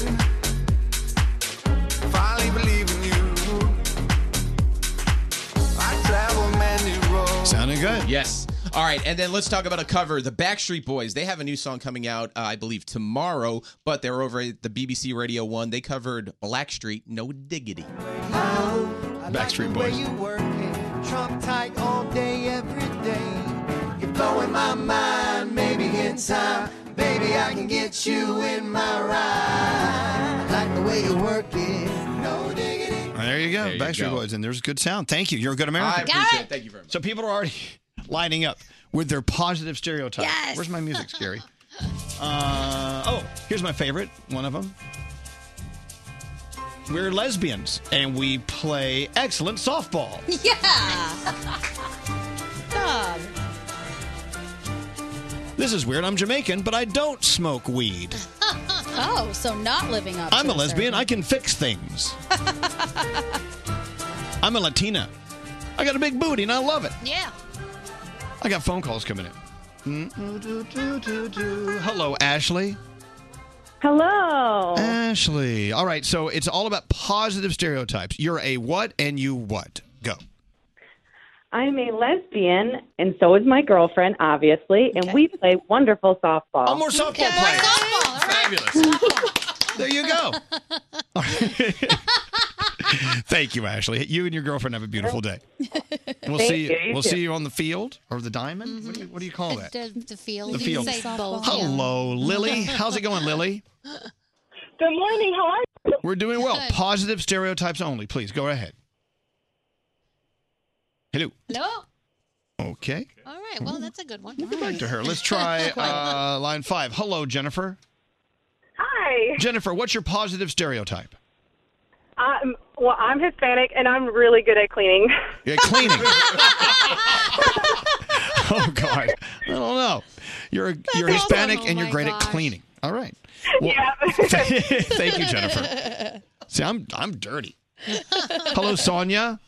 Speaker 25: Finally believe in you. I travel many roads.
Speaker 3: Sounding good.
Speaker 12: Yes. All right, and then let's talk about a cover. The Backstreet Boys, they have a new song coming out, uh, I believe, tomorrow, but they're over at the BBC Radio 1. They covered Blackstreet, No Diggity. Backstreet
Speaker 25: Where you working? Trump tight all day, every day. You're blowing my mind. Maybe in time, baby, I can get you in my ride. Like the way you work it. No diggity.
Speaker 3: There you go.
Speaker 12: There you
Speaker 3: Backstreet
Speaker 12: go.
Speaker 3: Boys, and there's good sound. Thank you. You're a good American.
Speaker 12: I appreciate it. Thank you very much.
Speaker 3: So people are already lining up with their positive stereotypes.
Speaker 12: Yes.
Speaker 3: Where's my music, Scary? Uh, oh, here's my favorite one of them. We're lesbians and we play excellent softball.
Speaker 7: Yeah. God.
Speaker 3: This is weird. I'm Jamaican, but I don't smoke weed.
Speaker 7: Oh, so not living up.
Speaker 3: I'm
Speaker 7: to
Speaker 3: a
Speaker 7: the
Speaker 3: lesbian. I
Speaker 7: stereotype.
Speaker 3: can fix things. I'm a Latina. I got a big booty and I love it.
Speaker 6: Yeah.
Speaker 3: I got phone calls coming in. Mm. Hello, Ashley.
Speaker 10: Hello.
Speaker 3: Ashley. All right, so it's all about positive stereotypes. You're a what and you what? Go.
Speaker 10: I'm a lesbian, and so is my girlfriend, obviously, and we play wonderful softball.
Speaker 3: Oh, more softball players. Fabulous. there you go. All right. Thank you, Ashley. You and your girlfriend have a beautiful day. And we'll
Speaker 6: Thank
Speaker 3: see.
Speaker 6: you, you
Speaker 3: we'll
Speaker 6: too.
Speaker 3: see you on the field or the diamond. What, do you, what do you call that?
Speaker 6: The, the field.
Speaker 3: The
Speaker 6: You can
Speaker 3: field.
Speaker 6: say both, yeah.
Speaker 3: Hello, Lily. How's it going, Lily?
Speaker 20: Good morning. How are you?
Speaker 3: We're doing well.
Speaker 20: Good.
Speaker 3: Positive stereotypes only. Please go ahead. Hello.
Speaker 6: Hello.
Speaker 3: Okay.
Speaker 6: All right. Well, that's a good one.
Speaker 3: Back to her. Let's try uh, line five. Hello, Jennifer.
Speaker 20: Hi.
Speaker 3: Jennifer, what's your positive stereotype?
Speaker 20: Um, well, I'm Hispanic, and I'm really good at cleaning.
Speaker 3: Yeah, cleaning. oh God, I don't know. You're a, you're Hispanic
Speaker 20: awesome. Oh,
Speaker 3: and you're
Speaker 20: my
Speaker 3: great at
Speaker 20: gosh.
Speaker 3: cleaning. All right. thank
Speaker 20: Thank
Speaker 3: you, Jennifer. See, I'm I'm dirty. Hello, Sonia.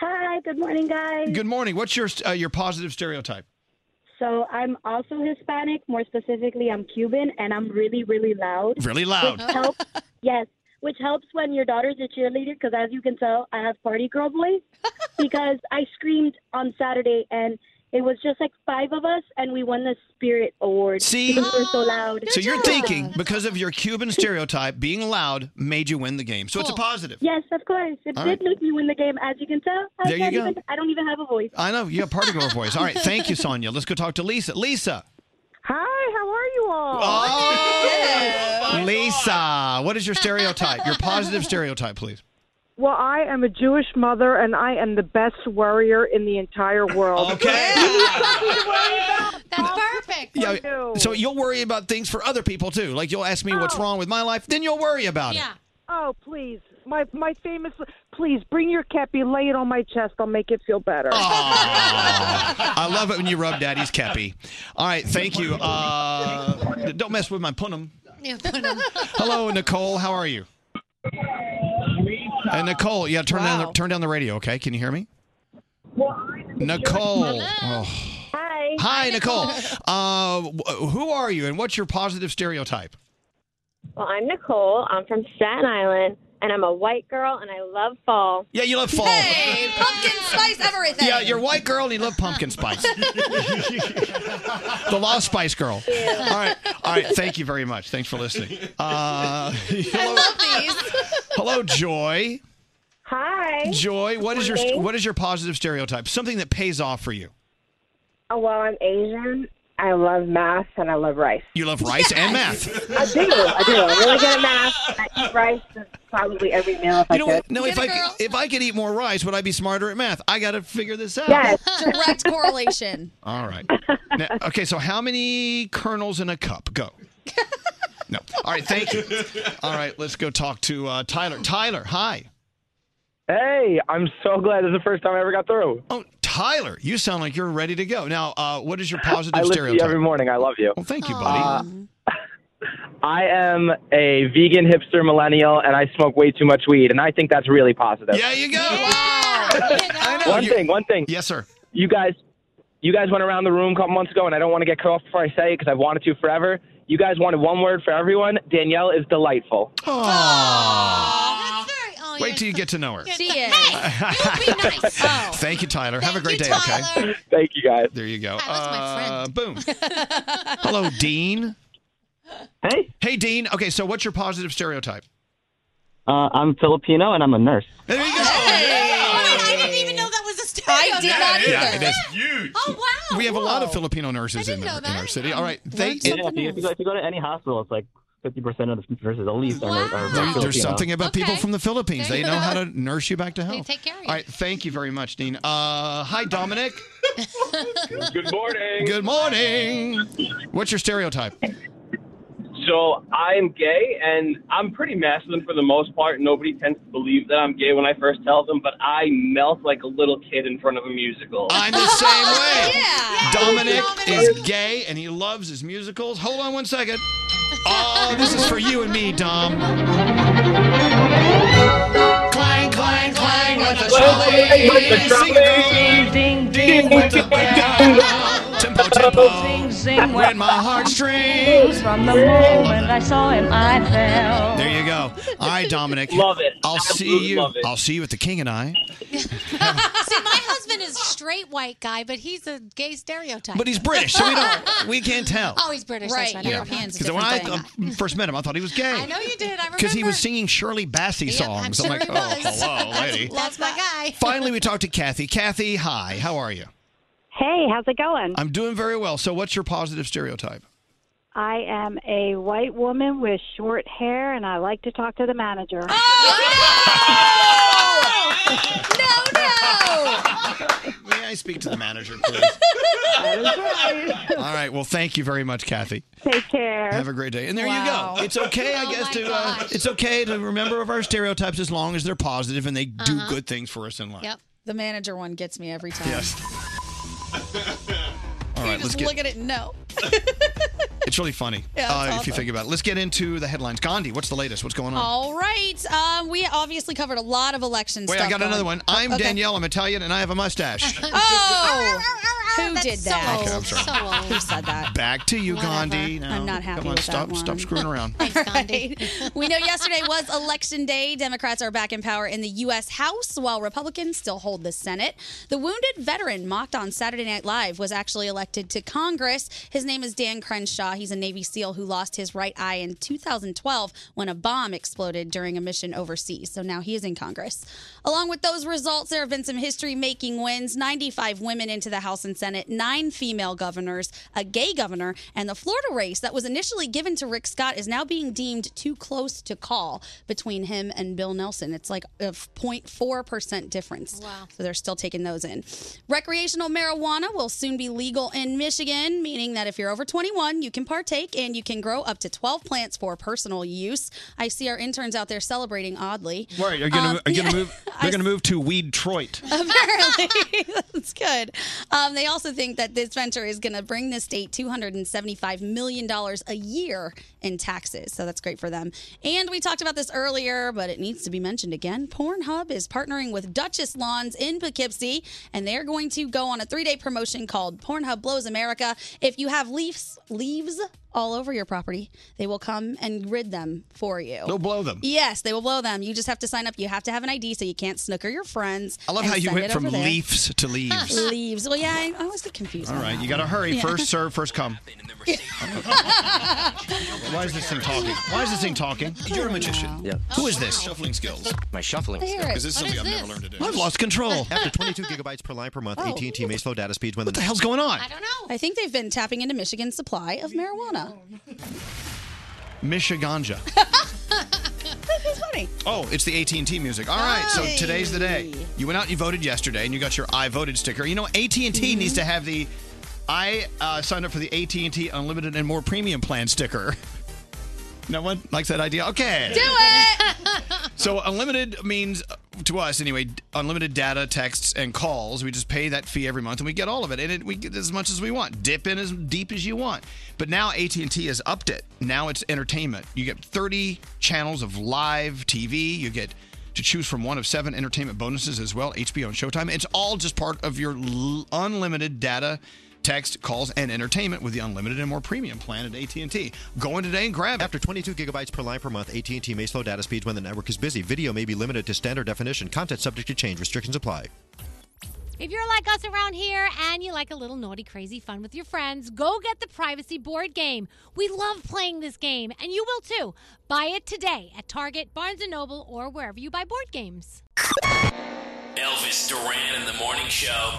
Speaker 26: Hi, good morning, guys.
Speaker 3: Good morning. What's your uh, your positive stereotype?
Speaker 26: So I'm also Hispanic. More specifically, I'm Cuban, and I'm really, really loud.
Speaker 3: Really loud.
Speaker 26: Which helps, yes, which helps when your daughter's a cheerleader because, as you can tell, I have party girl voice because I screamed on Saturday and. It was just like five of us, and we won the Spirit Award.
Speaker 3: See?
Speaker 26: because we were so loud.
Speaker 3: So you're thinking because of your Cuban stereotype, being loud made you win the game. So
Speaker 26: Oh.
Speaker 3: it's a positive.
Speaker 26: Yes, of course. It
Speaker 3: All
Speaker 26: did
Speaker 3: right.
Speaker 26: make me win the game, as you can tell. I
Speaker 3: There you
Speaker 26: can't
Speaker 3: go.
Speaker 26: Even, I don't even have a voice.
Speaker 3: I know you have party girl voice. All right, thank you, Sonia. Let's go talk to Lisa. Lisa.
Speaker 26: Hi, how are you all?
Speaker 3: Oh,
Speaker 22: Oh,
Speaker 3: Lisa, what is your stereotype? Your positive stereotype, please.
Speaker 22: Well, I am a Jewish mother, and I am the best worrier in the entire world.
Speaker 6: That's perfect.
Speaker 3: Yeah. So you'll worry about things for other people too. Like you'll ask me what's wrong with my life, then you'll worry about it.
Speaker 22: Oh, please. My my famous please bring your kepi, lay it on my chest, I'll make it feel better.
Speaker 3: Oh, I love it when you rub daddy's cappy. All right, thank you. Uh, don't mess with my punum.
Speaker 6: Yeah, put 'em-
Speaker 3: Hello, Nicole. How are you? And Nicole, yeah, turn down the, turn down the radio, okay? Can you hear me? Nicole. Oh.
Speaker 26: Hi.
Speaker 3: Hi, Nicole. Uh, wh- who are you, and what's your positive stereotype?
Speaker 23: Well, I'm Nicole. I'm from Staten Island, and I'm a white girl, and I love fall.
Speaker 3: Yeah, you love fall.
Speaker 23: Hey, pumpkin spice everything.
Speaker 3: Yeah, you're a white girl and you love pumpkin spice. the Lost Spice Girl. All right, all right. Thank you very much. Thanks for listening. Uh, hello, hello, Joy.
Speaker 23: Hi.
Speaker 3: Joy, what is your
Speaker 23: Morning.
Speaker 3: what is your positive stereotype? Something that pays off for you.
Speaker 23: Oh, well, I'm Asian,
Speaker 29: I love math and I love rice.
Speaker 3: You love rice and math.
Speaker 29: I do. I do. I'm really good at math. I eat rice probably every meal if
Speaker 3: You know
Speaker 29: I
Speaker 3: what?
Speaker 29: could.
Speaker 3: No, if I could, if I could eat more rice, would I be smarter at math? I got to figure this out.
Speaker 7: Yes. Direct correlation.
Speaker 3: All right. Now- okay, so how many kernels in a cup? Go. No. All right, thank you. All right, let's go talk to uh, Tyler. Tyler, hi.
Speaker 16: Hey, I'm so glad this is the first time I ever got through.
Speaker 3: Oh, Tyler, you sound like you're ready to go. Now, uh, what is your positive
Speaker 16: I listen
Speaker 3: stereotype?
Speaker 16: to you every morning. I love you. Uh,
Speaker 3: Well, thank you, buddy.
Speaker 16: I am a vegan hipster millennial, and I smoke way too much weed, and I think that's really positive.
Speaker 3: Yeah, you go.
Speaker 16: one thing, one thing.
Speaker 3: Yes, sir.
Speaker 16: You guys, you guys went around the room a couple months ago, and I don't want to get cut off before I say it because I've wanted to forever. You guys wanted one word for everyone. Danielle is delightful.
Speaker 3: Wait till you get to know her.
Speaker 7: See ya.
Speaker 6: Oh.
Speaker 3: Thank you, Tyler. Have a great day, okay?
Speaker 16: Thank you, guys.
Speaker 3: There you go. uh, Boom. Hello, Dean.
Speaker 16: Hey.
Speaker 3: Hey, Dean. Okay, so what's your positive stereotype?
Speaker 24: Uh, I'm Filipino and I'm a nurse.
Speaker 3: There you go.
Speaker 6: I didn't even know that was a stereotype.
Speaker 3: Yeah, it is.
Speaker 6: Oh wow.
Speaker 3: We have a lot of
Speaker 6: Whoa.
Speaker 3: Filipino nurses in, our- in our city. All right. They,
Speaker 24: yeah, if, you, if you go, if you go to any hospital, it's like 50% of the nurses at least are, are
Speaker 3: There-
Speaker 24: Filipino.
Speaker 3: there's something about people from the Philippines.
Speaker 24: There
Speaker 3: They
Speaker 24: you
Speaker 3: know
Speaker 24: go.
Speaker 3: how to nurse you back to health.
Speaker 6: take care of you.
Speaker 3: All right. Thank you very much, Dean. Uh, hi, Dominic.
Speaker 27: Good morning.
Speaker 3: Good morning. What's your stereotype?
Speaker 27: So I'm gay, and I'm pretty masculine for the most part. Nobody tends to believe that I'm gay when I first tell them, but I melt like a little kid in front of a musical.
Speaker 3: I'm the same way. Dominic is gay and he loves his musicals. Hold on one second. Oh, this is for you and me, Dom. Clang, clang, clang with the
Speaker 25: Clang,
Speaker 3: trolley.
Speaker 25: with the
Speaker 3: Sing
Speaker 25: trolley.
Speaker 3: a ding, ding, ding with the bell. Tempo, tempo. Sing,
Speaker 25: sing
Speaker 3: with my heartstrings.
Speaker 25: From the moment I saw him, I fell.
Speaker 3: There you go. All right, Dominic.
Speaker 27: Love it.
Speaker 3: I'll
Speaker 27: Absolutely
Speaker 3: see you.
Speaker 27: love it.
Speaker 3: I'll see you at the King and I.
Speaker 6: See, my husband is straight white guy, but he's a gay stereotype.
Speaker 3: But he's British, so we don't. We can't tell.
Speaker 6: Oh, he's British. That's right.
Speaker 3: Because when I uh, first met him, I thought he was gay.
Speaker 6: I know you did. I remember.
Speaker 3: Because he was singing Shirley Bassey
Speaker 6: Yep, I'm
Speaker 3: songs. I'm,
Speaker 6: sure
Speaker 3: like,
Speaker 6: he
Speaker 3: oh,
Speaker 6: was.
Speaker 3: hello, lady.
Speaker 6: That's my guy.
Speaker 3: Finally, we talked to Kathy. Kathy, hi. How are you?
Speaker 28: Hey, how's it going?
Speaker 3: I'm doing very well. So, what's your positive stereotype?
Speaker 28: I am a white woman with short hair, and I like to talk to the manager.
Speaker 3: May I speak to the manager, please? All right. Well, thank you very much, Kathy.
Speaker 28: Take care.
Speaker 3: Have a great day. And there
Speaker 25: Wow.
Speaker 3: you go. It's okay, I
Speaker 25: Oh
Speaker 3: guess,
Speaker 25: my
Speaker 3: to uh, it's okay to remember of our stereotypes as long as they're positive and they
Speaker 7: Uh-huh.
Speaker 3: do good things for us in life.
Speaker 7: Yep. The manager one gets me every time.
Speaker 3: Yes. All
Speaker 7: you
Speaker 3: right. Let's
Speaker 7: just
Speaker 3: get.
Speaker 7: look at it and know.
Speaker 3: It's really funny
Speaker 7: Yeah, it's
Speaker 3: uh, if you
Speaker 7: awesome.
Speaker 3: think about it. Let's get into the headlines. Gandhi, what's the latest? What's going on?
Speaker 7: All right. Um, we obviously covered a lot of election
Speaker 3: Wait,
Speaker 7: stuff.
Speaker 3: I got another
Speaker 7: going-
Speaker 3: one. I'm
Speaker 7: Okay.
Speaker 3: Danielle. I'm Italian, and I have a mustache.
Speaker 7: Oh, who did
Speaker 3: so
Speaker 7: that?
Speaker 3: old. Okay, I'm sorry. So
Speaker 7: Who said that?
Speaker 3: Back to you,
Speaker 7: Whatever.
Speaker 3: Gandhi. No,
Speaker 7: I'm not happy
Speaker 3: Come on,
Speaker 7: with that
Speaker 3: stop,
Speaker 7: one.
Speaker 3: stop screwing around.
Speaker 7: Right. We know yesterday was election day. Democrats are back in power in the U.S. House, while Republicans still hold the Senate. The wounded veteran mocked on Saturday Night Live was actually elected to Congress. His name is Dan Crenshaw. He's a Navy SEAL who lost his right eye in 2012 when a bomb exploded during a mission overseas. So now he is in Congress. Along with those results, there have been some history making wins 95 women into the House and Senate, nine female governors, a gay governor, and the Florida race that was initially given to Rick Scott is now being deemed too close to call between him and Bill Nelson. It's like a 0.4% difference. Wow. So they're still taking those in. Recreational marijuana will soon be legal in Michigan, meaning that if you're over 21, you can partake and you can grow up to 12 plants for personal use. I see our interns out there celebrating oddly.
Speaker 3: Right, are you gonna,
Speaker 7: Um,
Speaker 3: are you gonna
Speaker 7: yeah.
Speaker 3: move? They're Uh, gonna move to Weed Detroit.
Speaker 7: Apparently, that's good. Um, they also think that this venture is going to bring the state $275 million a year in taxes. So that's great for them. And we talked about this earlier, but it needs to be mentioned again. Pornhub is partnering with Duchess Lawns in Poughkeepsie, and they're going to go on a three day promotion called Pornhub Blows America. If you have leaves, leaves, all over your property, they will come and rid them for you.
Speaker 3: They'll blow them.
Speaker 7: Yes, they will blow them. You just have to sign up. You have to have an ID, so you can't snooker your friends.
Speaker 3: I love
Speaker 7: and
Speaker 3: how you
Speaker 7: send
Speaker 3: went
Speaker 7: it
Speaker 3: from
Speaker 7: over there. Ah,
Speaker 3: leafs to leaves.
Speaker 7: Leaves. Well, yeah, I, I always get confused.
Speaker 3: All
Speaker 7: on
Speaker 3: right,
Speaker 7: that
Speaker 3: you got to
Speaker 7: one.
Speaker 3: hurry.
Speaker 7: Yeah.
Speaker 3: First serve, first come. Why is this thing talking? Why is this thing talking? You're a magician. Yeah. Who is this? Shuffling skills.
Speaker 11: My shuffling.
Speaker 3: I hear
Speaker 11: skills.
Speaker 3: it. Is this What something is I've never this? learned to do? I've lost control.
Speaker 11: After 22 gigabytes per line per month,
Speaker 7: Oh.
Speaker 11: AT&T may slow data speeds when what the
Speaker 3: hell's going on?
Speaker 7: don't know. I think they've been tapping into Michigan's supply of marijuana.
Speaker 3: Michiganja.
Speaker 7: That's funny.
Speaker 3: Oh, it's the AT&T music. All right, so today's the day. You went out and you voted yesterday, and you got your "I voted" sticker. You know, AT&T needs to have the "I uh, signed up for the AT&T Unlimited and More Premium Plan" sticker. No one likes that idea. Okay,
Speaker 25: Do
Speaker 7: it.
Speaker 3: So unlimited means uh, to us anyway, d- unlimited data, texts, and calls. We just pay that fee every month, and we get all of it, and it, we get as much as we want. Dip in as deep as you want. But now AT and T has upped it. Now it's entertainment. You get 30 channels of live TV. You get to choose from one of seven entertainment bonuses as well, HBO and Showtime. It's all just part of your l- unlimited data. Text, calls, and entertainment with the unlimited and more premium plan at AT&T. Go in today and grab it.
Speaker 11: After 22 gigabytes per line per month, AT&T may slow data speeds when the network is busy. Video may be limited to standard definition. Content subject to change. Restrictions apply.
Speaker 6: If you're like us around here and you like a little naughty, crazy fun with your friends, go get the Privacy Board Game. We love playing this game, and you will too. Buy it today at Target, Barnes & Noble, or wherever you buy board games.
Speaker 19: Elvis Duran in the morning show.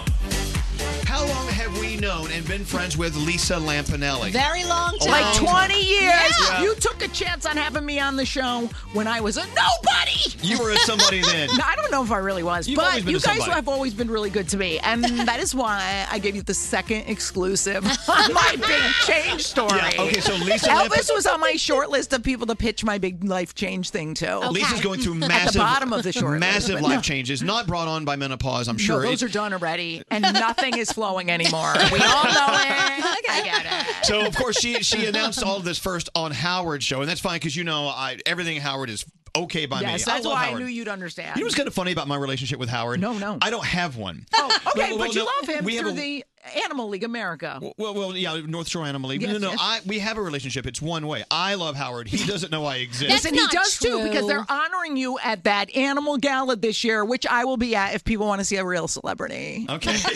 Speaker 3: How long have we known and been friends with Lisa Lampanelli?
Speaker 6: Very long
Speaker 19: Oh, Like 20 years.
Speaker 3: Yeah.
Speaker 19: You took a chance on having me on the show when I was a nobody.
Speaker 3: You were a somebody then.
Speaker 19: No, I don't know if I really was,
Speaker 3: You've always
Speaker 19: but
Speaker 3: been
Speaker 19: you
Speaker 3: a
Speaker 19: guys
Speaker 3: somebody.
Speaker 19: have always been really good to me. And that is why I gave you the second exclusive on my big change story.
Speaker 3: Yeah, okay, so Lisa
Speaker 19: Elvis
Speaker 3: Lampa-
Speaker 19: was on my short list of people to pitch my big life change thing to.
Speaker 3: Oh, Lisa's going through
Speaker 19: At the
Speaker 3: massive,
Speaker 19: bottom of the short list,
Speaker 3: massive
Speaker 19: but
Speaker 3: life
Speaker 19: no.
Speaker 3: changes, not brought on by menopause. I'm sure.
Speaker 19: No, those
Speaker 3: It-
Speaker 19: are done already, and nothing is flowing anymore. We all know it. I get it.
Speaker 3: so of course she she announced all this first on Howard's show, and that's fine because you know I everything Howard is okay by me.
Speaker 19: yes, that's
Speaker 3: I love
Speaker 19: why
Speaker 3: Howard.
Speaker 19: I knew you'd understand.
Speaker 3: You know what's kind of funny about my relationship with Howard? No, no. I don't have one.
Speaker 19: Oh, okay,
Speaker 3: Well, well,
Speaker 19: but you
Speaker 3: no,
Speaker 19: love him
Speaker 3: we have
Speaker 19: through
Speaker 3: a-
Speaker 19: the Animal League America.
Speaker 3: Well, well, yeah, North Shore Animal League. no,
Speaker 19: Yes,
Speaker 3: no,
Speaker 19: yes.
Speaker 3: I we have a relationship. It's one way. I love Howard. He doesn't know I exist.
Speaker 19: Listen, he does too because they're honoring you at that Animal Gala this year, which I will be at if people want to see a real celebrity.
Speaker 3: Okay.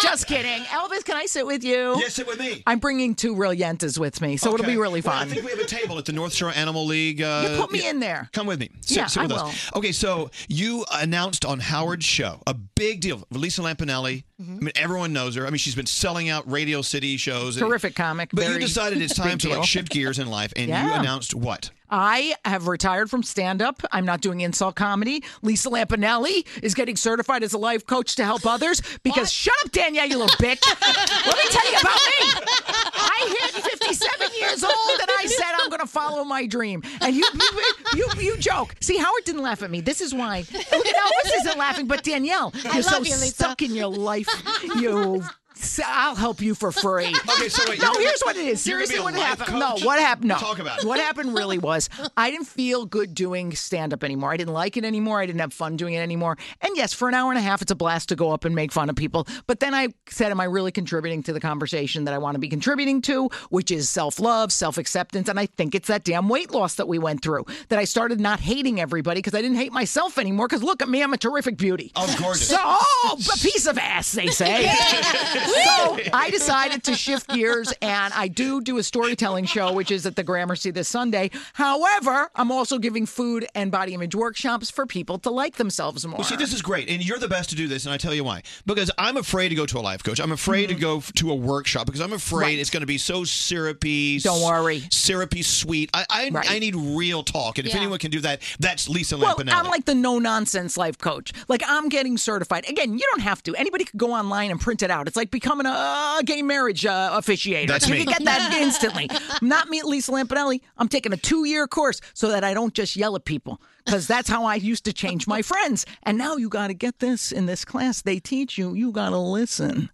Speaker 19: Just kidding, Elvis. Can I sit with you?
Speaker 3: Yes, sit with me.
Speaker 19: I'm bringing two real yentas with me, so it'll
Speaker 3: Okay.
Speaker 19: be really
Speaker 3: Well,
Speaker 19: fun.
Speaker 3: I think we have a table at the North Shore Animal League. Uh,
Speaker 19: You put me in there.
Speaker 3: Come with me. Sit,
Speaker 19: Yeah,
Speaker 3: sit with
Speaker 19: I
Speaker 3: us. Okay, so you announced on Howard's show a big deal. Lisa Lampanelli.
Speaker 19: Mm-hmm.
Speaker 3: I mean, everyone knows her. I mean, she's been selling out Radio City shows.
Speaker 19: Terrific comic,
Speaker 3: But you
Speaker 19: very
Speaker 3: decided it's
Speaker 19: big
Speaker 3: time to like
Speaker 19: deal.
Speaker 3: shift gears in life, and you
Speaker 19: Yeah.
Speaker 3: announced what?
Speaker 19: I have retired from stand up. I'm not doing insult comedy. Lisa Lampanelli is getting certified as a life coach to help others because shut up, Danielle, you little bitch. Let me tell you about me. I hit 57 years old and I said I'm going to follow my dream. And you, you, you, you joke. See, Howard didn't laugh at me. This is why. Look at Elvis isn't laughing, but Danielle,
Speaker 25: I
Speaker 19: you're so
Speaker 25: love you, Lisa.
Speaker 19: stuck in your life. You. I'll help you for free.
Speaker 25: Okay, so wait,
Speaker 19: No,
Speaker 25: you're-
Speaker 19: here's what it is.
Speaker 25: you're gonna be
Speaker 19: Seriously,
Speaker 25: a
Speaker 19: what
Speaker 25: life
Speaker 19: happened?
Speaker 25: coach?
Speaker 19: No, what happened? No.
Speaker 25: Talk about it.
Speaker 19: What happened really was I didn't feel good doing stand up anymore. I didn't like it anymore. I didn't have fun doing it anymore. And yes, for an hour and a half, it's a blast to go up and make fun of people. But then I said, Am I really contributing to the conversation that I want to be contributing to, which is self love, self acceptance? And I think it's that damn weight loss that we went through that I started not hating everybody because I didn't hate myself anymore. Because look at me, I'm a terrific beauty. Of
Speaker 25: course.
Speaker 19: So, a piece of ass, they say. so I decided to shift gears and I do do a storytelling show, which is at the Gramercy this Sunday. However, I'm also giving food and body image workshops for people to like themselves more.
Speaker 3: Well, see, this is great, and you're the best to do this, and I tell you why. Because I'm afraid to go to a life coach. I'm afraid to go f- to a workshop because I'm afraid
Speaker 19: Mm-hmm. Right.
Speaker 3: it's going to be so syrupy. Don't
Speaker 19: worry,
Speaker 3: syrupy sweet. I I, I need real talk, and if
Speaker 19: Yeah.
Speaker 3: anyone can do that, that's Lisa
Speaker 19: well,
Speaker 3: Lampanelli.
Speaker 19: I'm like the no nonsense life coach. Like I'm getting certified. Again, you don't have to. Anybody could go online and print it out. It's like becoming a uh, gay marriage uh, officiator.
Speaker 25: That's
Speaker 19: you
Speaker 25: me.
Speaker 19: could get that instantly. Not me, Lisa Lampanelli. I'm taking a two year course so that I don't just yell at people because that's how I used to change my friends. And now you got to get this in this class. They teach you. You got to listen.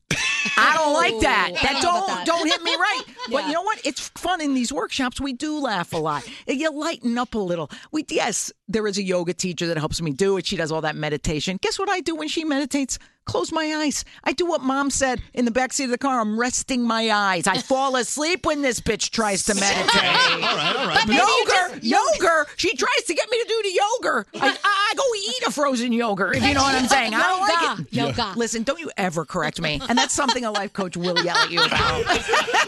Speaker 19: I don't like that.
Speaker 25: Ooh, I
Speaker 19: That
Speaker 25: don't know
Speaker 19: don't
Speaker 25: about that.
Speaker 19: don't hit me right. But
Speaker 25: Yeah.
Speaker 19: you know what? It's fun in these workshops. We do laugh a lot. You lighten up a little. We yes, there is a yoga teacher that helps me do it. She does all that meditation. Guess what I do when she meditates? Close my eyes. I do what mom said in the backseat of the car. I'm resting my eyes. I fall asleep when this bitch tries to meditate.
Speaker 25: all right, all right. But maybe you
Speaker 19: Yoga, yoga. She tries to get me to do the yoga. I, I go eat a frozen yogurt, if you know what I'm saying. I don't like it.
Speaker 3: Yoga. Yeah.
Speaker 19: Listen, don't you ever correct me. And that's something a life coach will yell at you about.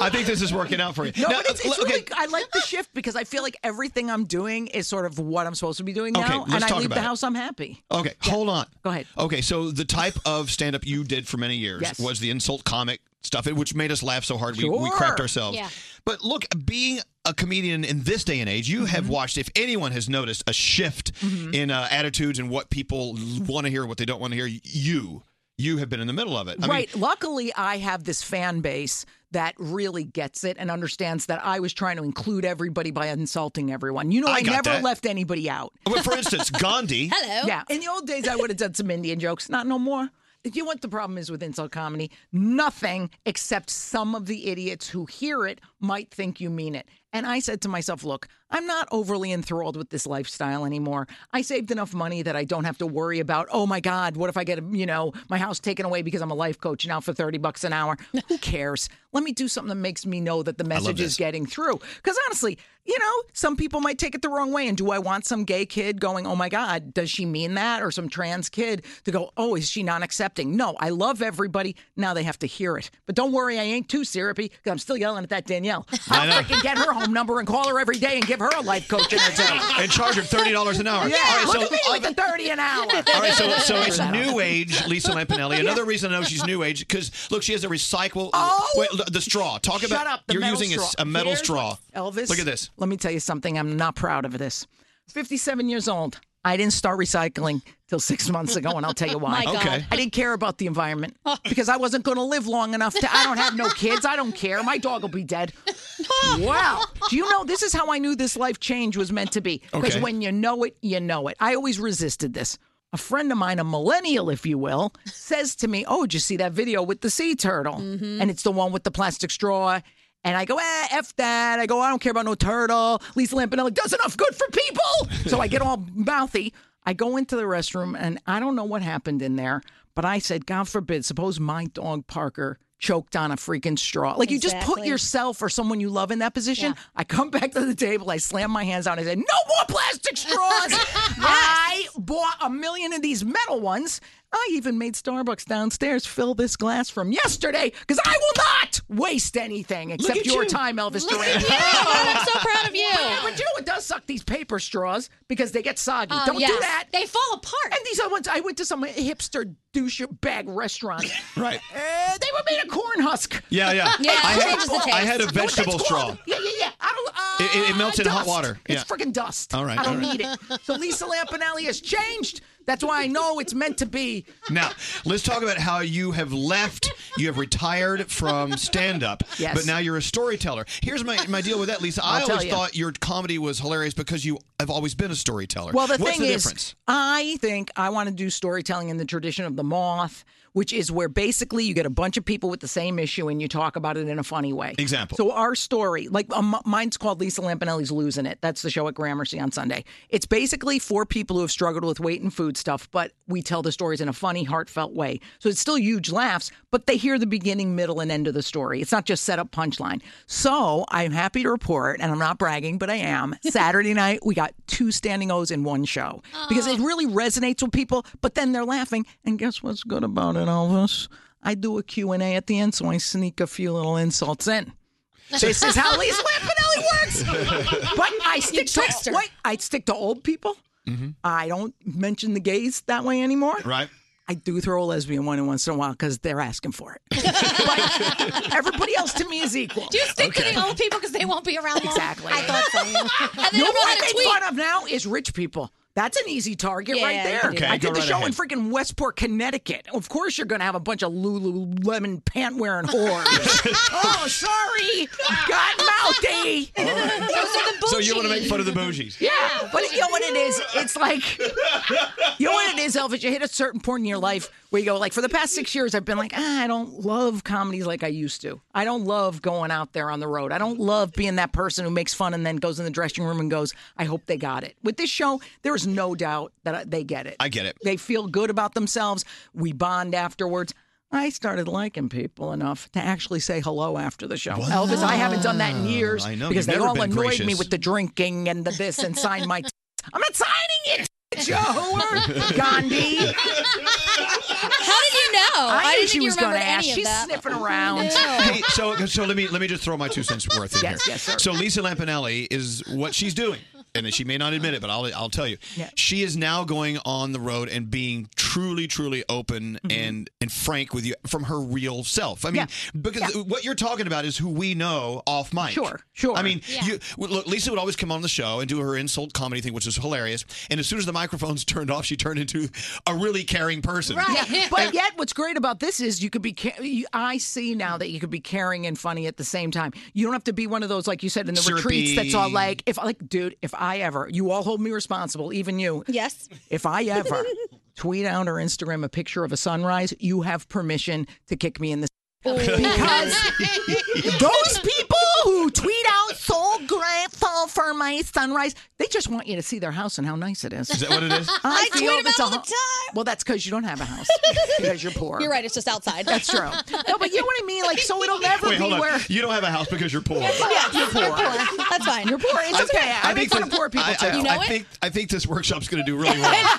Speaker 3: I think this is working out for you.
Speaker 19: No,
Speaker 3: Now,
Speaker 19: but it's, it's
Speaker 3: l- okay,
Speaker 19: really, I like the shift because I feel like everything I'm doing is sort of what I'm supposed to be doing
Speaker 3: Okay,
Speaker 19: now.
Speaker 3: let's
Speaker 19: and I
Speaker 3: talk
Speaker 19: leave the
Speaker 3: about it.
Speaker 19: house, I'm happy.
Speaker 3: uh, Okay, hold on.
Speaker 19: Go ahead.
Speaker 3: Okay, so the type of stand up you did for many years
Speaker 19: Yes.
Speaker 3: was the insult comic stuff, which made us laugh so hard we, we
Speaker 19: Sure.
Speaker 3: crapped ourselves.
Speaker 19: Yeah.
Speaker 3: But look, being a comedian in this day and age, you
Speaker 19: Mm-hmm.
Speaker 3: have watched, if anyone has noticed, a shift in uh, attitudes and what people want to hear, what they don't want to hear. You, you have been in the middle of it. I
Speaker 19: right.
Speaker 3: Mean,
Speaker 19: Luckily, I have this fan base that really gets it and understands that I was trying to include everybody by insulting everyone. You know,
Speaker 3: I
Speaker 19: I,
Speaker 3: got
Speaker 19: never
Speaker 3: that.
Speaker 19: left anybody out.
Speaker 3: well, for instance, Gandhi.
Speaker 19: Yeah. In the old days, I would have done some Indian jokes. Not no more. You know what the problem is with insult comedy? Nothing except some of the idiots who hear it might think you mean it. And I said to myself, look, I'm not overly enthralled with this lifestyle anymore. I saved enough money that I don't have to worry about, oh my God, what if I get, you know, my house taken away because I'm a life coach now for 30 bucks an hour? Who cares? Let me do something that makes me know that the
Speaker 5: love
Speaker 19: message is
Speaker 5: this.
Speaker 19: getting getting through. Because honestly, you know, some people might take it the wrong way. And do I want some gay kid going, oh my God, does she mean that? Or some trans kid to go, oh, is she non accepting? No, I love everybody. Now they have to hear it. But don't worry, I ain't too syrupy because I'm still yelling at that Danielle.
Speaker 3: I
Speaker 19: I'll
Speaker 3: know.
Speaker 19: freaking get her home number and call her every day and give her a life coach in her town.
Speaker 3: And charge her thirty dollars an hour.
Speaker 19: Yeah,
Speaker 3: All right,
Speaker 19: look
Speaker 3: so
Speaker 19: at me with the 30 an hour.
Speaker 3: All right, so, so it's
Speaker 19: Figure that out.
Speaker 3: new age Lisa Lampanelli. Another reason I know she's new age because look, she has a recycle.
Speaker 19: Oh!
Speaker 3: wait, look, the straw. Talk about.
Speaker 19: Shut up. The
Speaker 3: you're
Speaker 19: metal
Speaker 3: using a s-
Speaker 19: straw.
Speaker 3: A, metal
Speaker 19: Here's
Speaker 3: straw.
Speaker 19: what- Elvis.
Speaker 3: Look at this.
Speaker 19: Let me tell you something. I'm not proud of this. 57 years old. I didn't start recycling till six months ago, and I'll tell you why.
Speaker 3: My God. Okay.
Speaker 19: I didn't care about the environment because I wasn't going to live long enough to. I don't have no kids. I don't care. My dog will be dead. Wow. Do you know this is how I knew this life change was meant to be? Because
Speaker 5: Okay.
Speaker 19: when you know it, you know it. I always resisted this. A friend of mine, a millennial, if you will, says to me, Oh, did you see that video with the sea turtle?
Speaker 5: Mhm.
Speaker 19: And it's the one with the plastic straw. And I go, eh, F that. I go, I don't care about no turtle. Lisa Lampanelli does enough good for people. So I get all mouthy. I go into the restroom and I don't know what happened in there, but I said, God forbid, suppose my dog Parker choked on a freaking straw. Like you just put
Speaker 5: Exactly.
Speaker 19: yourself or someone you love in that position. I come back to the table, I slam my hands out, I said, No more plastic straws. I bought a million of these metal ones. I even made Starbucks downstairs fill this glass from yesterday because I will not waste anything except
Speaker 5: at
Speaker 19: your
Speaker 5: you.
Speaker 19: time, Elvis
Speaker 5: Look
Speaker 19: Duran.
Speaker 5: at you. God, I'm so proud of you.
Speaker 19: But, but you know what does suck? These paper straws because they get soggy.
Speaker 5: Oh,
Speaker 19: Don't do
Speaker 5: yes.
Speaker 19: that.
Speaker 6: They fall apart.
Speaker 19: And these other ones, I went to some hipster douche bag restaurant.
Speaker 3: Right.
Speaker 19: Uh, they were made of corn husk.
Speaker 3: Yeah, yeah. I had, I had a vegetable straw.
Speaker 19: Yeah, yeah, yeah. I don't.
Speaker 3: It, it, it melts in hot
Speaker 19: dust.
Speaker 3: water.
Speaker 19: It's freaking dust.
Speaker 3: All right,
Speaker 19: I don't
Speaker 3: all right.
Speaker 19: need it. So Lisa Lampanelli has changed. That's why I know it's meant to be.
Speaker 3: Now, let's talk about how you have left. You have retired from stand up,
Speaker 19: Yes.
Speaker 3: but now you're a storyteller. Here's my, my deal with that, Lisa. I
Speaker 19: I'll tell
Speaker 3: always
Speaker 19: you.
Speaker 3: thought your comedy was hilarious because you have always been a storyteller.
Speaker 19: Well, the
Speaker 3: What's
Speaker 19: thing
Speaker 3: the
Speaker 19: is,
Speaker 3: difference?
Speaker 19: I think I want to do storytelling in the tradition of the moth, which is where basically you get a bunch of people with the same issue and you talk about it in a funny way.
Speaker 3: Example.
Speaker 19: So our story, like um, mine's called Lisa Lampanelli's Losing It. That's the show at Gramercy on Sunday. It's basically for people who have struggled with weight and food stuff, but we tell the stories in a funny, heartfelt way. So it's still huge laughs, but they hear the beginning, middle, and end of the story. It's not just set up punchline. So I'm happy to report, and I'm not bragging, but I am. Saturday night, we got two standing O's in one show because it really resonates with people, but then they're laughing. And guess what's good about it, Elvis? I do a Q&A at the end, so I sneak a few little insults in. This is how Lisa Lampanelli works. But I stick to wait, I stick to old people.
Speaker 6: Mm-hmm.
Speaker 19: I don't mention the gays that way anymore.
Speaker 3: Right.
Speaker 19: I do throw a lesbian one in once in a while because they're asking for it. But everybody else to me is equal.
Speaker 6: Do you stick to the old people because they won't be around long?
Speaker 19: Exactly.
Speaker 6: I thought so. and
Speaker 19: you
Speaker 6: then
Speaker 19: know
Speaker 6: I'm
Speaker 19: what I
Speaker 6: not
Speaker 19: make
Speaker 6: a tweet.
Speaker 19: fun of now is rich people. That's an easy target
Speaker 6: Yeah,
Speaker 19: right there.
Speaker 6: you do. Okay,
Speaker 19: I did
Speaker 6: go
Speaker 19: the
Speaker 6: right
Speaker 19: show in
Speaker 6: ahead.
Speaker 19: freaking Westport, Connecticut. Of course, you're going to have a bunch of Lululemon pant wearing whores. oh, sorry, got eh? mouthy.
Speaker 3: So you want to make fun of the bougies?
Speaker 19: Yeah, but you know what it is? It's like, you know what it is, Elvis? You hit a certain point in your life where you go, like, for the past six years, I've been like, ah, I don't love comedies like I used to. I don't love going out there on the road. I don't love being that person who makes fun and then goes in the dressing room and goes, I hope they got it. With this show, there is no doubt that I- they get it.
Speaker 3: I get it.
Speaker 19: They feel good about themselves. We bond afterwards. I started liking people enough to actually say hello after the show. Elvis, I haven't done that in years
Speaker 5: Oh, I know,
Speaker 19: because
Speaker 5: you've
Speaker 19: they
Speaker 5: never
Speaker 19: all
Speaker 5: been
Speaker 19: annoyed me
Speaker 5: gracious.
Speaker 19: with the drinking and the this and signed my. i I'm not signing it. Johor, Gandhi.
Speaker 7: How did you know? I
Speaker 19: I, knew
Speaker 7: didn't
Speaker 19: she
Speaker 7: think you
Speaker 19: was going
Speaker 7: remembered
Speaker 19: to ask.
Speaker 7: any of
Speaker 19: She's
Speaker 7: that.
Speaker 19: sniffing around.
Speaker 3: Hey, so so let me let me just throw my two cents worth in
Speaker 19: Yes,
Speaker 3: here.
Speaker 19: yes, sir.
Speaker 3: So Lisa Lampanelli is what she's doing, and she may not admit it, but I'll I'll tell you,
Speaker 19: Yeah.
Speaker 3: she is now going on the road and being truly truly open
Speaker 19: Mm-hmm.
Speaker 3: and and frank with you from her real self. I mean, because what you're talking about is who we know off mic.
Speaker 19: Sure, sure.
Speaker 3: I mean,
Speaker 19: Yeah.
Speaker 3: you well, look. Lisa would always come on the show and do her insult comedy thing, which is hilarious. And as soon as the microphones turned off, she turned into a really caring person.
Speaker 19: Yeah, But yet, what's great about this is you could be. ca- you- I see now that you could be caring and funny at the same time. You don't have to be one of those like you said in the retreats. That's all
Speaker 18: Syrupy.
Speaker 19: like if like dude, if I ever, you all hold me responsible, even you.
Speaker 7: Yes.
Speaker 19: If I ever tweet out or Instagram a picture of a sunrise, you have permission to kick me in the. because those people who tweet out so grateful for my sunrise, they just want you to see their house and how nice it is.
Speaker 3: Is that what it is?
Speaker 7: I tweet
Speaker 19: feel
Speaker 7: about
Speaker 19: it's a
Speaker 7: all the
Speaker 19: hu- Well, that's because you don't have a house because you're poor.
Speaker 7: You're right. It's just outside.
Speaker 19: That's true. No, but you know what I mean. Like, so it'll never
Speaker 3: Wait,
Speaker 19: be
Speaker 3: hold on.
Speaker 19: where.
Speaker 3: You don't have a house because you're poor.
Speaker 19: Yeah, you're poor.
Speaker 7: That's fine.
Speaker 19: You're poor. It's okay. I, make fun of
Speaker 3: this-
Speaker 19: poor people
Speaker 3: I,
Speaker 19: too.
Speaker 3: I, I think I think this workshop's going to do really well.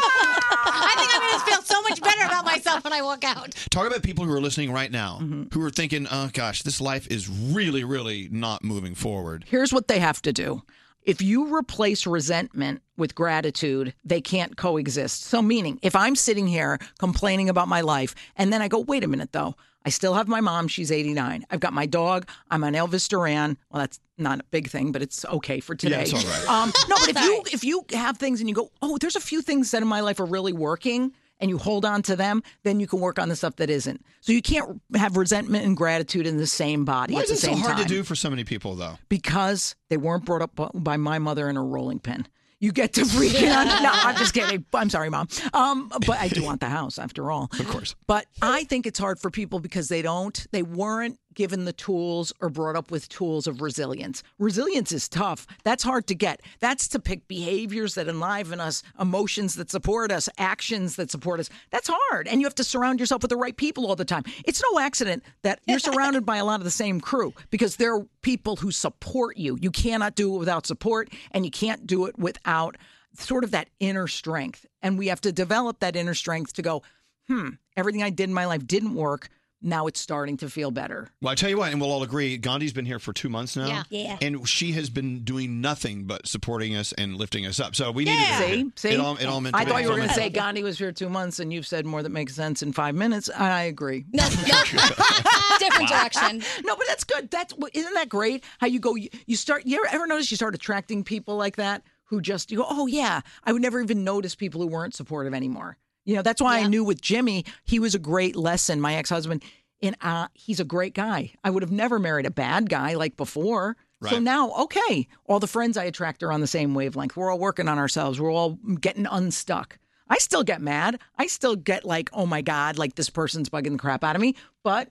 Speaker 6: I think I'm going to feel so much better about myself when I walk out.
Speaker 3: Talk about people who are listening right now
Speaker 19: Mm-hmm.
Speaker 3: who are thinking, "Oh gosh, this life is really, really not moving forward."
Speaker 19: Here's what they have to do. If you replace resentment with gratitude, they can't coexist. So, meaning, if I'm sitting here complaining about my life, and then I go, wait a minute, though, I still have my mom. She's 89. I've got my dog. I'm on Elvis Duran. Well, that's not a big thing, but it's okay for
Speaker 18: Yeah,
Speaker 19: today.
Speaker 18: it's all right.
Speaker 19: Um, no, but if you if you have things and you go, oh, there's a few things that in my life are really working, and you hold on to them, then you can work on the stuff that isn't. So you can't have resentment and gratitude in the same body
Speaker 3: Why
Speaker 19: at
Speaker 3: is
Speaker 19: the
Speaker 3: it so
Speaker 19: same
Speaker 3: hard
Speaker 19: time
Speaker 3: to do for so many people, though?
Speaker 19: because they weren't brought up bu- by my mother in a rolling pin. You get to freaking out. No, I'm just kidding. I'm sorry, mom. Um, but I do want the house after all. Of
Speaker 3: course.
Speaker 19: But I think it's hard for people because they don't, they weren't given the tools or brought up with tools of resilience. Resilience is tough. That's hard to get. That's to pick behaviors that enliven us, emotions that support us, actions that support us. That's hard. And you have to surround yourself with the right people all the time. It's no accident that you're surrounded by a lot of the same crew because they're people who support you. You cannot do it without support, and you can't do it without sort of that inner strength. And we have to develop that inner strength to go, hmm, everything I did in my life didn't work. Now it's starting to feel better.
Speaker 3: Well, I tell you what, and we'll all agree, Gandhi's been here for two months now.
Speaker 19: Yeah. Yeah.
Speaker 3: And she has been doing nothing but supporting us and lifting us up. So we needed her here.
Speaker 19: See, see.
Speaker 3: It all, it all meant
Speaker 19: I
Speaker 3: to
Speaker 19: thought
Speaker 3: be. It
Speaker 19: you were
Speaker 3: all
Speaker 19: going to
Speaker 3: meant
Speaker 19: say
Speaker 3: to be.
Speaker 19: Gandhi was here two months, and you've said more that makes sense in five minutes. And I agree.
Speaker 7: Different
Speaker 19: Wow.
Speaker 7: direction.
Speaker 19: No, but that's good. That's well, isn't that great? How you go, you, you start. You ever, ever notice you start attracting people like that who just you go, oh yeah, I would never even notice people who weren't supportive anymore. You know, that's why I knew with Jimmy, he was a great lesson. My ex husband, and uh, he's a great guy. I would have never married a bad guy like before. So
Speaker 18: Right.
Speaker 19: now, okay, all the friends I attract are on the same wavelength. We're all working on ourselves. We're all getting unstuck. I still get mad. I still get like, oh my God, like this person's bugging the crap out of me. But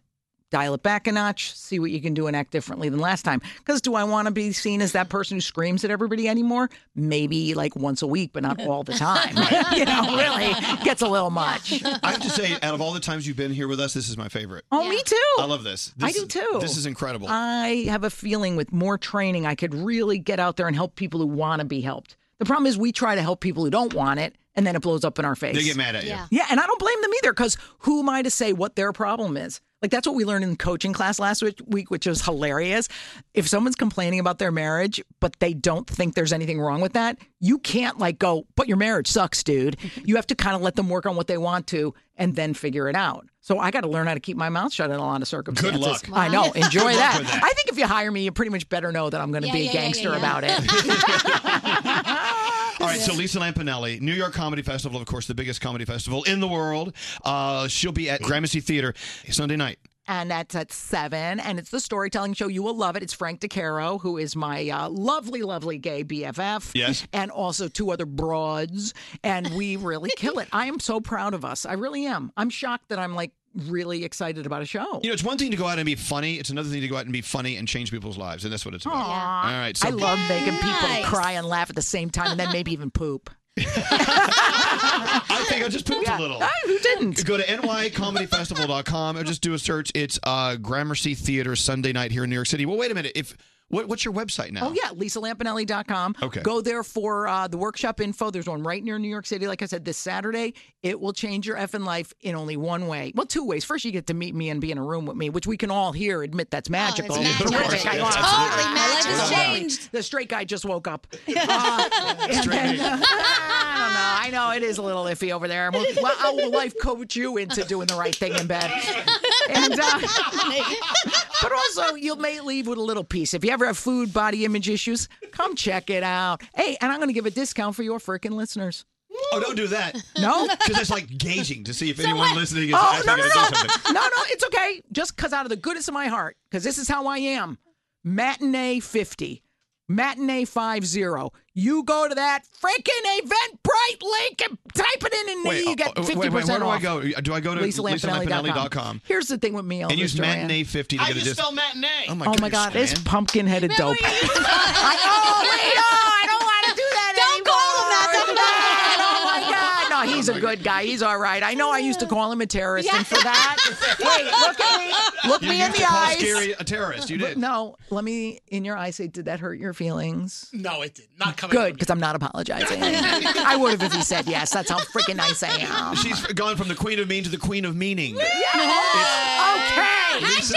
Speaker 19: dial it back a notch, see what you can do and act differently than last time. Because do I want to be seen as that person who screams at everybody anymore? Maybe like once a week, but not all the time. you know, really gets a little much.
Speaker 3: I have to say, out of all the times you've been here with us, this is my favorite.
Speaker 19: Oh, me too.
Speaker 3: I love this.
Speaker 19: I
Speaker 3: This-
Speaker 19: do too.
Speaker 3: This is incredible.
Speaker 19: I have a feeling with more training, I could really get out there and help people who want to be helped. The problem is, we try to help people who don't want it, and then it blows up in our face.
Speaker 3: They get mad at you.
Speaker 19: Yeah,
Speaker 3: Yeah.
Speaker 19: and I don't blame them either because who am I to say what their problem is? Like, that's what we learned in coaching class last week- week, which was hilarious. If someone's complaining about their marriage, but they don't think there's anything wrong with that, you can't, like, go, but your marriage sucks, dude. You have to kind of let them work on what they want to and then figure it out. So I got to learn how to keep my mouth shut in a lot of circumstances.
Speaker 18: luck.
Speaker 19: I know. Enjoy
Speaker 18: Good luck
Speaker 19: that.
Speaker 18: with that.
Speaker 19: I think if you hire me, you pretty much better know that I'm going to
Speaker 18: Yeah,
Speaker 19: be
Speaker 18: yeah,
Speaker 19: a
Speaker 18: yeah, yeah,
Speaker 19: gangster
Speaker 18: yeah.
Speaker 19: about it.
Speaker 3: All right, so Lisa Lampanelli, New York Comedy Festival, of course, the biggest comedy festival in the world. Uh, she'll be at Gramercy Theater Sunday night.
Speaker 19: and that's at seven. And it's the storytelling show. You will love it. It's Frank DeCaro, who is my uh, lovely, lovely gay BFF.
Speaker 18: Yes.
Speaker 19: And also two other broads. And we really kill it. I am so proud of us. I really am. I'm shocked that I'm like really excited about a show.
Speaker 3: You know, it's one thing to go out and be funny; it's another thing to go out and be funny and change people's lives, and that's what it's about.
Speaker 19: Aw.
Speaker 3: All right, so
Speaker 19: I love making people
Speaker 3: Nice.
Speaker 19: cry and laugh at the same time, and then maybe even poop.
Speaker 3: I think I just pooped a little.
Speaker 19: Oh. who didn't?
Speaker 3: Go to nycomedyfestival.com or just do a search. It's uh, Gramercy Theater Sunday night here in New York City. Well, wait a minute. If What, what's your website now?
Speaker 19: Oh, yeah, lisalampanelli.com.
Speaker 3: Okay.
Speaker 19: Go there for uh, the workshop info. There's one right near New York City. Like I said, this Saturday, it will change your effing life in only one way. Well, two ways. First, you get to meet me and be in a room with me, which we can all here admit that's Oh, magical.
Speaker 3: magic. Magic.
Speaker 19: Terrific. I love it.
Speaker 3: Totally
Speaker 19: My life
Speaker 3: magical.
Speaker 19: has
Speaker 3: Yeah.
Speaker 19: changed. The straight guy just woke up. Uh,
Speaker 3: Straight
Speaker 19: I don't know. I know it is a little iffy over there. We'll, well, I will life coach you into doing the right thing in bed. And, uh, but also, you may leave with a little piece. If you ever have food, body image issues, come check it out. Hey, and I'm going to give a discount for your freaking listeners.
Speaker 3: Oh, don't do that.
Speaker 19: No?
Speaker 3: Because it's like gauging to see if anyone listening is
Speaker 19: Oh,
Speaker 3: actually
Speaker 19: no, no,
Speaker 3: going to
Speaker 19: no.
Speaker 3: do something.
Speaker 19: no, no, it's okay. Just because out of the goodness of my heart, because this is how I am. Matinee 50, matinee 50. You go to that freaking Eventbrite link and type it in, and
Speaker 3: Wait,
Speaker 19: you get
Speaker 3: oh,
Speaker 19: 50%
Speaker 3: wait, wait, where do I
Speaker 19: off.
Speaker 3: go? Uh, Do I go to lisalampanelli.com?
Speaker 19: Here's the thing with me, Elvis
Speaker 3: And use
Speaker 19: Duran.
Speaker 3: matinee 50 to get a discount.
Speaker 19: matinee?
Speaker 3: Oh, my
Speaker 19: oh my
Speaker 3: goodness,
Speaker 19: God, this
Speaker 3: man.
Speaker 19: pumpkin headed dope.
Speaker 25: I,
Speaker 19: oh, Leo, I don't want to do that
Speaker 25: Don't call him that. Don't
Speaker 19: Oh my God. No, he's a good guy. He's all right. I know I used to call him a terrorist, and for that, wait, look at me. Look
Speaker 3: You
Speaker 19: me in
Speaker 3: used
Speaker 19: the
Speaker 3: to call
Speaker 19: eyes.
Speaker 3: Scary a terrorist. You
Speaker 19: But
Speaker 3: did.
Speaker 19: No, let me in your eyes say, did that hurt your feelings?
Speaker 18: No, it did. Not coming.
Speaker 19: Good, because I'm not apologizing. I would have if he said yes. That's how freaking nice I am.
Speaker 3: She's gone from the queen of mean to the queen of meaning.
Speaker 19: Yeah. Okay.
Speaker 3: Lisa-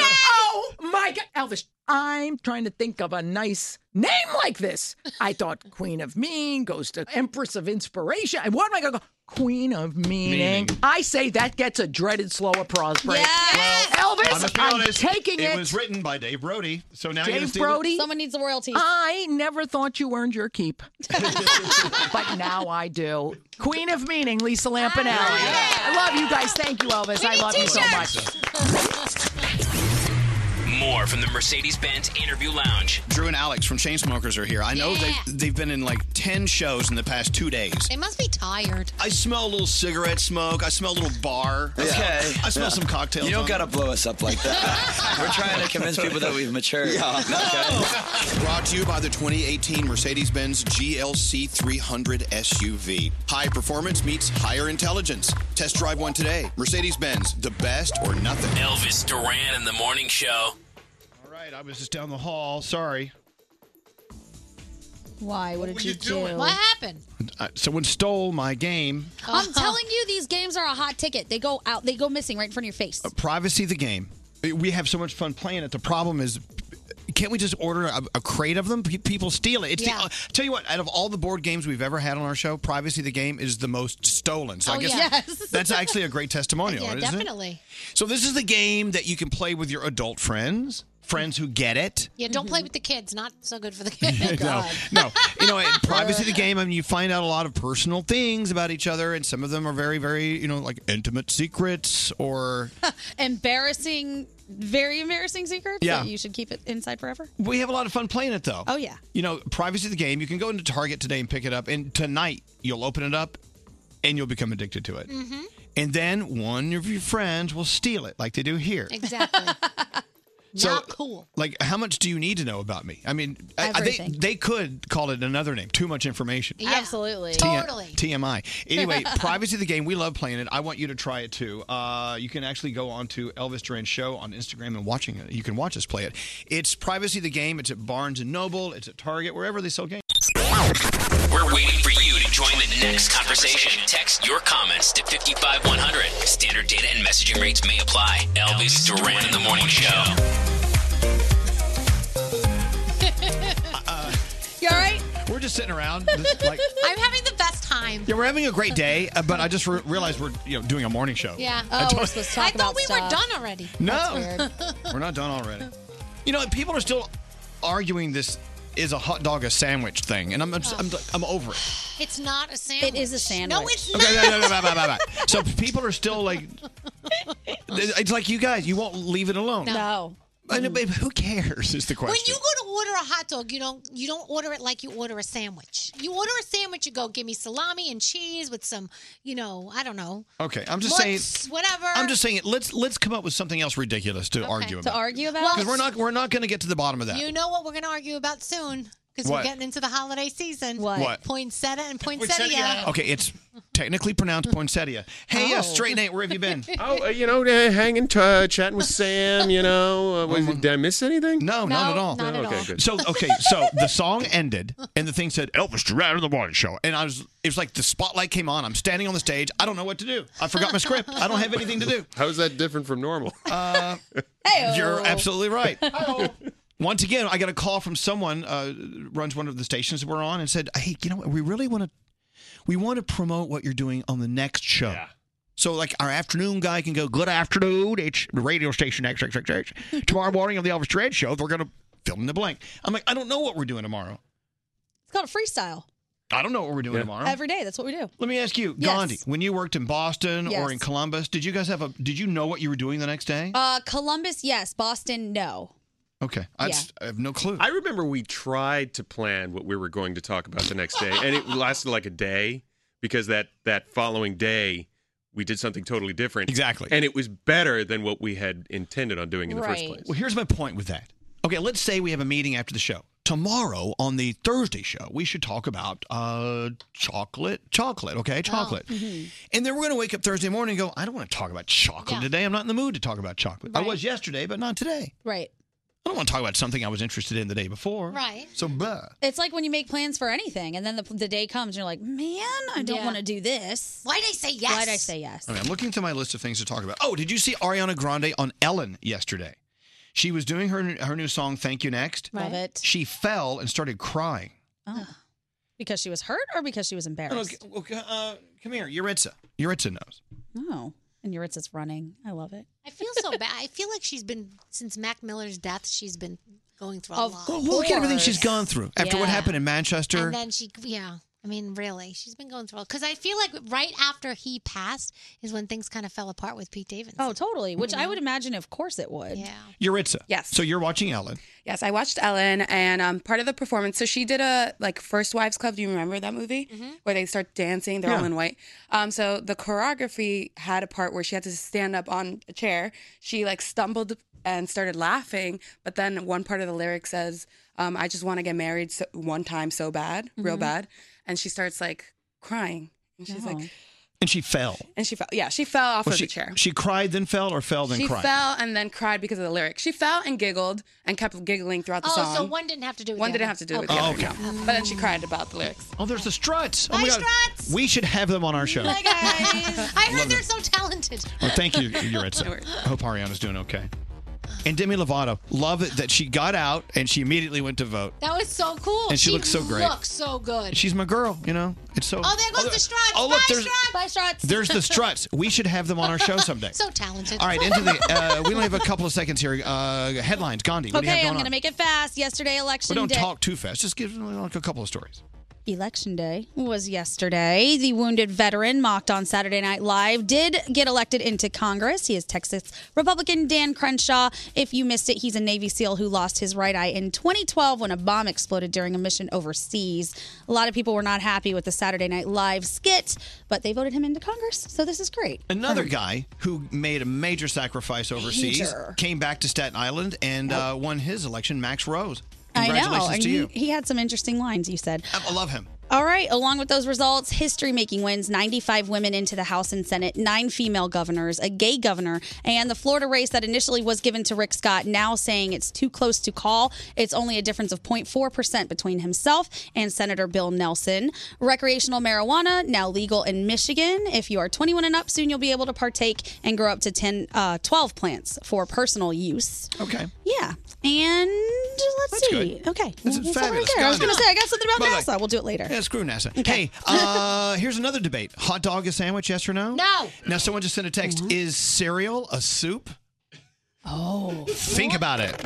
Speaker 19: Oh my God, Elvis! I'm trying to think of a nice name like this. I thought Queen of Mean goes to Empress of Inspiration. And what am I gonna go? Queen of Meaning.
Speaker 3: Meaning.
Speaker 19: I say that gets a dreaded slow applause break.
Speaker 3: Well, I
Speaker 19: Elvis,
Speaker 3: must be
Speaker 19: I'm
Speaker 3: honest,
Speaker 19: taking it.
Speaker 3: It was written by Dave Brody, so now you're
Speaker 19: Dave
Speaker 3: steal it?
Speaker 19: Brody.
Speaker 7: Someone needs the royalties.
Speaker 19: I never thought you earned your keep, but now I do. Queen of Meaning, Lisa Lampanelli. I love you guys. Thank you, Elvis. I love you so much.
Speaker 21: More from the Mercedes Benz Interview Lounge.
Speaker 3: Drew and Alex from Chainsmokers are here. I know
Speaker 6: Yeah.
Speaker 3: they've, they've been in like 10 shows in the past two days.
Speaker 6: They must be tired.
Speaker 3: I smell a little cigarette smoke. I smell a little bar.
Speaker 34: Okay.
Speaker 3: I smell some cocktails.
Speaker 34: You don't
Speaker 3: on
Speaker 34: got to blow us up like that. We're trying to convince people that we've matured.
Speaker 3: Yeah.
Speaker 34: Okay.
Speaker 3: Brought to you by the 2018 Mercedes Benz GLC 300 SUV. High performance meets higher intelligence. Test drive one today. Mercedes Benz, the best or nothing.
Speaker 21: Elvis Duran and the Morning Show.
Speaker 3: All right, I was just down the hall. Sorry.
Speaker 7: Why? What, did you, do?
Speaker 6: What happened?
Speaker 3: Uh, someone stole my game.
Speaker 19: Uh-huh.
Speaker 7: I'm telling you, these games are a hot ticket. They go out. They go missing right in front of your face.
Speaker 3: Privacy the game. We have so much fun playing it. The problem is. Can't we just order a, a crate of them? Pe- People steal it. It's the,
Speaker 7: Yeah.
Speaker 3: uh, tell you what, out of all the board games we've ever had on our show, Privacy the Game is the most stolen. So I
Speaker 6: Oh,
Speaker 3: guess
Speaker 6: yes.
Speaker 3: that's actually a great testimonial,
Speaker 6: yeah,
Speaker 3: isn't it?
Speaker 6: definitely.
Speaker 3: So this is the game that you can play with your adult friends, friends who get it.
Speaker 6: Yeah, don't play with the kids. Not so good for the kids.
Speaker 3: no, no. You know, in privacy of the game. I mean, you find out a lot of personal things about each other, and some of them are very, very, you know, like intimate secrets or
Speaker 7: embarrassing, very embarrassing secrets
Speaker 3: Yeah.
Speaker 7: that you should keep it inside forever.
Speaker 3: We have a lot of fun playing it, though.
Speaker 7: Oh, yeah.
Speaker 3: You know, privacy of the game. You can go into Target today and pick it up, and tonight you'll open it up, and you'll become addicted to
Speaker 7: Mm.
Speaker 3: it.
Speaker 25: Mm-hmm.
Speaker 3: And then one of your friends will steal it, like they do here.
Speaker 6: Exactly.
Speaker 3: So,
Speaker 6: Not cool.
Speaker 3: Like, how much do you need to know about me? I mean, I- I- they
Speaker 6: Everything.
Speaker 3: they could call it another name. Too much information.
Speaker 7: Absolutely.
Speaker 3: T- TMI. Anyway, privacy of the game. We love playing it. I want you to try it too. Uh, you can actually go on to Elvis Duran Show on Instagram and watching it. You can watch us play it. It's privacy of the game. It's at Barnes and Noble. It's at Target. Wherever they sell games.
Speaker 21: We're waiting for you to join the next conversation. Text your comments to 55100. Standard data and messaging rates may apply. Elvis Duran and the Morning Show.
Speaker 7: You all right?
Speaker 3: We're just sitting around. This, like,
Speaker 6: I'm having the best time.
Speaker 3: yeah, we're having a great day, uh, but I just re- realized we're you know doing a morning show.
Speaker 6: Yeah.
Speaker 3: Oh. I told-
Speaker 6: I thought we were done already.
Speaker 3: No, we're not done already. You know, people are still arguing this is a hot dog a sandwich thing, and I'm I'm, I'm, I'm over it.
Speaker 6: It's not a sandwich. It is a sandwich. No, it's
Speaker 3: Okay,
Speaker 6: not.
Speaker 3: no, no, no, bye, bye, bye, bye. So people are still like, it's like you guys, you won't leave it alone.
Speaker 7: No.
Speaker 3: I know, but who cares? Is the question.
Speaker 6: When you go to order a hot dog, you don't you don't order it like you order a sandwich. You order a sandwich, you go, give me salami and cheese with some, you know, I don't know,
Speaker 3: okay, I'm just
Speaker 6: Mutts,
Speaker 3: saying.
Speaker 6: whatever.
Speaker 3: I'm just saying. Let's let's come up with something else ridiculous to argue about.
Speaker 7: argue
Speaker 6: about.
Speaker 3: Because we're not we're not going to get to the bottom of that.
Speaker 6: You know what we're going to argue about soon because we're
Speaker 3: What?
Speaker 6: getting into the holiday season.
Speaker 3: What? Oh.
Speaker 6: Poinsettia and poinsettia.
Speaker 3: Okay, it's technically pronounced poinsettia. Hey, uh, straight Nate, where have you been?
Speaker 18: Oh, uh, you know, uh, hanging, t- uh, chatting with Sam. You
Speaker 21: Oh,
Speaker 18: know, uh, was, did I miss anything?
Speaker 3: Um, No, not at all.
Speaker 18: okay, good.
Speaker 3: So okay, so the song ended, and the thing said Elvis Duran of the Morning Show, and I was. It was like the spotlight came on. I'm standing on the stage. I don't know what to do. I forgot my script. I don't have anything to do.
Speaker 18: How is that different from normal?
Speaker 3: Uh,
Speaker 7: Oh.
Speaker 3: You're absolutely right. Once again, I got a call from someone uh, runs one of the stations we're on and said, "Hey, you know what? We really want to, we want to promote what you're doing on the next show." So like our afternoon guy can go, "Good afternoon, it's the radio station X X X X." Tomorrow morning on the Elvis Duran show, we're gonna fill in the blank. I'm like, I don't know what we're doing tomorrow.
Speaker 7: It's called freestyle.
Speaker 3: I don't know what we're doing tomorrow.
Speaker 7: Every day, that's what we do.
Speaker 3: Let me ask you,
Speaker 7: Yes.
Speaker 3: Gandhi, when you worked in Boston
Speaker 7: Yes.
Speaker 3: or in Columbus, did you guys have a? Did you know what you were doing the next day?
Speaker 7: Uh, Columbus, yes. Boston, no.
Speaker 3: okay, I,
Speaker 7: yeah.
Speaker 3: just- I have no clue.
Speaker 18: I remember we tried to plan what we were going to talk about the next day, and it lasted like a day because that that following day we did something totally different.
Speaker 3: Exactly,
Speaker 18: and it was better than what we had intended on doing in the first place.
Speaker 3: Well, here's my point with that. Okay, let's say we have a meeting after the show. Tomorrow on the Thursday show, we should talk about uh, chocolate, chocolate, okay, chocolate.
Speaker 7: mm.
Speaker 19: Mm-hmm.
Speaker 3: And then we're going to wake up Thursday morning and go, I don't want to talk about chocolate today. I'm not in the mood to talk about chocolate. I was yesterday, but not today.
Speaker 7: Right.
Speaker 3: I don't want to talk about something I was interested in the day before.
Speaker 7: Right.
Speaker 3: So, blah.
Speaker 7: It's like when you make plans for anything, and then the, the day comes, and you're like, man, I don't
Speaker 6: Yeah.
Speaker 7: want to do this.
Speaker 6: Why'd I say yes?
Speaker 7: Why'd I say yes?
Speaker 3: Okay, I'm looking through my list of things to talk about. Oh, did you see Ariana Grande on Ellen yesterday? She was doing her, her new song, Thank You Next.
Speaker 7: Love it.
Speaker 3: She fell and started crying.
Speaker 7: Oh. Because she was hurt or because she was embarrassed?
Speaker 3: Okay, uh, come here, Yuritsa. Yuritsa knows.
Speaker 7: Oh. And Yuritsa's running. I love it.
Speaker 6: I feel so bad. I feel like she's been since Mac Miller's death. She's been going through a
Speaker 7: Of
Speaker 6: lot.
Speaker 3: Well, look at everything she's gone through. After what
Speaker 6: Yeah.
Speaker 3: happened in Manchester,
Speaker 6: And then she, yeah. I mean, really, she's been going through. Because I feel like right after he passed is when things kind of fell apart with Pete Davidson.
Speaker 7: Oh, totally. Which I would imagine, of course, it would.
Speaker 6: Yeah.
Speaker 3: Yuritsa.
Speaker 14: Yes.
Speaker 3: So you're watching Ellen.
Speaker 14: Yes, I watched Ellen, and um, part of the performance. So she did a like First Wives Club. Do you remember that movie
Speaker 3: Mm-hmm.
Speaker 14: where they start dancing? They're all
Speaker 9: Yeah.
Speaker 14: in white. Um, so the choreography had a part where she had to stand up on a chair. She like stumbled and started laughing, but then one part of the lyric says, um, "I just want to get married so- one time so bad, real
Speaker 3: Mhm.
Speaker 14: bad," and she starts like crying, and she's
Speaker 3: No.
Speaker 14: like,
Speaker 3: And she fell.
Speaker 14: and she fell. Yeah, she fell off
Speaker 3: Well,
Speaker 14: of
Speaker 3: she,
Speaker 14: the chair.
Speaker 3: she cried, then fell, or fell, then
Speaker 14: she
Speaker 3: cried.
Speaker 14: fell and then cried because of the lyrics. She fell and giggled and kept giggling throughout the
Speaker 6: Oh,
Speaker 14: song.
Speaker 6: so one didn't have to do. With
Speaker 14: One
Speaker 6: the
Speaker 14: didn't
Speaker 6: other.
Speaker 14: have to do with
Speaker 3: Okay.
Speaker 14: the
Speaker 3: Oh,
Speaker 14: other,
Speaker 3: okay.
Speaker 14: no. But then she cried about the lyrics.
Speaker 3: Oh, there's the struts. Oh,
Speaker 14: Hi,
Speaker 3: my God.
Speaker 14: Struts.
Speaker 3: We should have them on our show.
Speaker 6: Hi Oh, guys. I
Speaker 3: Love
Speaker 6: heard they're
Speaker 3: it.
Speaker 6: so talented.
Speaker 3: Well, thank you, Yuritsa. I hope Ariana's doing okay. And Demi Lovato, love it that she got out and she immediately went to vote.
Speaker 6: That was so cool.
Speaker 3: And she looks so great.
Speaker 6: Looks so good.
Speaker 3: She's my girl, you know. It's so.
Speaker 6: oh, there goes the struts.
Speaker 3: Oh, look,
Speaker 6: Bye,
Speaker 3: there's
Speaker 6: struts. Bye, struts.
Speaker 3: there's the struts. We should have them on our show someday.
Speaker 6: so talented.
Speaker 3: All right, into the. Uh, we only have a couple of seconds here. Uh, headlines, Gandhi. What do you have
Speaker 7: Okay,
Speaker 3: going
Speaker 7: I'm going
Speaker 3: on?
Speaker 7: to make it fast. Yesterday, election
Speaker 3: Well, don't
Speaker 7: day.
Speaker 3: talk too fast. Just give like a couple of stories.
Speaker 7: Election Day was yesterday. The wounded veteran mocked on Saturday Night Live did get elected into Congress. He is Texas Republican Dan Crenshaw. If you missed it, he's a Navy SEAL who lost his right eye in 2012 when a bomb exploded during a mission overseas. A lot of people were not happy with the Saturday Night Live skit, but they voted him into Congress, so this is great.
Speaker 3: Another guy who made a major sacrifice overseas
Speaker 7: Major.
Speaker 3: came back to Staten Island and uh, won his election. Max Rose.
Speaker 7: Oh. I
Speaker 3: Congratulations
Speaker 7: know. And
Speaker 3: to
Speaker 7: he,
Speaker 3: you.
Speaker 7: he had some interesting lines, you said.
Speaker 3: I love him.
Speaker 7: All right, along with those results, history making wins 95 women into the House and Senate, nine female governors, a gay governor, and the Florida race that initially was given to Rick Scott now saying it's too close to call. It's only a difference of 0.4% between himself and Senator Bill Nelson. Recreational marijuana, now legal in Michigan. If you are 21 and up, soon you'll be able to partake and grow up to 10, uh, 12 plants for personal use.
Speaker 3: Okay.
Speaker 7: Yeah. And let's see. Okay.
Speaker 3: This
Speaker 7: Well,
Speaker 3: is
Speaker 7: that's all right
Speaker 3: fabulous.
Speaker 7: there. I was
Speaker 3: Gandhi.
Speaker 7: going to say, I got something about
Speaker 3: Bye-bye.
Speaker 7: NASA. We'll do it later.
Speaker 3: Yeah, screw NASA. Hey, uh, here's another debate: hot dog a sandwich? Yes or no?
Speaker 7: No.
Speaker 3: Now, someone just sent a text: Is cereal a soup?
Speaker 7: Oh.
Speaker 3: Think about it.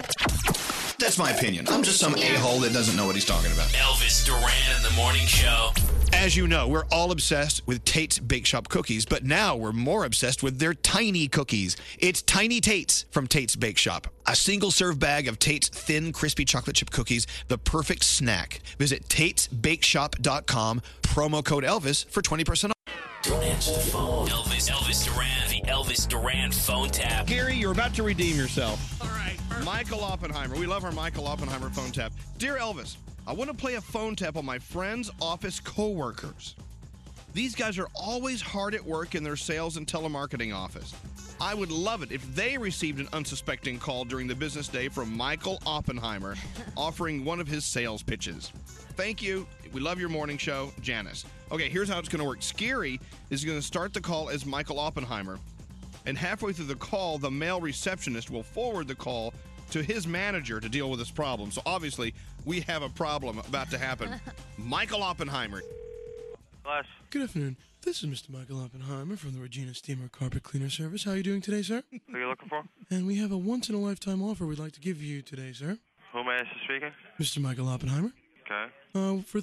Speaker 3: That's my opinion. I'm just some a-hole that doesn't know what he's talking about.
Speaker 21: Elvis Duran in the morning show.
Speaker 3: As you know, we're all obsessed with Tate's Bake Shop cookies, but now we're more obsessed with their tiny cookies. It's Tiny Tate's from Tate's Bake Shop, a single serve bag of Tate's thin, crispy chocolate chip cookies, the perfect snack. Visit Tate'sBakeShop.com, promo code Elvis for 20% off.
Speaker 21: Don't answer the phone. Elvis, Elvis Duran, the Elvis Duran phone tap.
Speaker 3: Gary, you're about to redeem yourself. All right. Michael Oppenheimer. We love our Michael Oppenheimer phone tap. Dear Elvis, I want to play a phone tap on my friend's office coworkers. These guys are always hard at work in their sales and telemarketing office. I would love it if they received an unsuspecting call during the business day from Michael Oppenheimer offering one of his sales pitches. Thank you. We love your morning show, Janice. Okay, here's how it's going to work. Scary is going to start the call as Michael Oppenheimer, and halfway through the call, the male receptionist will forward the call to his manager to deal with this problem. So obviously, we have a problem about to happen. Michael Oppenheimer.
Speaker 23: Plus,
Speaker 22: Good afternoon. This is Mr. Michael Oppenheimer from the Regina Steamer Carpet Cleaner Service. How are you doing today, sir?
Speaker 23: who are you looking for?
Speaker 22: And we have a once in a lifetime offer we'd like to give you today, sir.
Speaker 23: Who may I ask is speaking?
Speaker 22: Mr. Michael Oppenheimer,
Speaker 23: Okay.
Speaker 22: uh, for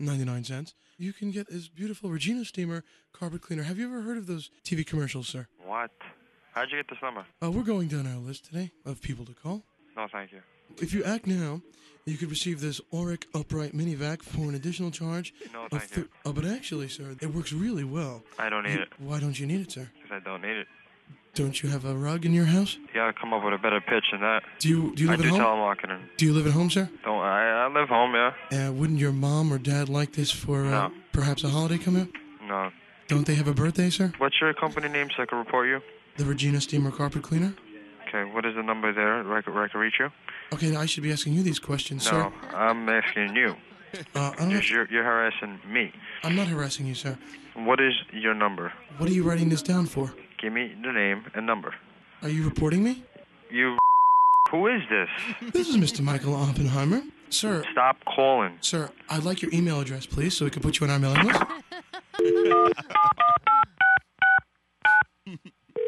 Speaker 22: $399.99, you can get this beautiful Regina Steamer Carpet Cleaner. Have you ever heard of those TV commercials, sir?
Speaker 23: What? How'd you get this number?
Speaker 22: Uh, we're going down our list today of people to call.
Speaker 23: No, thank you.
Speaker 22: If you act now, you could receive this Auric Upright Mini Vac for an additional charge.
Speaker 23: No,
Speaker 22: of
Speaker 23: thank
Speaker 22: thir-
Speaker 23: you.
Speaker 22: Oh, but actually, sir, it works really well.
Speaker 23: I don't need
Speaker 22: You-
Speaker 23: it.
Speaker 22: Why don't you need it, sir?
Speaker 23: Because I don't need it.
Speaker 22: Don't you have a rug in your house?
Speaker 23: You gotta come up with a better pitch than that.
Speaker 22: Do you- do you live
Speaker 23: I
Speaker 22: at
Speaker 23: do
Speaker 22: home?
Speaker 23: telemarketing.
Speaker 22: Do you live at home, sir?
Speaker 23: Don't I? I live home, yeah.
Speaker 22: Uh, wouldn't your mom or dad like this for uh,
Speaker 23: No.
Speaker 22: perhaps a holiday coming up?
Speaker 23: No.
Speaker 22: Don't they have a birthday, sir?
Speaker 23: What's your company name so I can report you?
Speaker 22: The Regina Steamer Carpet Cleaner?
Speaker 23: Okay. What is the number there? Where I can, where I can reach you?
Speaker 22: Okay, now I should be asking you these questions,
Speaker 23: No,
Speaker 22: sir.
Speaker 23: I'm asking you.
Speaker 22: Uh, I don't,
Speaker 23: Because you're, you're harassing me.
Speaker 22: I'm not harassing you, sir.
Speaker 23: What is your number?
Speaker 22: What are you writing this down for?
Speaker 23: Give me the name and number.
Speaker 22: Are you reporting me?
Speaker 23: You. Who is this?
Speaker 22: This is Mr. Michael Oppenheimer. Sir,
Speaker 23: Stop calling.
Speaker 22: sir, I'd like your email address, please, so we can put you on our mailing list.
Speaker 23: Hey,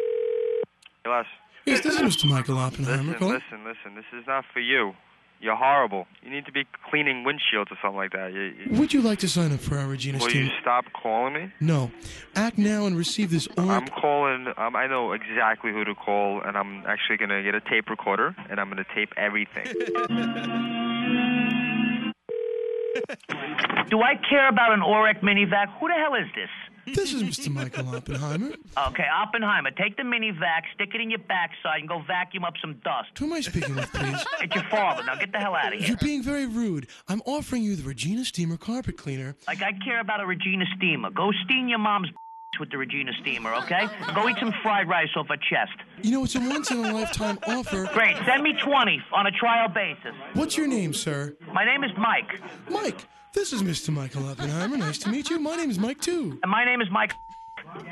Speaker 23: Les.
Speaker 22: Yes, this is Mr. Michael Oppenheimer.
Speaker 23: Listen, listen, listen. This is not for you. You're horrible. You need to be cleaning windshields or something like that. You, you,
Speaker 22: Would you like to sign up for our Regina
Speaker 23: will
Speaker 22: Steamer?
Speaker 23: you stop calling me?
Speaker 22: No. Act now and receive this
Speaker 23: I'm
Speaker 22: Auric.
Speaker 23: calling. Um, I know exactly who to call, and I'm actually gonna get a tape recorder, and I'm gonna tape everything.
Speaker 24: Do I care about an Orec minivac? Who the hell is this?
Speaker 22: This is Mr. Michael Oppenheimer.
Speaker 24: Okay, Oppenheimer, take the minivac, stick it in your backside, and go vacuum up some dust.
Speaker 22: Who am I speaking with, please?
Speaker 24: It's your father. Now get the hell out of here.
Speaker 22: You're being very rude. I'm offering you the Regina Steamer Carpet Cleaner.
Speaker 24: Like I care about a Regina steamer. Go steam your mom's with the Regina steamer, okay? Go eat some fried rice off her chest.
Speaker 22: You know, it's a once in a lifetime offer.
Speaker 24: Great. Send me twenty on a trial basis.
Speaker 22: What's your name, sir?
Speaker 24: My name is Mike.
Speaker 22: Mike. This is Mr. Michael Oppenheimer. Nice to meet you. My name is Mike, too.
Speaker 24: And my name is Mike.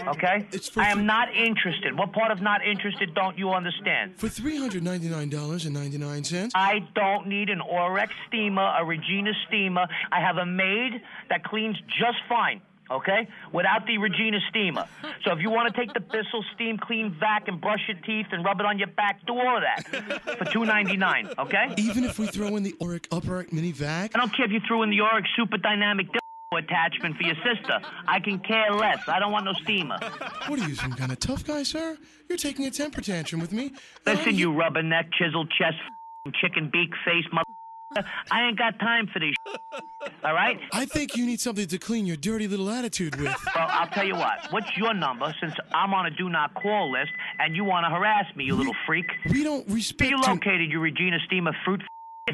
Speaker 24: Okay? I am not interested. What part of not interested don't you understand?
Speaker 22: For $399.99,
Speaker 24: I don't need an Orex steamer, a Regina steamer. I have a maid that cleans just fine, okay? Without the Regina steamer. So if you want to take the Bissell steam clean vac and brush your teeth and rub it on your back, do all of that for two ninety nine, okay?
Speaker 22: even if we throw in the Auric Upright Mini Vac,
Speaker 24: I don't care if you threw in the Orex super dynamic dildo attachment for your sister. I can care less. I don't want no steamer.
Speaker 22: what are you, some kind of tough guy, sir? You're taking a temper tantrum with me. Um,
Speaker 24: Listen, you rubberneck, chiseled chest, chicken beak face, mother. I ain't got time for this. All right?
Speaker 22: I think you need something to clean your dirty little attitude with.
Speaker 24: Well, I'll tell you what. What's your number since I'm on a do not call list and you want to harass me, you little freak?
Speaker 22: We don't respect.
Speaker 24: You located your Regina Steamer fruit.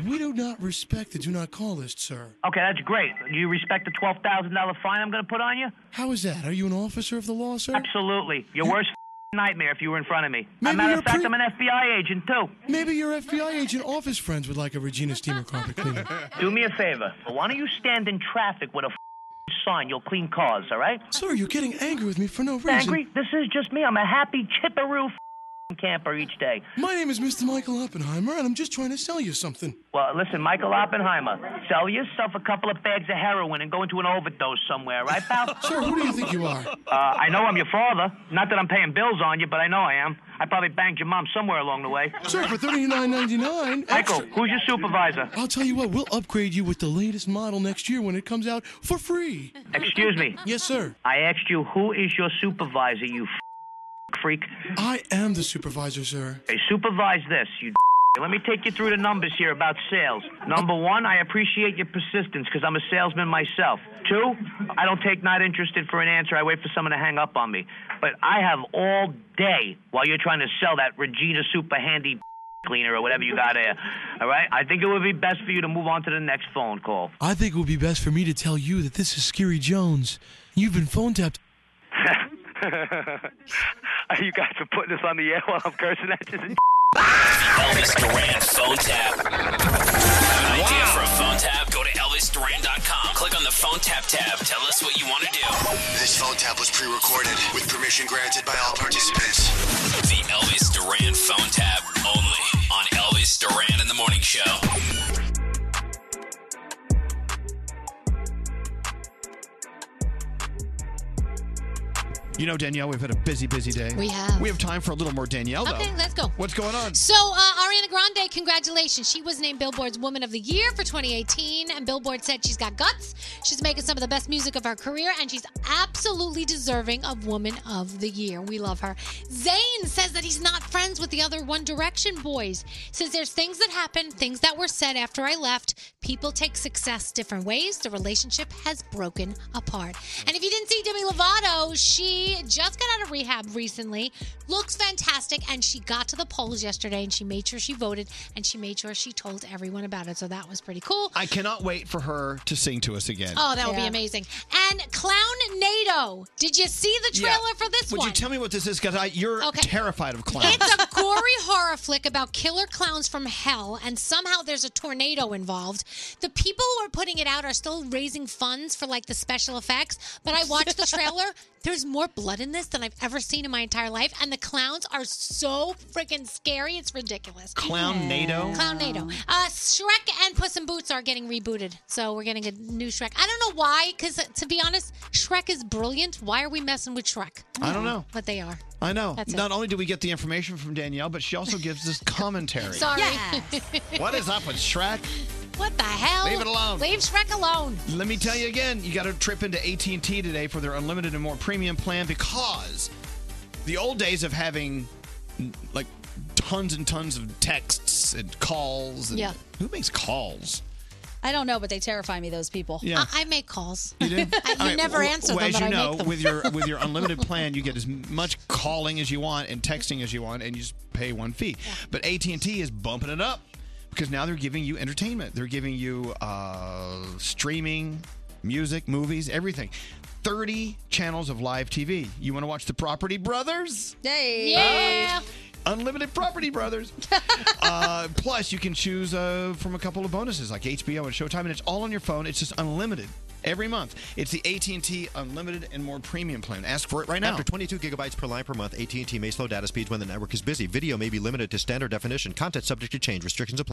Speaker 22: We do not respect the do not call list, sir.
Speaker 24: f- Okay, that's great. Do you respect the twelve thousand dollar fine I'm going to put on you?
Speaker 22: How is that? Are you an officer of the law, sir?
Speaker 24: Absolutely. Your worst f- nightmare if you were in front of me. As a
Speaker 22: Maybe
Speaker 24: matter
Speaker 22: you're
Speaker 24: of fact,
Speaker 22: pre-
Speaker 24: I'm an FBI agent too.
Speaker 22: Maybe your FBI agent office friends would like a Regina steamer carpet cleaner.
Speaker 24: Do me a favor. Why don't you stand in traffic with a f- sign? You'll clean cars. All right?
Speaker 22: sir, you're getting angry with me for no reason.
Speaker 24: Angry? This is just me. I'm a happy chipperoo f- camper each day.
Speaker 22: My name is Mr. Michael Oppenheimer, and I'm just trying to sell you something.
Speaker 24: Well, listen, Michael Oppenheimer, sell yourself a couple of bags of heroin and go into an overdose somewhere, right, pal?
Speaker 22: Sir, who do you think you are?
Speaker 24: Uh, I know I'm your father. Not that I'm paying bills on you, but I know I am. I probably banged your mom somewhere along the way.
Speaker 22: Sir, for thirty-nine ninety-nine.
Speaker 24: Michael, who's your supervisor?
Speaker 22: I'll tell you what, we'll upgrade you with the latest model next year when it comes out for free.
Speaker 24: Excuse me.
Speaker 22: Yes, sir.
Speaker 24: I asked you who is your supervisor, you f- freak.
Speaker 22: I am the supervisor, sir.
Speaker 24: Hey, supervise this, you. d- Let me take you through the numbers here about sales. Number one, I appreciate your persistence because I'm a salesman myself. Two, I don't take not interested for an answer. I wait for someone to hang up on me. But I have all day while you're trying to sell that Regina Super Handy cleaner or whatever you got there. All right? I think it would be best for you to move on to the next phone call.
Speaker 22: I think it would be best for me to tell you that this is Scary Jones. You've been phone tapped.
Speaker 24: you guys are putting this on the air while I'm cursing at you.
Speaker 11: Elvis Duran phone tap. Have an idea for a phone tap? Go to ElvisDuran.com. Click on the phone tap tab. Tell us what you want to do.
Speaker 35: This phone tap was pre-recorded with permission granted by all participants.
Speaker 11: The Elvis Duran phone tap only on Elvis Duran in the Morning Show.
Speaker 3: You know, Danielle, we've had a busy, busy day.
Speaker 6: We have.
Speaker 3: We have time for a little more Danielle, though.
Speaker 6: Okay, let's go.
Speaker 3: What's going on?
Speaker 6: So, uh, Ariana Grande, congratulations. She was named Billboard's Woman of the Year for 2018, and Billboard said she's got guts. She's making some of the best music of her career, and she's absolutely deserving of Woman of the Year. We love her. Zayn says that he's not friends with the other One Direction boys. Says there's things that happened, things that were said after I left. People take success different ways. The relationship has broken apart. And if you didn't see Demi Lovato, she just got out of rehab recently, looks fantastic, and she got to the polls yesterday and she made sure she voted and she made sure she told everyone about it. So that was pretty cool.
Speaker 3: I cannot wait for her to sing to us again.
Speaker 6: Oh, that would be amazing. And Clown NATO. Did you see the
Speaker 3: Yeah.
Speaker 6: trailer for this
Speaker 3: Would
Speaker 6: one?
Speaker 3: you tell me what this is? Because you're
Speaker 6: Okay.
Speaker 3: terrified of clowns.
Speaker 6: It's a gory horror flick about killer clowns from hell, and somehow there's a tornado involved. The people who are putting it out are still raising funds for like the special effects, but I watched the trailer. There's more blood in this than I've ever seen in my entire life, and the clowns are so freaking scary. It's ridiculous.
Speaker 3: Clown NATO?
Speaker 6: Clown NATO. Uh, Shrek and Puss in Boots are getting rebooted, so we're getting a new Shrek. I don't know why, because to be honest, Shrek is brilliant. Why are we messing with Shrek?
Speaker 3: I don't know.
Speaker 6: But they are.
Speaker 3: I know.
Speaker 6: That's it.
Speaker 3: Not only do we get the information from Danielle, but she also gives us commentary.
Speaker 6: Sorry.
Speaker 3: What is up with Shrek?
Speaker 6: What the hell?
Speaker 3: Leave it alone.
Speaker 6: Leave Shrek alone.
Speaker 3: Let me tell you again, you got to trip into AT&T today for their unlimited and more premium plan because the old days of having n- like tons and tons of texts and calls and
Speaker 7: Yeah.
Speaker 3: who makes calls?
Speaker 7: I don't know, but they terrify me. Those people.
Speaker 3: Yeah.
Speaker 6: I, I make calls.
Speaker 3: You do? You
Speaker 7: never answer
Speaker 3: well,
Speaker 7: them,
Speaker 3: As
Speaker 7: but
Speaker 3: you
Speaker 7: I
Speaker 3: know,
Speaker 7: make them.
Speaker 3: with your with your unlimited plan, you get as much calling as you want and texting as you want, and you just pay one fee. But AT and T is bumping it up because now they're giving you entertainment. They're giving you uh, streaming, music, movies, everything. Thirty channels of live TV. You want to watch the Property Brothers?
Speaker 7: Hey.
Speaker 3: uh,
Speaker 6: Yeah.
Speaker 3: Unlimited Property Brothers. uh, plus, you can choose uh, from a couple of bonuses like HBO and Showtime, and it's all on your phone. It's just unlimited every month. It's the AT and T Unlimited and More Premium plan. Ask for it right now.
Speaker 27: After 22 gigabytes per line per month, AT&T may slow data speeds when the network is busy. Video may be limited to standard definition. Content subject to change. Restrictions apply.